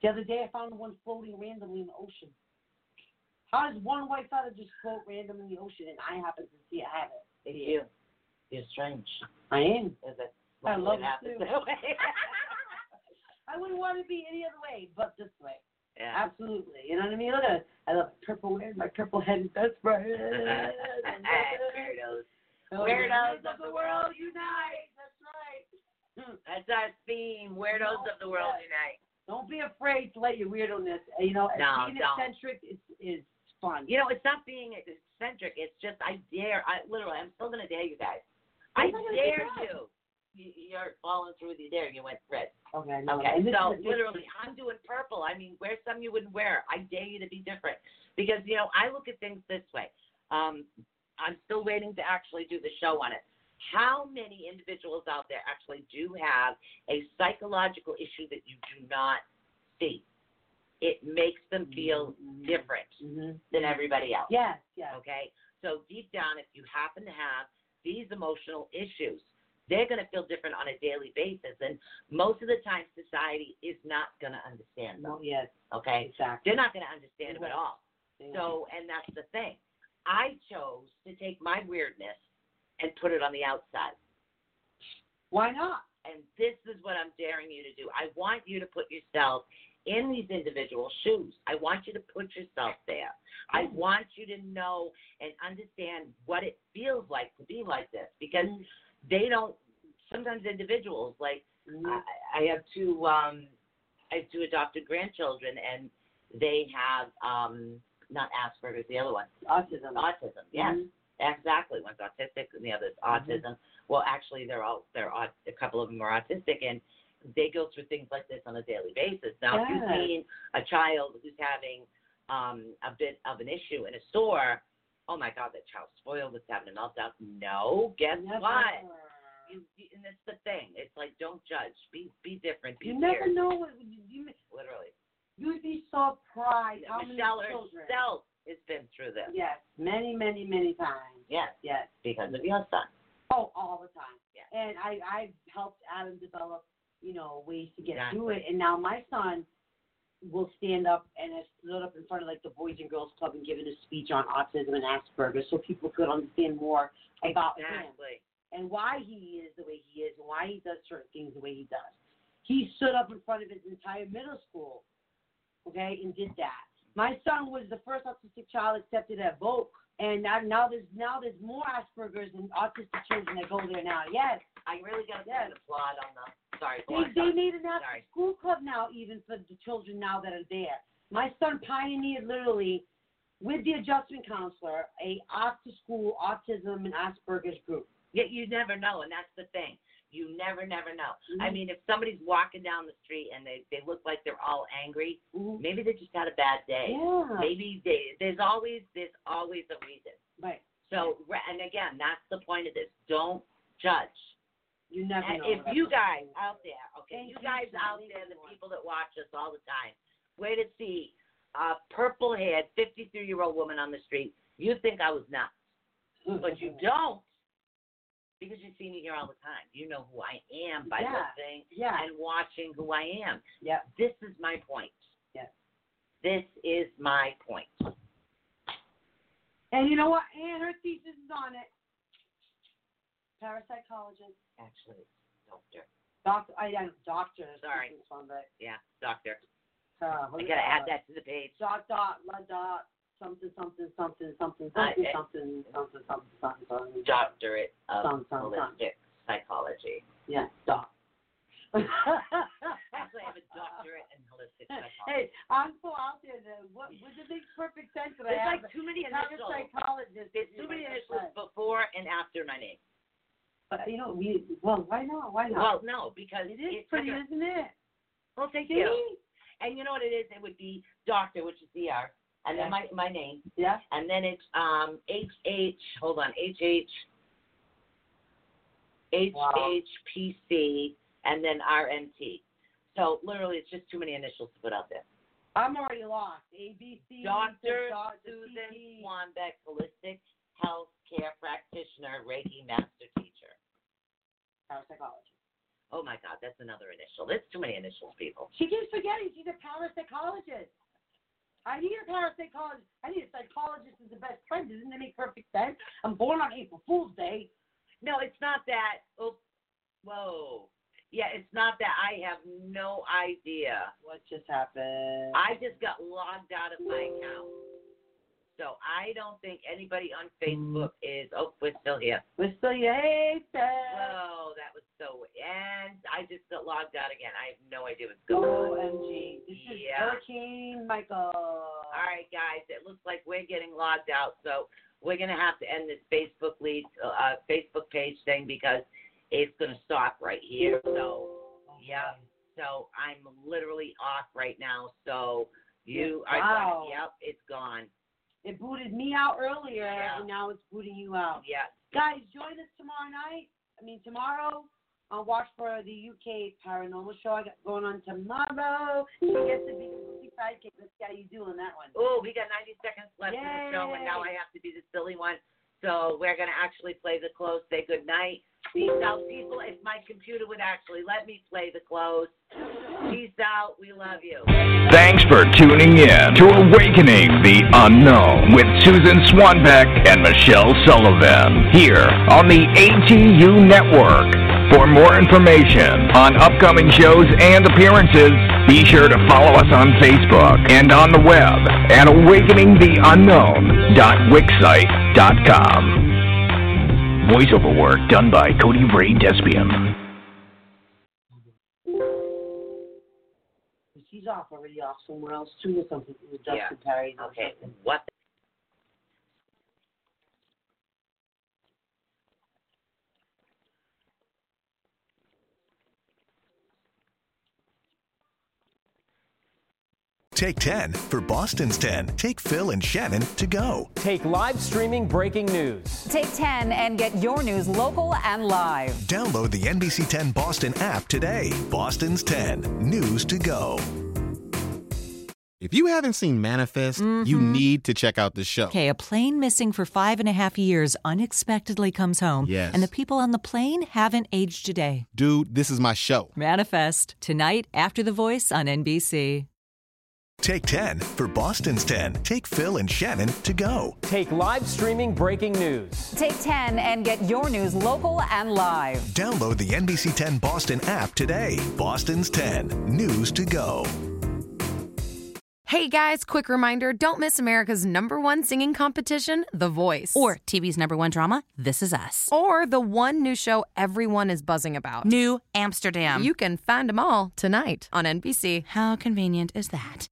The other day, I found one floating randomly in the ocean. How does one white feather just float randomly in the ocean, and I happen to see it have it? It's you. You're strange. I am. Is it? I love it it happens too. that way. I wouldn't want to be any other way but this way. yeah. Absolutely. You know what I mean? Look at it. I love purple hair, my purple headed best friend. Oh, Weirdos. Weirdos Weirdos of the world unite. That's right. Hmm, That's our theme. Weirdos of the world unite. Don't be afraid to let your weirdness. uh, You know, No, being don't. eccentric is is fun. You know, it's not being eccentric. It's just I dare. I literally, I'm still gonna dare you guys. I You're not gonna dare dare. you. You- You're following through with your dare. You went red. Okay. No, Okay, and this so is a big- literally, I'm doing purple. I mean, wear some you wouldn't wear. I dare you to be different because you know I look at things this way. Um, I'm still waiting to actually do the show on it. How many individuals out there actually do have a psychological issue that you do not see? It makes them feel Mhm. different Mhm. than everybody else. Yes. Yes. Okay? So deep down, if you happen to have these emotional issues, they're going to feel different on a daily basis. And most of the time, society is not going to understand No, them. yes. Okay? Exactly. They're not going to understand them at all. Thank you. So, and that's the thing. I chose to take my weirdness and put it on the outside. why not? And this is what I'm daring you to do. I want you to put yourself in these individual shoes. I want you to put yourself there. I want you to know and understand what it feels like to be like this because they don't, sometimes individuals, like I, I have two, um, I have two adopted grandchildren and they have, um, not Asperger's, the other one, Autism. autism. Yes. Mhm. Exactly. One's autistic and the other's autism. Well, actually, they're all they're au- a couple of them are autistic, and they go through things like this on a daily basis. Now, if Yes. you've seen a child who's having um, a bit of an issue in a store, oh my God, that child's spoiled. It's having a meltdown. No, guess Never. what? You, you, and that's the thing. It's like don't judge. Be be different. Be You weird. never know what you, you Literally. you'd be surprised how Michelle many children. herself has been through this. Yes, many, many, many times. Yes, Yes. because of your son. Oh, all the time. Yeah. And I I've helped Adam develop, you know, ways to get Exactly. through it. And now my son will stand up and has stood up in front of like the Boys and Girls Club and given a speech on autism and Asperger's so people could understand more about him Exactly. and why he is the way he is and why he does certain things the way he does. He stood up in front of his entire middle school, okay, and did that. My son was the first autistic child accepted at Volk, and now, now there's now there's more Aspergers and autistic children that go there now. Yes, I really got to Yes. yes. the plot on the. Sorry, they, boy. they made an after Sorry. school club now even for the children now that are there. My son pioneered literally with the adjustment counselor, a off to school autism and Asperger's group. Yet you never know, and that's the thing. You never, never know. I Mm-hmm. mean, if somebody's walking down the street and they they look like they're all angry, Mhm. maybe they just had a bad day. Yeah. Maybe they, there's always there's always a reason. Right. So re- and again, that's the point of this. Don't judge. You never And know. if what you that's guys going out there, okay, Thank you you, guys Sally. out there, the people that watch us all the time, wait to see a purple haired 53 year old woman on the street. You think I was nuts, on. but you don't because you see me here all the time. You know who I am by Yeah. listening Yeah. and watching who I am. Yeah. This is my point. Yes. This is my point. And you know what? And her thesis is on it. Parapsychologist, Actually, doctor. doctor, I am doctor. is Sorry. this one, but Yeah, doctor. uh, I what do you gotta call add that to the page. Dot dot la dot something something something something Uh, something eh. something something something something something. Doctorate of Some- some- some. holistic psychology. Yeah, dot. Actually, I have a doctorate in holistic psychology. Hey, I'm so out there. Then what? What it makes perfect sense that I There's have like too many initials. parapsychologist. There's too many initials before and after my name. But you know, we well, why not? Why Well, not? no, because it is it's pretty, different. isn't it? Well, thank See? you. And you know what it is? It would be doctor, which is dr, and then my my name, Yeah. and then it's um H H. Hold on, H H. H Wow. H P C, and then R N T. So literally, it's just too many initials to put out there. I'm already lost. A B C. Dr. Dr. Susan CT. Swanbeck, holistic health care practitioner, Reiki master teacher. Parapsychologist. Oh my God, that's another initial. That's too many initials, people. She keeps forgetting she's a parapsychologist. I need a parapsychologist. I need a psychologist as a best friend. Doesn't that make perfect sense? I'm born on April Fool's Day. No, it's not that. Oh, whoa. Yeah, it's not that. I have no idea. What just happened? I just got logged out of my account. So I don't think anybody on Facebook is. Oh, we're still here. We're still here. Hey, Seth. Whoa, that was so. And I just got logged out again. I have no idea what's going on. OMG. This is Yeah. Hurricane Michael. All right, guys, it looks like we're getting logged out, so we're gonna have to end this Facebook lead, uh, Facebook page thing because it's gonna stop right here. So, yeah, so I'm literally off right now. So you are, Wow. gone. yep, it's gone. It booted me out earlier, Yeah. and now it's booting you out. Yeah, Guys, join us tomorrow night. I mean, tomorrow on Watch for the UK Paranormal Show. I got going on tomorrow. She gets to be the sidekick. Let's see how you do on that one. Oh, we got 90 seconds left in the show, and now I Yay. have to be the silly one. So we're going to actually play the close, say goodnight. Peace out, people. If my computer would actually let me play the close. Peace out. We love you. Thanks for tuning in to Awakening the Unknown with Susan Swanbeck and Michelle Sullivan here on the ATU Network. For more information on upcoming shows and appearances, be sure to follow us on Facebook and on the web at awakeningtheunknown.wixsite.com. Voiceover work done by Cody Ray Despian. She's off already, off somewhere else too, or something with Dustin Yeah. Perry. or Okay. something. What Take 10 for Boston's 10. Take Phil and Shannon to go. Take live streaming breaking news. Take 10 and get your news local and live. Download the NBC 10 Boston app today. Boston's 10 News to go. If you haven't seen Manifest, you need to check out the show. Mm-hmm. Okay, a plane missing for five and a half years unexpectedly comes home. Yes. And the people on the plane haven't aged a day. Dude, this is my show. Manifest tonight after The Voice on NBC. Take 10 for Boston's 10. Take Phil and Shannon to go. Take live streaming breaking news. Take 10 and get your news local and live. Download the NBC 10 Boston app today. Boston's 10 News to go. Hey guys, quick reminder don't miss America's number one singing competition, The Voice. Or TV's number one drama, This Is Us. or the one new show everyone is buzzing about. New Amsterdam. You can find them all tonight on NBC. How convenient is that?